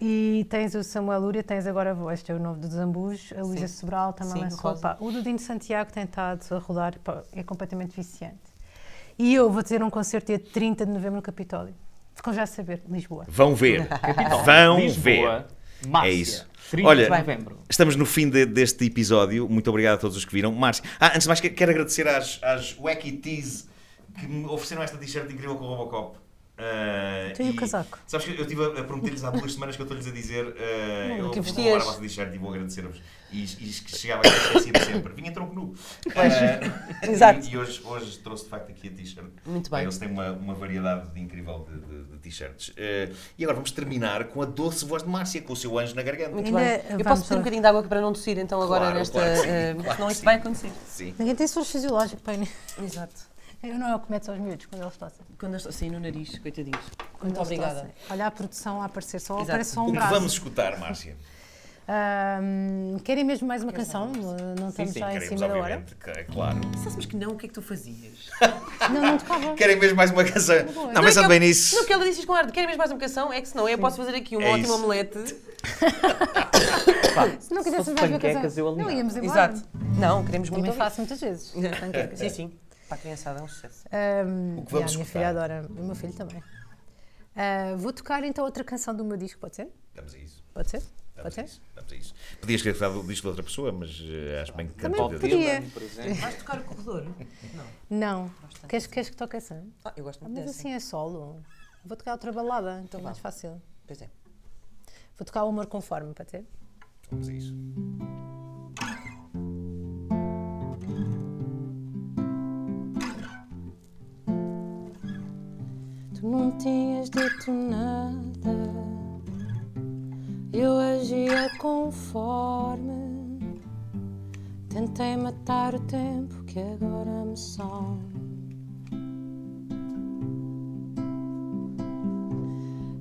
Speaker 4: E tens o Samuel Lúria, tens agora este é o novo do Zambujo, a Luísa
Speaker 5: Sim.
Speaker 4: Sobral também
Speaker 5: Sim, o
Speaker 4: lançou.
Speaker 5: Rosa.
Speaker 4: pá, o do Dino Santiago tem estado a rodar, pá, é completamente viciante. E eu vou ter um concerto dia 30 de novembro no Capitólio. Ficam já a saber, Lisboa.
Speaker 1: Vão ver.
Speaker 3: Capital.
Speaker 1: Vão ver.
Speaker 3: Lisboa, Márcia,
Speaker 1: É isso.
Speaker 3: 30
Speaker 1: Olha-
Speaker 3: de novembro.
Speaker 1: Estamos no fim de- deste episódio. Muito obrigado a todos os que viram. Márcio, ah, antes de mais, que- quero agradecer às, às Wacky Tees que me ofereceram esta t-shirt incrível com o Robocop. Ah,
Speaker 4: Tu e o casaco.
Speaker 1: Sabes que eu estive a, a prometer-lhes há duas semanas que eu estou-lhes a dizer ah, eu
Speaker 5: que
Speaker 1: vou roubar
Speaker 5: vestias.
Speaker 1: a vossa t-shirt e vou agradecer-vos. E, e que chegava aqui esquecido sempre. Vinha tronco nu. Ah,
Speaker 5: Exato.
Speaker 1: E, e hoje, hoje trouxe de facto aqui a t-shirt.
Speaker 5: Muito
Speaker 1: Ah,
Speaker 5: bem.
Speaker 1: Eles têm uma, uma variedade de- incrível de, de- de t-shirts. Eh, e agora vamos terminar com a doce voz de Márcia, com o seu anjo na garganta.
Speaker 5: Muito
Speaker 4: Ainda
Speaker 5: bem. Eu
Speaker 4: vamos
Speaker 5: posso ter um
Speaker 4: ao-
Speaker 5: bocadinho de água aqui para não tossir, então, agora
Speaker 1: Claro,
Speaker 5: nesta.
Speaker 1: claro que sim,
Speaker 5: eh,
Speaker 1: claro
Speaker 5: porque senão
Speaker 1: que
Speaker 5: isto
Speaker 1: sim.
Speaker 5: vai acontecer.
Speaker 1: Sim.
Speaker 4: Ninguém tem soro fisiológico, pai. né?
Speaker 5: Exato.
Speaker 4: Eu não é o que metes aos miúdos quando eles tossem.
Speaker 5: Quando eu estou assim no nariz, coitadinhos.
Speaker 4: Quando
Speaker 5: Muito
Speaker 4: eles assim.
Speaker 5: obrigada.
Speaker 4: tossem. Olha a produção a aparecer, só
Speaker 5: Exato.
Speaker 4: aparece só
Speaker 1: O
Speaker 4: um
Speaker 1: que
Speaker 4: braço.
Speaker 1: vamos escutar, Márcia?
Speaker 4: Ahm, querem mesmo mais uma canção? Não estamos
Speaker 3: sim,
Speaker 4: já em
Speaker 1: Queremos,
Speaker 4: cima da hora.
Speaker 1: obviamente, que- é claro.
Speaker 5: Sabes que não, o que é que tu fazias?
Speaker 4: Não, não tocava.
Speaker 1: Querem mesmo mais uma canção? Não, pensando
Speaker 5: é que
Speaker 1: bem
Speaker 5: eu-
Speaker 1: nisso.
Speaker 5: Não, que ela disse isto com ar de querem mesmo mais uma canção, é que senão eu posso fazer aqui um
Speaker 1: É
Speaker 5: ótimo
Speaker 1: isso.
Speaker 5: omelete.
Speaker 3: Pá,
Speaker 4: Se não
Speaker 3: fosse
Speaker 4: quisessemos mais uma
Speaker 3: panquecas, eu
Speaker 4: canção, não
Speaker 3: alinhava.
Speaker 4: íamos embora.
Speaker 5: Exato. Não, queremos muito
Speaker 4: Também
Speaker 5: ouvir.
Speaker 4: faço muitas vezes. panquecas.
Speaker 5: Sim, sim. Para a criançada é um sucesso.
Speaker 4: Ahm,
Speaker 1: O que vamos
Speaker 4: yeah, minha
Speaker 1: escutar?
Speaker 4: filha adora, o meu filho também. Ah, vou tocar então outra canção do meu disco, pode ser?
Speaker 1: Estamos a isso.
Speaker 4: Pode ser? Pode
Speaker 1: Estamos a
Speaker 4: ser?
Speaker 1: isso. Estamos a isso. Podias ter cantado o disco de outra pessoa, mas eh, acho bem que
Speaker 4: Também
Speaker 1: cantou o teu disco.
Speaker 4: podia.
Speaker 3: Dylan, por exemplo.
Speaker 5: Vais tocar o corredor? Não.
Speaker 4: Não. Queres, queres que toque essa?
Speaker 5: Ah, eu gosto
Speaker 4: Ah,
Speaker 5: muito
Speaker 4: mas
Speaker 5: dessa.
Speaker 4: assim é solo. Vou tocar outra balada, então mais fácil.
Speaker 5: Pois é.
Speaker 4: Vou tocar o amor conforme, pode ser?
Speaker 1: Estamos a isso.
Speaker 2: Tu não tinhas dito nada, eu agia conforme. Tentei matar o tempo que agora me some.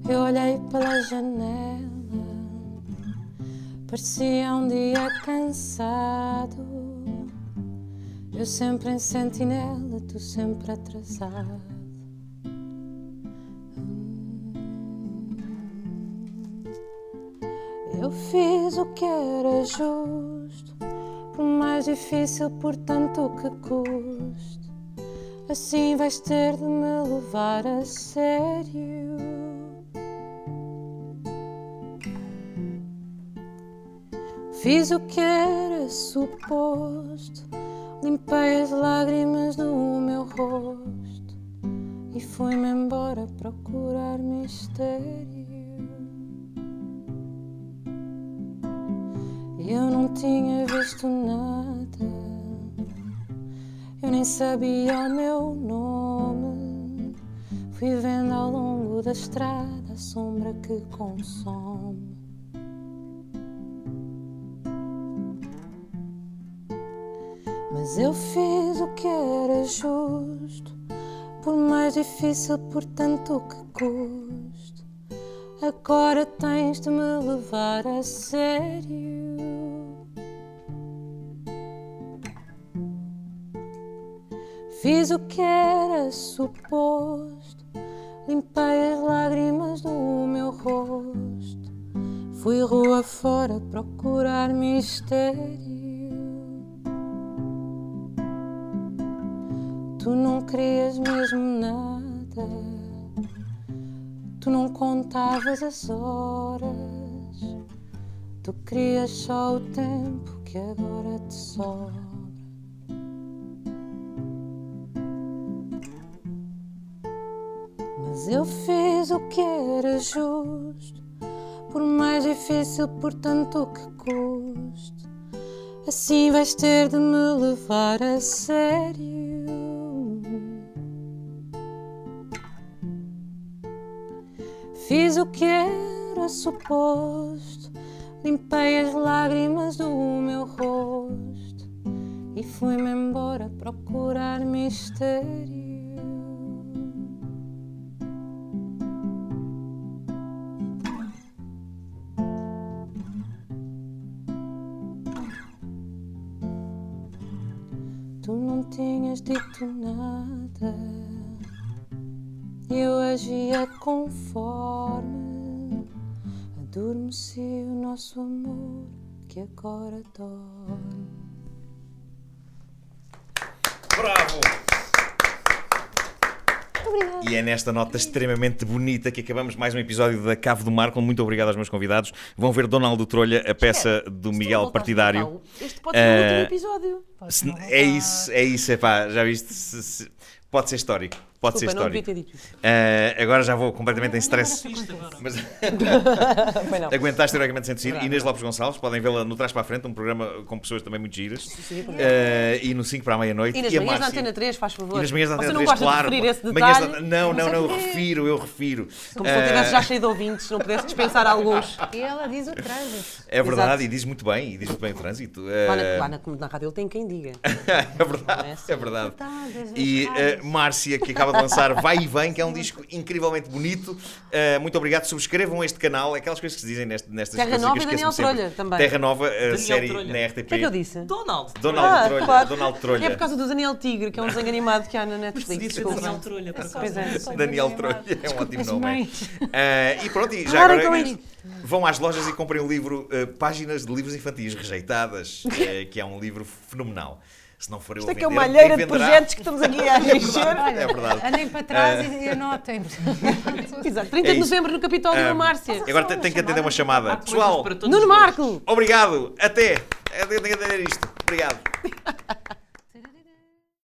Speaker 2: Eu olhei pela janela, parecia um dia cansado. Eu sempre em sentinela, tu sempre atrasado. Hum. Eu fiz o que era justo, por mais difícil, por tanto que custe. Assim vais ter de me levar a sério. Fiz o que era suposto, limpei as lágrimas do meu rosto e fui-me embora procurar mistério. Eu não tinha visto nada, eu nem sabia o meu nome. Fui vendo ao longo da estrada a sombra que consome. Mas eu fiz o que era justo, por mais difícil, por tanto que custe. Agora tens de me levar a sério. Fiz o que era suposto, limpei as lágrimas do meu rosto. Fui rua fora procurar mistério. Tu não querias mesmo nada. Tu não contavas as horas. Tu querias só o tempo que agora te sobra. Mas eu fiz o que era justo, por mais difícil, por tanto que custe. Assim vais ter de me levar a sério. Fiz o que era suposto, limpei as lágrimas do meu rosto e fui-me embora procurar mistério. Tu não tinhas dito nada. Eu agia conforme adormeci o nosso amor que agora dorme.
Speaker 1: Bravo! E é nesta nota extremamente bonita que acabamos mais um episódio da Cave do Marco. Muito obrigado aos meus convidados. Vão ver Donaldo Trolha, a peça do
Speaker 5: Se tu
Speaker 1: Miguel
Speaker 5: voltares para
Speaker 1: Partidário.
Speaker 5: cá, Este pode ser o
Speaker 1: Eh,
Speaker 5: último episódio.
Speaker 1: Se- é isso, é isso, é pá, já viste? Se- se- pode ser histórico. Pode ser
Speaker 5: Desculpa, não devia
Speaker 1: histórico.
Speaker 5: ter dito isso.
Speaker 1: Eh, agora já vou completamente em stress. Mas
Speaker 5: Foi não.
Speaker 1: aguentaste heroicamente sem tossir. Inês Lopes Gonçalves, podem vê-la no Trás para a Frente, um programa com pessoas também muito giras. Eh, e no 5 para a meia-noite.
Speaker 5: E nas
Speaker 1: a
Speaker 5: manhãs da
Speaker 1: Márcia-
Speaker 5: Antena 3, faz favor.
Speaker 1: E nas manhãs da
Speaker 5: Você
Speaker 1: Antena
Speaker 5: não
Speaker 1: 3,
Speaker 5: gosta
Speaker 1: claro.
Speaker 5: de referir esse
Speaker 1: Manhãs da-
Speaker 5: detalhe?
Speaker 1: Não, não, não, eu refiro, eu refiro.
Speaker 5: é- Como se eu
Speaker 1: Eh,
Speaker 5: tivesse já cheio de ouvintes, não pudesse dispensar alguns.
Speaker 4: E ela diz o trânsito.
Speaker 1: É verdade, e diz muito bem, e diz muito bem o trânsito. Eh,
Speaker 5: Lá na, lá na, na rádio ele tem quem diga.
Speaker 1: é verdade,
Speaker 5: é assim.
Speaker 1: é verdade.
Speaker 4: Tá, das
Speaker 1: E
Speaker 4: raras.
Speaker 1: eh, Márcia, que acaba de lançar Vai e Vem, que é um disco incrivelmente bonito. Eh, muito obrigado. Subscrevam este canal, aquelas coisas que se dizem neste, nestas
Speaker 5: Terra
Speaker 1: coisas
Speaker 5: Nova
Speaker 1: que
Speaker 5: e
Speaker 1: eu
Speaker 5: Daniel
Speaker 1: esqueço-me sempre.
Speaker 5: Trolha também.
Speaker 1: Terra Nova, a série
Speaker 7: Trolha.
Speaker 1: na RTP.
Speaker 5: O que é que eu disse?
Speaker 7: Donald.
Speaker 1: Donaldo
Speaker 5: Ah,
Speaker 1: Trolha,
Speaker 5: claro.
Speaker 1: Donaldo
Speaker 5: É por
Speaker 1: Trolha.
Speaker 5: causa do Daniel Tigre, que é um desenho animado que há na Netflix.
Speaker 7: Podia ser Daniel
Speaker 5: Desculpa.
Speaker 7: Trolha, por
Speaker 5: Pois
Speaker 7: acaso.
Speaker 5: é.
Speaker 1: Daniel Trolha, é um ótimo nome. é? Eh, e pronto, e já
Speaker 5: Parem
Speaker 1: agora
Speaker 5: com isto.
Speaker 1: vão às lojas e comprem o livro eh, Páginas de Livros Infantis Rejeitadas, eh, que é um livro fenomenal. Se não for eu
Speaker 5: Isto
Speaker 1: a
Speaker 5: é que é
Speaker 1: vender,
Speaker 5: uma
Speaker 1: quem
Speaker 5: alheira de
Speaker 1: venderá?
Speaker 5: projetos que estamos aqui a encher.
Speaker 1: É verdade.
Speaker 4: Andem para trás e- e anotem.
Speaker 5: Exato. 30
Speaker 1: É
Speaker 5: de
Speaker 1: isso.
Speaker 5: novembro no Capitólio,
Speaker 1: Ah,
Speaker 5: na Márcia.
Speaker 1: Agora te- tenho que atender uma chamada.
Speaker 7: Coisas
Speaker 1: Pessoal,
Speaker 7: para todos
Speaker 5: Nuno
Speaker 7: nós.
Speaker 5: Marco!
Speaker 1: Obrigado, até. Eu tenho que atender isto. Obrigado.